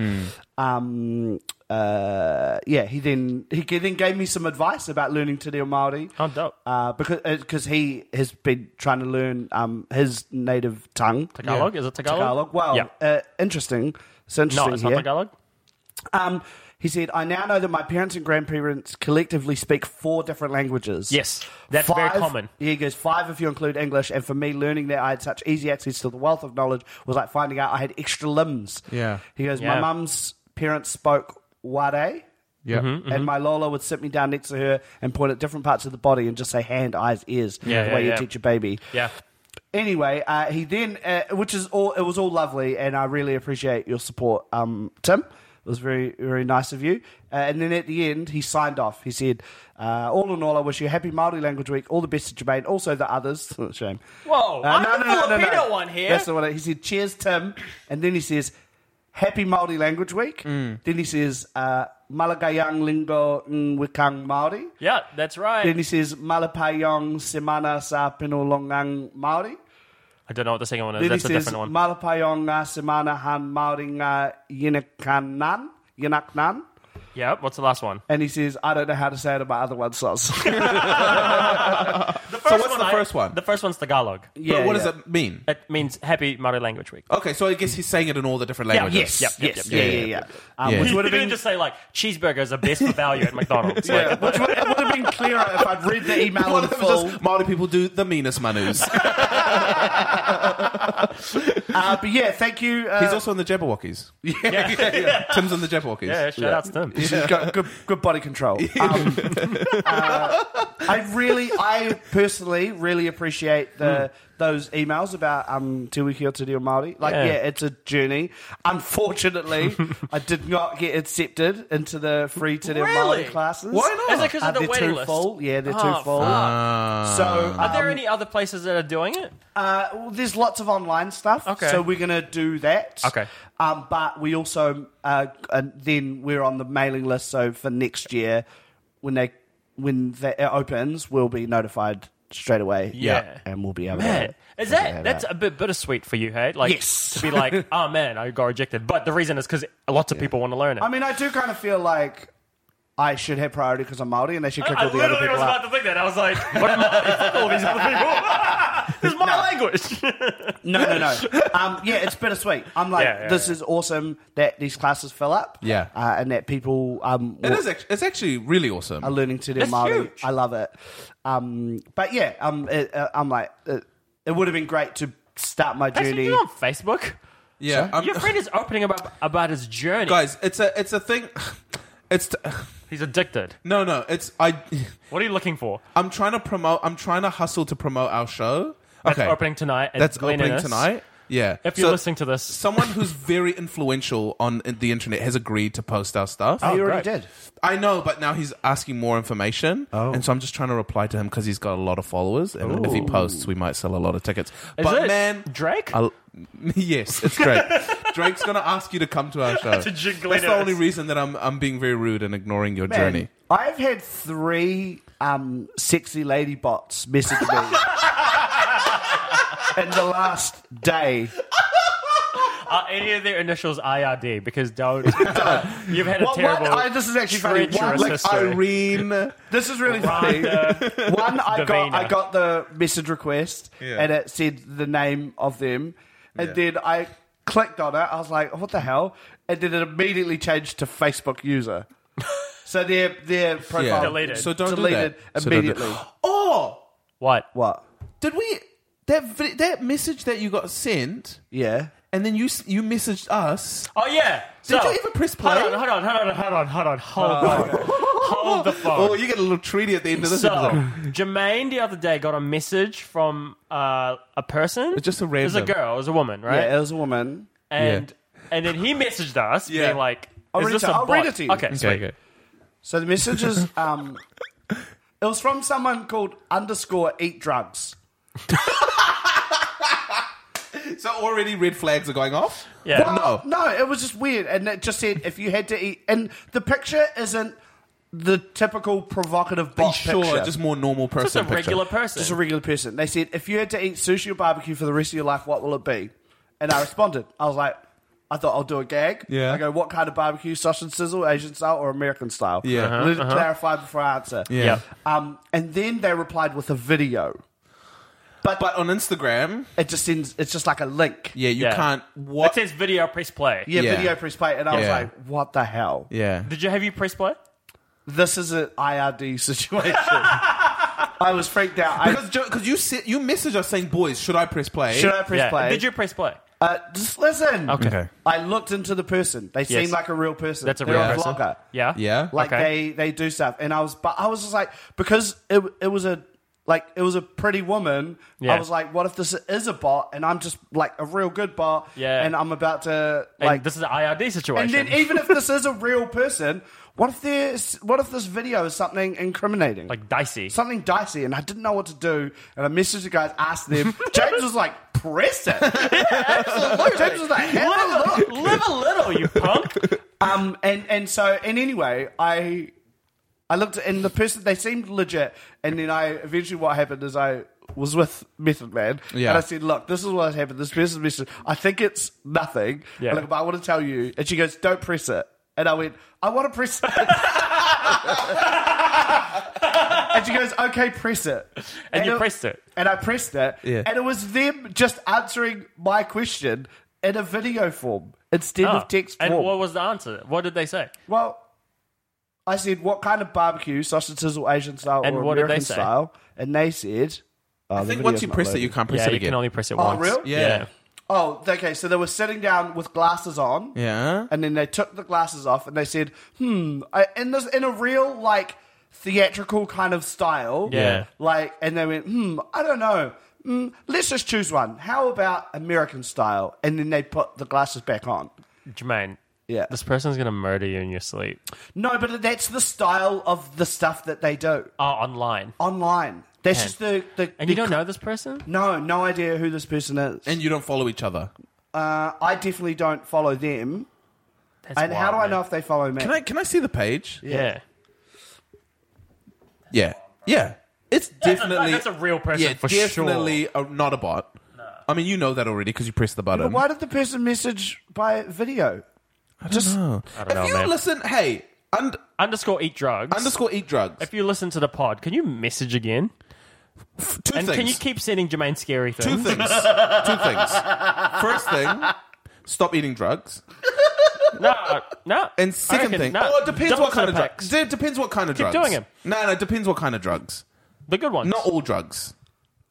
Speaker 1: Um, uh, yeah, he then he then gave me some advice about learning Te Reo Māori
Speaker 2: Oh, dope.
Speaker 1: uh, because because he has been trying to learn um, his native tongue,
Speaker 2: Tagalog? Is it Tagalog?
Speaker 1: Tagalog. Wow,
Speaker 2: Yeah.
Speaker 1: uh, interesting. It's
Speaker 2: No,
Speaker 1: interesting
Speaker 2: it's
Speaker 1: here.
Speaker 2: not Tagalog.
Speaker 1: Um, he said, "I now know that my parents and grandparents collectively speak four different languages.
Speaker 2: Yes, that's very common.
Speaker 1: He goes five if you include English, and for me, learning that I had such easy access to the wealth of knowledge was like finding out I had extra limbs.
Speaker 3: Yeah.
Speaker 1: He goes, my
Speaker 2: Yeah.
Speaker 1: mum's parents spoke Wade."
Speaker 3: Yeah.
Speaker 2: Mm-hmm,
Speaker 1: And my Lola would sit me down next to her and point at different parts of the body and just say hand, eyes, ears,
Speaker 2: Yeah,
Speaker 1: the
Speaker 2: yeah,
Speaker 1: way you
Speaker 2: yeah.
Speaker 1: teach a baby.
Speaker 2: Yeah.
Speaker 1: Anyway, uh, he then, uh, which is all, it was all lovely, and I really appreciate your support, um, Tim. It was very, very nice of you. Uh, and then at the end, he signed off. He said, uh, "All in all, I wish you a happy Maori Language Week. All the best to Jermaine, also the others. Shame. Uh,
Speaker 2: Whoa, I'm the Filipino one here.
Speaker 1: That's the one. He said, "Cheers, Tim," and then he says, "Happy Maori Language Week."
Speaker 2: Mm.
Speaker 1: Then he says, uh, "Malagayang lingo ng wikang Maori."
Speaker 2: Yeah, that's
Speaker 1: Then
Speaker 2: right.
Speaker 1: he says, "Malapayong semana sa pinolongang Maori."
Speaker 2: I don't know what the second one is.
Speaker 1: Then
Speaker 2: That's a
Speaker 1: he says,
Speaker 2: different one.
Speaker 1: "Malapayong nga semana han Maori nga yinakanan yinaknan."
Speaker 2: yeah, what's the last one?
Speaker 1: And he says, "I don't know how to say it about other ones." So I was-
Speaker 2: The
Speaker 3: first what's one the I- first one?
Speaker 2: The first one's Tagalog.
Speaker 1: yeah,
Speaker 3: but what does
Speaker 1: yeah.
Speaker 3: that mean?
Speaker 2: It means Happy Maori Language Week.
Speaker 3: Okay, so I guess he's saying it in all the different languages.
Speaker 2: yes, yep, yep,
Speaker 1: Yes,
Speaker 2: yep,
Speaker 1: yeah,
Speaker 3: yep,
Speaker 1: yeah,
Speaker 3: yep.
Speaker 1: yeah. Um,
Speaker 3: Yeah.
Speaker 1: Which
Speaker 2: You
Speaker 1: would have
Speaker 2: didn't
Speaker 1: been
Speaker 2: just say like cheeseburgers are best for value at McDonald's.
Speaker 1: Yeah,
Speaker 2: Like,
Speaker 1: which would, it would have been clearer if I'd read the email
Speaker 3: What
Speaker 1: in
Speaker 3: if it's
Speaker 1: full.
Speaker 3: just Maori people do the meanest manus?
Speaker 1: Uh, but yeah, thank you. Uh,
Speaker 3: he's also in the Jabberwockies.
Speaker 2: yeah, yeah,
Speaker 3: Tim's in the Jabberwockies.
Speaker 2: yeah, shout out to them.
Speaker 1: she's got good, good body control. Um, uh, I really, I personally really appreciate the those emails about um, Te Wiki o Te Reo Māori. Like,
Speaker 2: Yeah.
Speaker 1: yeah. it's a journey. Unfortunately, I did not get accepted into the free Te Reo
Speaker 2: Really?
Speaker 1: Māori classes.
Speaker 3: Why not?
Speaker 2: Is it because
Speaker 1: Uh,
Speaker 2: of the
Speaker 1: they're
Speaker 2: waiting
Speaker 1: too
Speaker 2: list?
Speaker 1: full. Yeah, they're
Speaker 2: Oh,
Speaker 1: too full.
Speaker 3: Ah.
Speaker 1: So um,
Speaker 2: Are there any other places that are doing it?
Speaker 1: Uh, well, there's lots of online stuff.
Speaker 2: Okay.
Speaker 1: So we're going to do that.
Speaker 2: Okay.
Speaker 1: Um, but we also, uh, and then we're on the mailing list. So for next year, when they when that it opens, we'll be notified straight away.
Speaker 2: Yeah.
Speaker 1: And we'll be able
Speaker 2: Man,
Speaker 1: to.
Speaker 2: is
Speaker 1: Yeah,
Speaker 2: that that's
Speaker 1: right.
Speaker 2: a bit bittersweet for you, hey? Like,
Speaker 1: Yes.
Speaker 2: to be like, oh man, I got rejected, but the reason is because lots of people want to learn it.
Speaker 1: I mean, I do kind of feel like I should have priority because I'm Maori, and they should kick
Speaker 2: I
Speaker 1: all the other
Speaker 2: literally
Speaker 1: people
Speaker 2: was
Speaker 1: out.
Speaker 2: about to think that. I was like, what am I? Fuck all these other people. this is my language.
Speaker 1: No, no, no. Um, yeah, it's bittersweet. I'm like,
Speaker 2: Yeah, yeah,
Speaker 1: this
Speaker 2: yeah.
Speaker 1: is awesome that these classes fill up.
Speaker 3: Yeah.
Speaker 1: Uh, and that people um,
Speaker 3: It
Speaker 1: will-
Speaker 3: is act- it's actually really awesome.
Speaker 1: are learning to do
Speaker 2: That's
Speaker 1: Maori.
Speaker 2: huge.
Speaker 1: I love it. Um, but yeah, um, it, uh, I'm like, it, it would have been great to start my
Speaker 2: Actually,
Speaker 1: journey.
Speaker 2: you're on Facebook.
Speaker 3: yeah. I'm-
Speaker 2: Your friend is opening about about his journey.
Speaker 3: guys, it's a it's a thing. It's t-
Speaker 2: He's addicted.
Speaker 3: no no. It's I.
Speaker 2: What are you looking for?
Speaker 3: I'm trying to promote. I'm trying to hustle to promote our show.
Speaker 2: That's
Speaker 3: Okay,
Speaker 2: opening tonight. At
Speaker 3: That's
Speaker 2: Glen
Speaker 3: opening
Speaker 2: Innes.
Speaker 3: tonight. Yeah.
Speaker 2: If you're
Speaker 3: So-
Speaker 2: listening to this,
Speaker 3: someone who's very influential on the internet has agreed to post our stuff.
Speaker 1: Oh,
Speaker 2: Oh,
Speaker 1: you already did.
Speaker 3: I know, but now he's asking more information,
Speaker 2: Oh.
Speaker 3: and so I'm just trying to reply to him because he's got a lot of followers, and if he posts, we might sell a lot of tickets. but
Speaker 2: it
Speaker 3: man,
Speaker 2: Drake?
Speaker 3: I'll- yes, it's Drake. Drake's gonna ask you to come to our show.
Speaker 2: To jingle
Speaker 3: That's
Speaker 2: it
Speaker 3: the
Speaker 2: out.
Speaker 3: only reason that I'm I'm being very rude and ignoring your
Speaker 1: Man,
Speaker 3: journey.
Speaker 1: I've had three um, sexy lady bots message me in the last day.
Speaker 2: are any of their initials IRD? Because don't. You've had
Speaker 1: What-
Speaker 2: a
Speaker 1: what-
Speaker 2: terrible.
Speaker 1: I- this is actually funny. What-
Speaker 2: treacherous
Speaker 1: like,
Speaker 2: history.
Speaker 3: Irene,
Speaker 1: This is really funny.
Speaker 2: Rhonda.
Speaker 1: One, I got
Speaker 2: Davina.
Speaker 1: I got the message request,
Speaker 3: Yeah.
Speaker 1: and it said the name of them, and
Speaker 3: Yeah.
Speaker 1: then I clicked on it. I was like, "What the hell?" And then it immediately changed to Facebook user. So their their profile
Speaker 2: Deleted.
Speaker 3: So don't
Speaker 1: deleted
Speaker 3: do that. So don't do-
Speaker 1: immediately.
Speaker 3: oh,
Speaker 2: what?
Speaker 1: what?
Speaker 3: did we that vi- that message that you got sent?
Speaker 1: Yeah.
Speaker 3: And then you s- you messaged us.
Speaker 2: Oh yeah.
Speaker 3: Did
Speaker 2: So-
Speaker 3: you ever press play?
Speaker 2: Hold on, hold on, hold on, hold on, hold on, hold on. Hold the phone.
Speaker 3: Oh, you get a little treaty at the end of this
Speaker 2: So,
Speaker 3: episode.
Speaker 2: Jermaine the other day got a message from uh, a person.
Speaker 3: It's just a
Speaker 2: It was a
Speaker 3: random.
Speaker 2: girl. It was a woman, right?
Speaker 1: Yeah, it was a woman.
Speaker 2: and and then he messaged us,
Speaker 3: Yeah.
Speaker 2: being like,
Speaker 1: I'll
Speaker 2: "Is
Speaker 1: read
Speaker 2: this
Speaker 1: it to-
Speaker 2: a
Speaker 1: I'll
Speaker 2: bot?
Speaker 1: read it to you.
Speaker 2: Okay, sweet.
Speaker 1: So the message is um, it was from someone called underscore eat drugs.
Speaker 3: So already red flags are going off.
Speaker 2: Yeah.
Speaker 3: Or no.
Speaker 1: No, it was just weird. And it just said if you had to eat. And the picture isn't the typical provocative bot
Speaker 3: sure,
Speaker 1: picture.
Speaker 3: just more normal person.
Speaker 2: Just a
Speaker 3: picture.
Speaker 2: regular person.
Speaker 1: Just a regular person. They said, if you had to eat sushi or barbecue for the rest of your life, what will it be? And I responded. I was like, I thought I'll do a gag.
Speaker 3: Yeah.
Speaker 1: I go, what kind of barbecue? Sausage sizzle, Asian style, or American style?
Speaker 3: Yeah. Uh-huh,
Speaker 1: Let it clarify before I answer.
Speaker 3: Yeah.
Speaker 1: Um, and then they replied with a video.
Speaker 3: But on Instagram,
Speaker 1: It just sends. It's just like a link.
Speaker 3: yeah, you
Speaker 2: Yeah.
Speaker 3: can't. What?
Speaker 2: It says video press play.
Speaker 1: Yeah,
Speaker 3: Yeah.
Speaker 1: video press play, and I was
Speaker 3: Yeah.
Speaker 1: like, "What the hell?
Speaker 3: yeah.
Speaker 2: Did you have you press play?
Speaker 1: This is an IRD situation." I was freaked out. I,
Speaker 3: Because Jo- 'cause you sit, you message us saying, "Boys, should I press play?"
Speaker 1: should I press
Speaker 2: yeah.
Speaker 1: play?
Speaker 2: Did you press play?
Speaker 1: Uh, just listen.
Speaker 2: Okay. Okay.
Speaker 1: I looked into the person. They seem like a real person.
Speaker 2: That's a
Speaker 1: They're
Speaker 2: real
Speaker 3: person.
Speaker 1: vlogger.
Speaker 2: Yeah.
Speaker 3: Yeah.
Speaker 1: Like
Speaker 2: Okay.
Speaker 1: they they do stuff, and I was but I was just like because it it was a Like it was a pretty woman.
Speaker 2: Yeah.
Speaker 1: I was like, what if this is a bot and I'm just like a real good bot?
Speaker 2: Yeah.
Speaker 1: And I'm about to
Speaker 2: And
Speaker 1: like
Speaker 2: this is an IRD
Speaker 1: and
Speaker 2: situation.
Speaker 1: then even if this is a real person, what if there's what if this video is something incriminating?
Speaker 2: like dicey.
Speaker 1: something dicey, and I didn't know what to do. And I messaged the guys, asked them. James was like, press it. absolutely. James was like, have a look.
Speaker 2: live, a, live a little, you punk.
Speaker 1: Um, and and so and anyway, I I looked at, and the person they seemed legit, and then I eventually what happened is I was with Method Man,
Speaker 3: Yeah.
Speaker 1: and I said, "Look, this is what happened. This person's message. I think it's nothing.
Speaker 2: Yeah.
Speaker 1: Like, but I want to tell you." And she goes, "Don't press it." And I went, "I want to press it." and she goes, "Okay, press it." And,
Speaker 2: you pressed it.
Speaker 1: and I pressed it,
Speaker 3: Yeah.
Speaker 1: and it was them just answering my question in a video form instead
Speaker 2: Oh.
Speaker 1: of text form.
Speaker 2: and what was the answer? What did they say?
Speaker 1: Well, I said, what kind of barbecue, sausage sizzle, Asian style,
Speaker 2: And
Speaker 1: or
Speaker 2: what did they
Speaker 1: American
Speaker 2: say?
Speaker 1: style? And they said, oh,
Speaker 3: I think once you press it, you can't press
Speaker 2: Yeah,
Speaker 3: it
Speaker 2: you
Speaker 3: again.
Speaker 2: can only press it
Speaker 1: Oh,
Speaker 2: once.
Speaker 1: real?
Speaker 3: Yeah.
Speaker 1: Oh, okay. So they were sitting down with glasses on,
Speaker 3: yeah.
Speaker 1: and then they took the glasses off, and they said, "Hmm." I, in this, in a real like theatrical kind of style,
Speaker 2: Yeah.
Speaker 1: Like, and they went, "Hmm, I don't know." Mm, let's just choose one. How about American style? And then they put the glasses back on.
Speaker 2: Jermaine.
Speaker 1: Yeah.
Speaker 2: This person's gonna murder you in your sleep.
Speaker 1: No, but that's the style of the stuff that they do
Speaker 2: Oh, online.
Speaker 1: online. That's
Speaker 2: Man.
Speaker 1: just the, the
Speaker 2: And
Speaker 1: the
Speaker 2: you don't know this person?
Speaker 1: No, no idea who this person is.
Speaker 3: And you don't follow each other.
Speaker 1: uh, I definitely don't follow them.
Speaker 2: That's
Speaker 1: And how
Speaker 2: wild,
Speaker 1: do I
Speaker 2: man.
Speaker 1: know if they follow me?
Speaker 3: Can I can I see the page?
Speaker 2: Yeah.
Speaker 3: Yeah. Yeah. It's definitely
Speaker 2: that's a real person
Speaker 3: yeah,
Speaker 2: for
Speaker 3: definitely a- not a bot. I mean, you know that already because you pressed the button.
Speaker 1: But why did the person message by video?
Speaker 3: I don't know.
Speaker 2: don't
Speaker 3: if
Speaker 2: know,
Speaker 3: you
Speaker 2: man.
Speaker 3: listen, hey, und-
Speaker 2: Underscore eat drugs.
Speaker 3: underscore eat drugs.
Speaker 2: if you listen to the pod, can you message again?
Speaker 3: two
Speaker 2: And
Speaker 3: things.
Speaker 2: can you keep sending Jermaine scary things?
Speaker 3: two things. two things. First thing, stop eating drugs.
Speaker 2: No, no.
Speaker 3: And second
Speaker 2: reckon
Speaker 3: thing,
Speaker 2: not.
Speaker 3: oh, it depends
Speaker 2: Double
Speaker 3: what kind of
Speaker 2: clip-hacks.
Speaker 3: drugs. It depends what kind of
Speaker 2: Keep
Speaker 3: drugs.
Speaker 2: doing 'em.
Speaker 3: No, no, it depends what kind of drugs.
Speaker 2: the good ones.
Speaker 3: Not all drugs.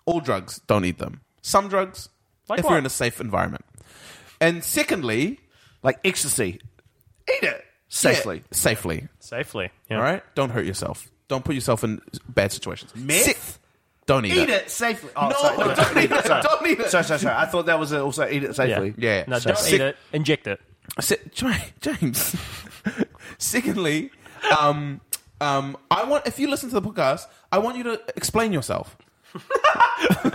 Speaker 3: All drugs, don't eat them. Some drugs,
Speaker 2: Like
Speaker 3: if
Speaker 2: what?
Speaker 3: you're in a safe environment. And secondly,
Speaker 1: Like ecstasy. Eat it safely.
Speaker 3: yeah, safely.
Speaker 2: safely. Yeah.
Speaker 3: All right, don't hurt yourself. Don't put yourself in bad situations.
Speaker 1: Meth?
Speaker 3: Sixth, don't eat,
Speaker 1: Eat it safely. Oh,
Speaker 3: No,
Speaker 1: sorry,
Speaker 3: don't eat it. Don't eat it.
Speaker 1: Sorry, sorry, sorry. I thought that was a- also eat it
Speaker 2: Yeah.
Speaker 1: safely.
Speaker 3: Yeah.
Speaker 2: No,
Speaker 3: So
Speaker 2: don't
Speaker 3: sick-
Speaker 2: eat it. Inject it.
Speaker 3: Si- J- James. Secondly, um, um, I want if you listen to the podcast, I want you to explain yourself.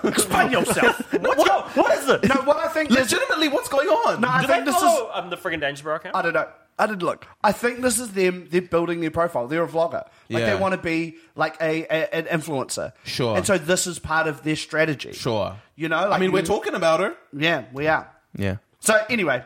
Speaker 1: Explain yourself.
Speaker 3: What, what, what is it?
Speaker 1: no, what I think is.
Speaker 3: Legitimately, what's going on?
Speaker 1: No, I
Speaker 2: Do
Speaker 1: think
Speaker 2: they
Speaker 1: this is.
Speaker 2: follow um, the friggin' Danger Bar account?
Speaker 1: I don't know. I didn't look. I think this is them. They're building their profile. They're a vlogger. Like
Speaker 3: Yeah.
Speaker 1: they want to be like a, a an influencer.
Speaker 3: Sure.
Speaker 1: And so this is part of their strategy.
Speaker 3: Sure.
Speaker 1: You know.
Speaker 3: I
Speaker 1: Like
Speaker 3: mean, we're
Speaker 1: you-
Speaker 3: talking about her.
Speaker 1: Yeah, we are.
Speaker 3: Yeah.
Speaker 1: So anyway,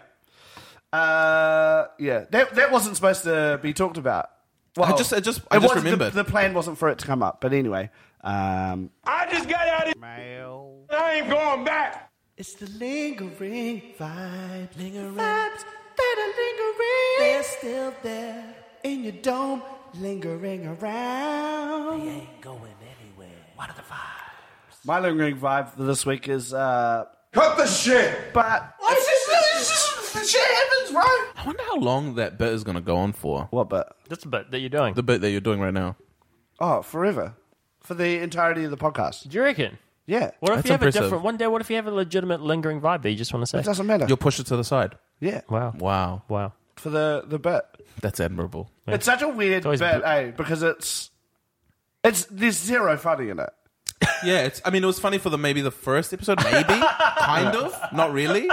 Speaker 1: uh, yeah, that that wasn't supposed to be talked about. Well,
Speaker 3: I just- I just- I
Speaker 1: it
Speaker 3: just
Speaker 1: wasn't- the-
Speaker 3: remembered.
Speaker 1: the, plan wasn't for it to come up. But anyway, um,
Speaker 6: I just got out of
Speaker 1: mail.
Speaker 6: I ain't going back.
Speaker 1: It's the lingering vibe, lingering
Speaker 7: Vibes
Speaker 1: that are lingering.
Speaker 7: They're still there.
Speaker 1: in your dome, lingering around.
Speaker 7: Ain't going anywhere. What are the vibes?
Speaker 1: My lingering vibe for this week is, uh,
Speaker 6: Cut the shit.
Speaker 1: but
Speaker 7: It's just, shit happens, bro.
Speaker 3: I wonder how long that bit is going to go on for.
Speaker 1: what? But
Speaker 2: That's the bit that you're doing.
Speaker 3: The bit that you're doing right now.
Speaker 1: oh, forever for the entirety of the podcast.
Speaker 2: Do you reckon?
Speaker 1: Yeah,
Speaker 2: What if
Speaker 3: That's
Speaker 2: you have
Speaker 3: impressive.
Speaker 2: a different one day? What if you have a legitimate lingering vibe that you just want to
Speaker 1: it
Speaker 2: say?
Speaker 1: doesn't matter.
Speaker 3: You'll push it to the side.
Speaker 1: yeah,
Speaker 2: Wow,
Speaker 3: Wow.
Speaker 2: wow.
Speaker 1: for the the bit.
Speaker 3: That's admirable.
Speaker 1: It's such a weird
Speaker 2: always
Speaker 1: bit,
Speaker 2: bl-
Speaker 1: eh? Because it's it's there's zero funny in it.
Speaker 3: Yeah, it's, I mean, it was funny for the maybe the first episode, maybe, kind of, not really.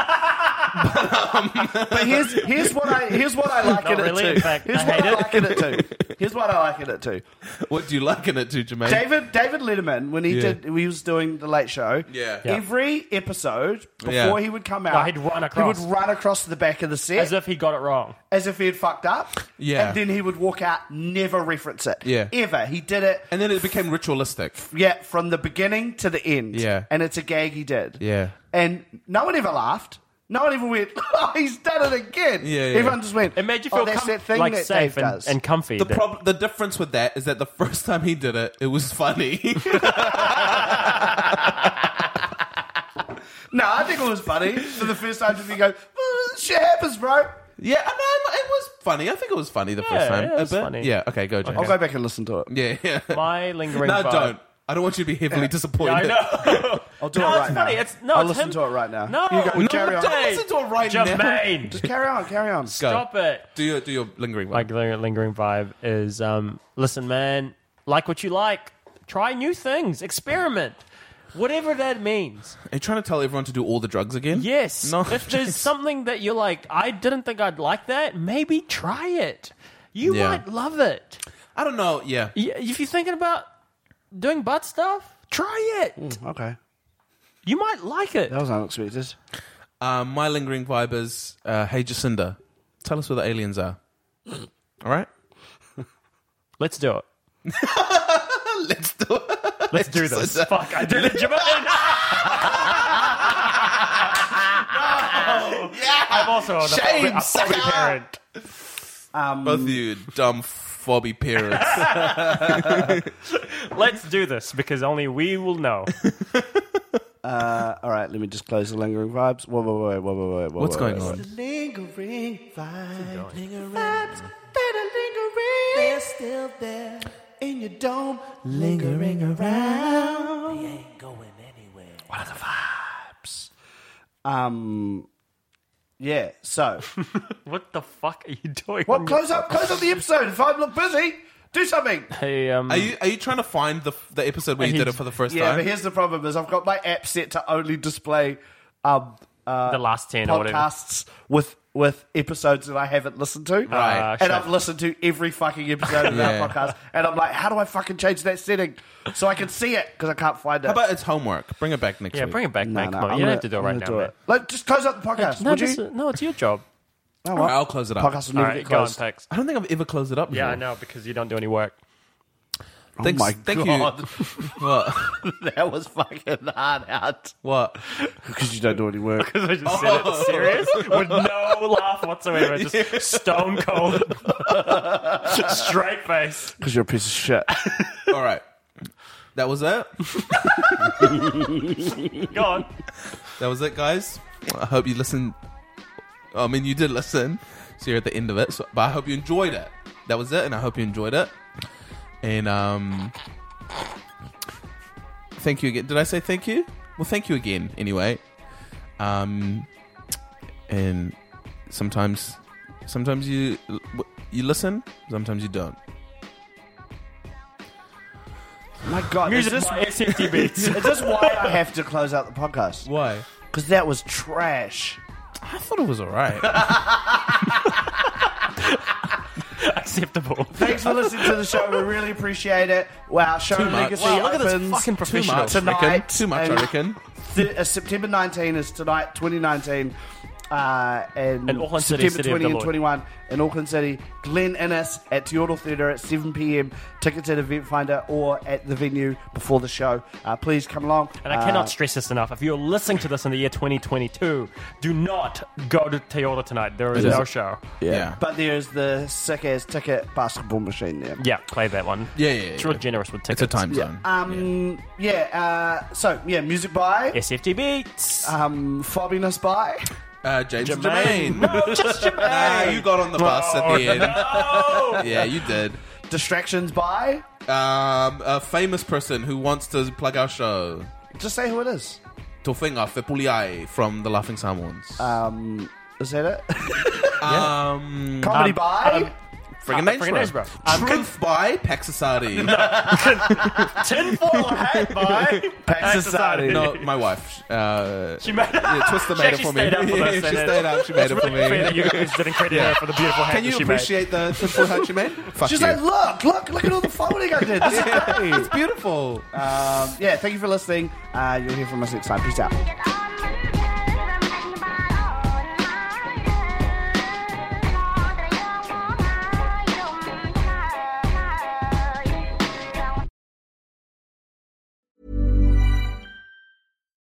Speaker 1: But here's here's what I here's what I like
Speaker 2: Not
Speaker 1: in
Speaker 2: really.
Speaker 1: it too.
Speaker 2: In fact,
Speaker 1: here's
Speaker 2: I
Speaker 1: what
Speaker 2: hate
Speaker 1: I
Speaker 2: it.
Speaker 1: like in it too. Here's what I like in it too.
Speaker 3: What do you like in it, too, Jermaine?
Speaker 1: David David Letterman when he
Speaker 3: Yeah.
Speaker 1: did he was doing the Late Show.
Speaker 3: Yeah. Yeah.
Speaker 1: Every episode before
Speaker 3: Yeah.
Speaker 1: he would come out,
Speaker 2: he'd run
Speaker 1: He
Speaker 2: across.
Speaker 1: would run across the back of the set
Speaker 2: As if he got it wrong.
Speaker 1: as if he had fucked up.
Speaker 3: Yeah.
Speaker 1: And then he would walk out, never reference it.
Speaker 3: Yeah.
Speaker 1: Ever. He did it
Speaker 3: And then it became ritualistic.
Speaker 1: yeah, from the beginning to the end.
Speaker 3: Yeah.
Speaker 1: And it's a gag he did.
Speaker 3: Yeah.
Speaker 1: And no one ever laughed. No one ever went, oh, he's done it again.
Speaker 3: Yeah, yeah.
Speaker 1: Everyone just went,
Speaker 2: It made you
Speaker 1: "Oh,
Speaker 2: feel
Speaker 1: that's
Speaker 2: com-
Speaker 1: that thing
Speaker 2: like
Speaker 1: that
Speaker 2: safe
Speaker 1: Dave
Speaker 2: and,
Speaker 1: does."
Speaker 2: and comfy.
Speaker 3: The
Speaker 2: that-
Speaker 3: prob- the difference with that is that the first time he did it, it was funny.
Speaker 1: no, I think it was funny. For the first time, you go, "Well, shit happens, bro.
Speaker 3: yeah, I know, it was funny. I think it was funny the first time.
Speaker 2: yeah, it
Speaker 3: A
Speaker 2: was
Speaker 3: bit.
Speaker 2: funny.
Speaker 3: Yeah, okay, go, James.
Speaker 1: I'll go back and listen to it.
Speaker 3: Yeah, yeah.
Speaker 2: my lingering
Speaker 3: no,
Speaker 2: vibe.
Speaker 3: don't. I don't want you to be heavily disappointed.
Speaker 2: I know.
Speaker 1: I'll do
Speaker 2: no,
Speaker 1: it right
Speaker 2: it's
Speaker 1: now.
Speaker 2: funny. It's, no,
Speaker 1: I'll
Speaker 2: it's
Speaker 1: listen
Speaker 2: him.
Speaker 1: to it right now.
Speaker 2: No,
Speaker 1: You go-
Speaker 2: no
Speaker 1: carry on.
Speaker 3: Don't listen to it right now.
Speaker 2: Jermaine,
Speaker 1: Just carry on, carry on.
Speaker 3: Go.
Speaker 2: stop it.
Speaker 3: Do your do your lingering one.
Speaker 2: My ling- lingering vibe is um, listen, man, like what you like, try new things, experiment, whatever that means.
Speaker 3: Are you trying to tell everyone to do all the drugs again?
Speaker 2: Yes.
Speaker 3: No.
Speaker 2: if there's something that you're like, I didn't think I'd like that, maybe try it. You
Speaker 3: Yeah.
Speaker 2: might love it.
Speaker 3: I don't know. Yeah.
Speaker 2: Y- If you're thinking about doing butt stuff, try it.
Speaker 3: Mm.
Speaker 1: Okay.
Speaker 2: You might like it.
Speaker 1: That was unexpected.
Speaker 3: Um, my lingering vibe is uh, Hey Jacinda, tell us where the aliens are. All right.
Speaker 2: Let's do it.
Speaker 3: Let's do it.
Speaker 2: Let's do this.
Speaker 3: Jacinda.
Speaker 2: Fuck, I did it, Jermaine. I'm also a
Speaker 3: Shame,
Speaker 2: fobby- a fobby
Speaker 3: sucker.
Speaker 2: parent.
Speaker 1: Um,
Speaker 3: Both of you dumb fobby parents.
Speaker 2: Let's do this because only we will know.
Speaker 1: All right, let me just close the lingering vibes. Whoa, whoa, whoa, whoa, whoa, whoa. whoa
Speaker 3: What's
Speaker 1: whoa,
Speaker 3: going
Speaker 1: whoa.
Speaker 3: on?
Speaker 7: Lingering vibes, lingering vibes that are lingering. They're still there in your dome, lingering around. They ain't going anywhere.
Speaker 1: What are the vibes? Um, yeah, so.
Speaker 2: What the fuck are you doing?
Speaker 1: What? Close up, close up the episode. If I look busy, do something.
Speaker 2: Hey, um,
Speaker 3: Are you are you trying to find the the episode where you did it for the first
Speaker 1: Yeah, but
Speaker 3: time?
Speaker 1: here's the problem is I've got my app set to only display um, uh,
Speaker 2: the last ten or whatever.
Speaker 1: podcasts with with episodes that I haven't listened to.
Speaker 3: Right.
Speaker 2: Uh,
Speaker 1: and
Speaker 2: shit.
Speaker 1: I've listened to every fucking episode of
Speaker 3: Yeah.
Speaker 1: that podcast. And I'm like, how do I fucking change that setting so I can see it? Because I can't find it.
Speaker 3: How about it's homework? Bring it back next
Speaker 2: Yeah,
Speaker 3: week.
Speaker 2: bring it back, man. Come on,
Speaker 1: I'm
Speaker 2: you
Speaker 1: gonna-
Speaker 2: don't have to do it
Speaker 1: I'm
Speaker 2: right
Speaker 1: gonna
Speaker 2: now, man.
Speaker 1: Like, just close up the podcast,
Speaker 2: No,
Speaker 1: would
Speaker 2: this
Speaker 1: you?
Speaker 2: is- no, it's your job.
Speaker 1: No,
Speaker 3: All
Speaker 1: what?
Speaker 3: right, I'll close it up.
Speaker 1: podcast will
Speaker 2: All
Speaker 1: never
Speaker 2: right,
Speaker 1: get
Speaker 2: go on,
Speaker 1: closed.
Speaker 2: Tex.
Speaker 3: I don't think I've ever closed it up.
Speaker 2: Yeah, I
Speaker 3: before.
Speaker 2: know because you don't do any work.
Speaker 3: Thanks,
Speaker 1: Oh my
Speaker 3: thank
Speaker 1: God.
Speaker 3: you. what?
Speaker 1: that was fucking hard out.
Speaker 3: What?
Speaker 1: Because you don't do any work.
Speaker 2: I just said it serious with no laugh whatsoever, just stone cold, straight face.
Speaker 1: Because you're a piece of shit.
Speaker 3: All right. That was it.
Speaker 2: Go on.
Speaker 3: That was it, guys. I hope you listened. I mean, you did listen, so you're at the end of it. So, but I hope you enjoyed it. That was it, and I hope you enjoyed it. And um, thank you again. Did I say thank you? Well, thank you again. Anyway, um, and sometimes, sometimes you you listen, sometimes you don't.
Speaker 1: My God, is
Speaker 2: Music
Speaker 1: this,
Speaker 2: is my SFT beats.
Speaker 1: is this why I have to close out the podcast?
Speaker 3: Why?
Speaker 1: Because that was trash.
Speaker 3: I thought it was all right.
Speaker 2: Acceptable.
Speaker 1: Thanks for listening to the show. We really appreciate it. Wow, show
Speaker 3: Too much.
Speaker 1: legacy
Speaker 3: Wow,
Speaker 2: look at this
Speaker 1: opens
Speaker 2: fucking
Speaker 3: Too
Speaker 2: professional.
Speaker 3: much, I reckon.
Speaker 1: Tonight,
Speaker 3: Too much, I
Speaker 1: and-
Speaker 3: reckon.
Speaker 1: Th- uh, September 19 is tonight, 2019. Uh, and
Speaker 2: In Auckland City,
Speaker 1: September
Speaker 2: City of
Speaker 1: 20 and
Speaker 2: Deloitte.
Speaker 1: 21 in Auckland City, Glen Innes at Teodor Theatre at 7 p.m. Tickets at Event Finder or at the venue before the show. Uh, please come along.
Speaker 2: And I
Speaker 1: Uh,
Speaker 2: cannot stress this enough. If you're listening to this in the year 2022, do not go to Toyota tonight. There is
Speaker 3: It is-
Speaker 2: no show.
Speaker 1: Uh,
Speaker 3: Yeah.
Speaker 1: But there's the sick ass ticket basketball machine there.
Speaker 2: Yeah, play that one.
Speaker 3: Yeah, yeah, yeah.
Speaker 2: It's real generous with tickets.
Speaker 3: It's a time zone.
Speaker 1: Um, yeah. uh, so, yeah, music by.
Speaker 2: SFT Beats.
Speaker 3: Ah.
Speaker 1: Um, fobbiness by.
Speaker 3: Uh, James and
Speaker 2: Jermaine.
Speaker 3: Jermaine.
Speaker 2: No, just Jermaine.
Speaker 3: Ah, you got on the bus at the end.
Speaker 2: Oh.
Speaker 3: Yeah, you did.
Speaker 1: Distractions by.
Speaker 3: Um, a famous person who wants to plug our show.
Speaker 1: Just say who it is.
Speaker 3: Tofinga Fepuliai from the Laughing Samoans.
Speaker 1: Um, is that it?
Speaker 3: um,
Speaker 1: Comedy by.
Speaker 3: friggin' names,
Speaker 2: friggin' names,
Speaker 3: bro.
Speaker 2: bro.
Speaker 3: Truth by Paxasari. No,
Speaker 2: Tinfoil hat by
Speaker 1: Pax Society.
Speaker 3: no, my wife. Uh,
Speaker 2: She made
Speaker 3: yeah, Twister made it
Speaker 2: actually
Speaker 3: for me.
Speaker 2: stayed up for
Speaker 3: Yeah,
Speaker 2: this,
Speaker 3: she
Speaker 2: and it-
Speaker 3: stayed up. She made it for
Speaker 2: really fair that
Speaker 3: me.
Speaker 2: you guys didn't credit her for the beautiful hat
Speaker 3: Can
Speaker 2: that
Speaker 3: you
Speaker 2: she
Speaker 3: appreciate the simple hat you made? Fuck
Speaker 1: She's
Speaker 3: you.
Speaker 1: like, look, look, look at all the folding I did. This is great.
Speaker 3: it's beautiful.
Speaker 1: Um, yeah, thank you for listening. Uh, you'll hear from us next time. Peace out.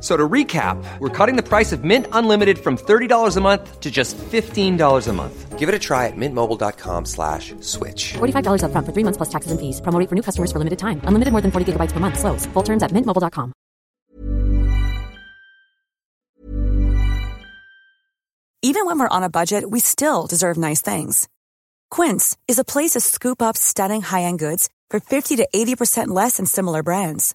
Speaker 8: So to recap, we're cutting the price of Mint Unlimited from $30 a month to just $15 a month. Give it a try at mintmobile.com slash switch.
Speaker 9: $45 upfront for three months plus taxes and fees. Promo rate for new customers for limited time. Unlimited more than 40 gigabytes per month. Slows. Full terms at mintmobile.com.
Speaker 10: Even when we're on a budget, we still deserve nice things. Quince is a place to scoop up stunning high-end goods for 50 to 80% less than similar brands.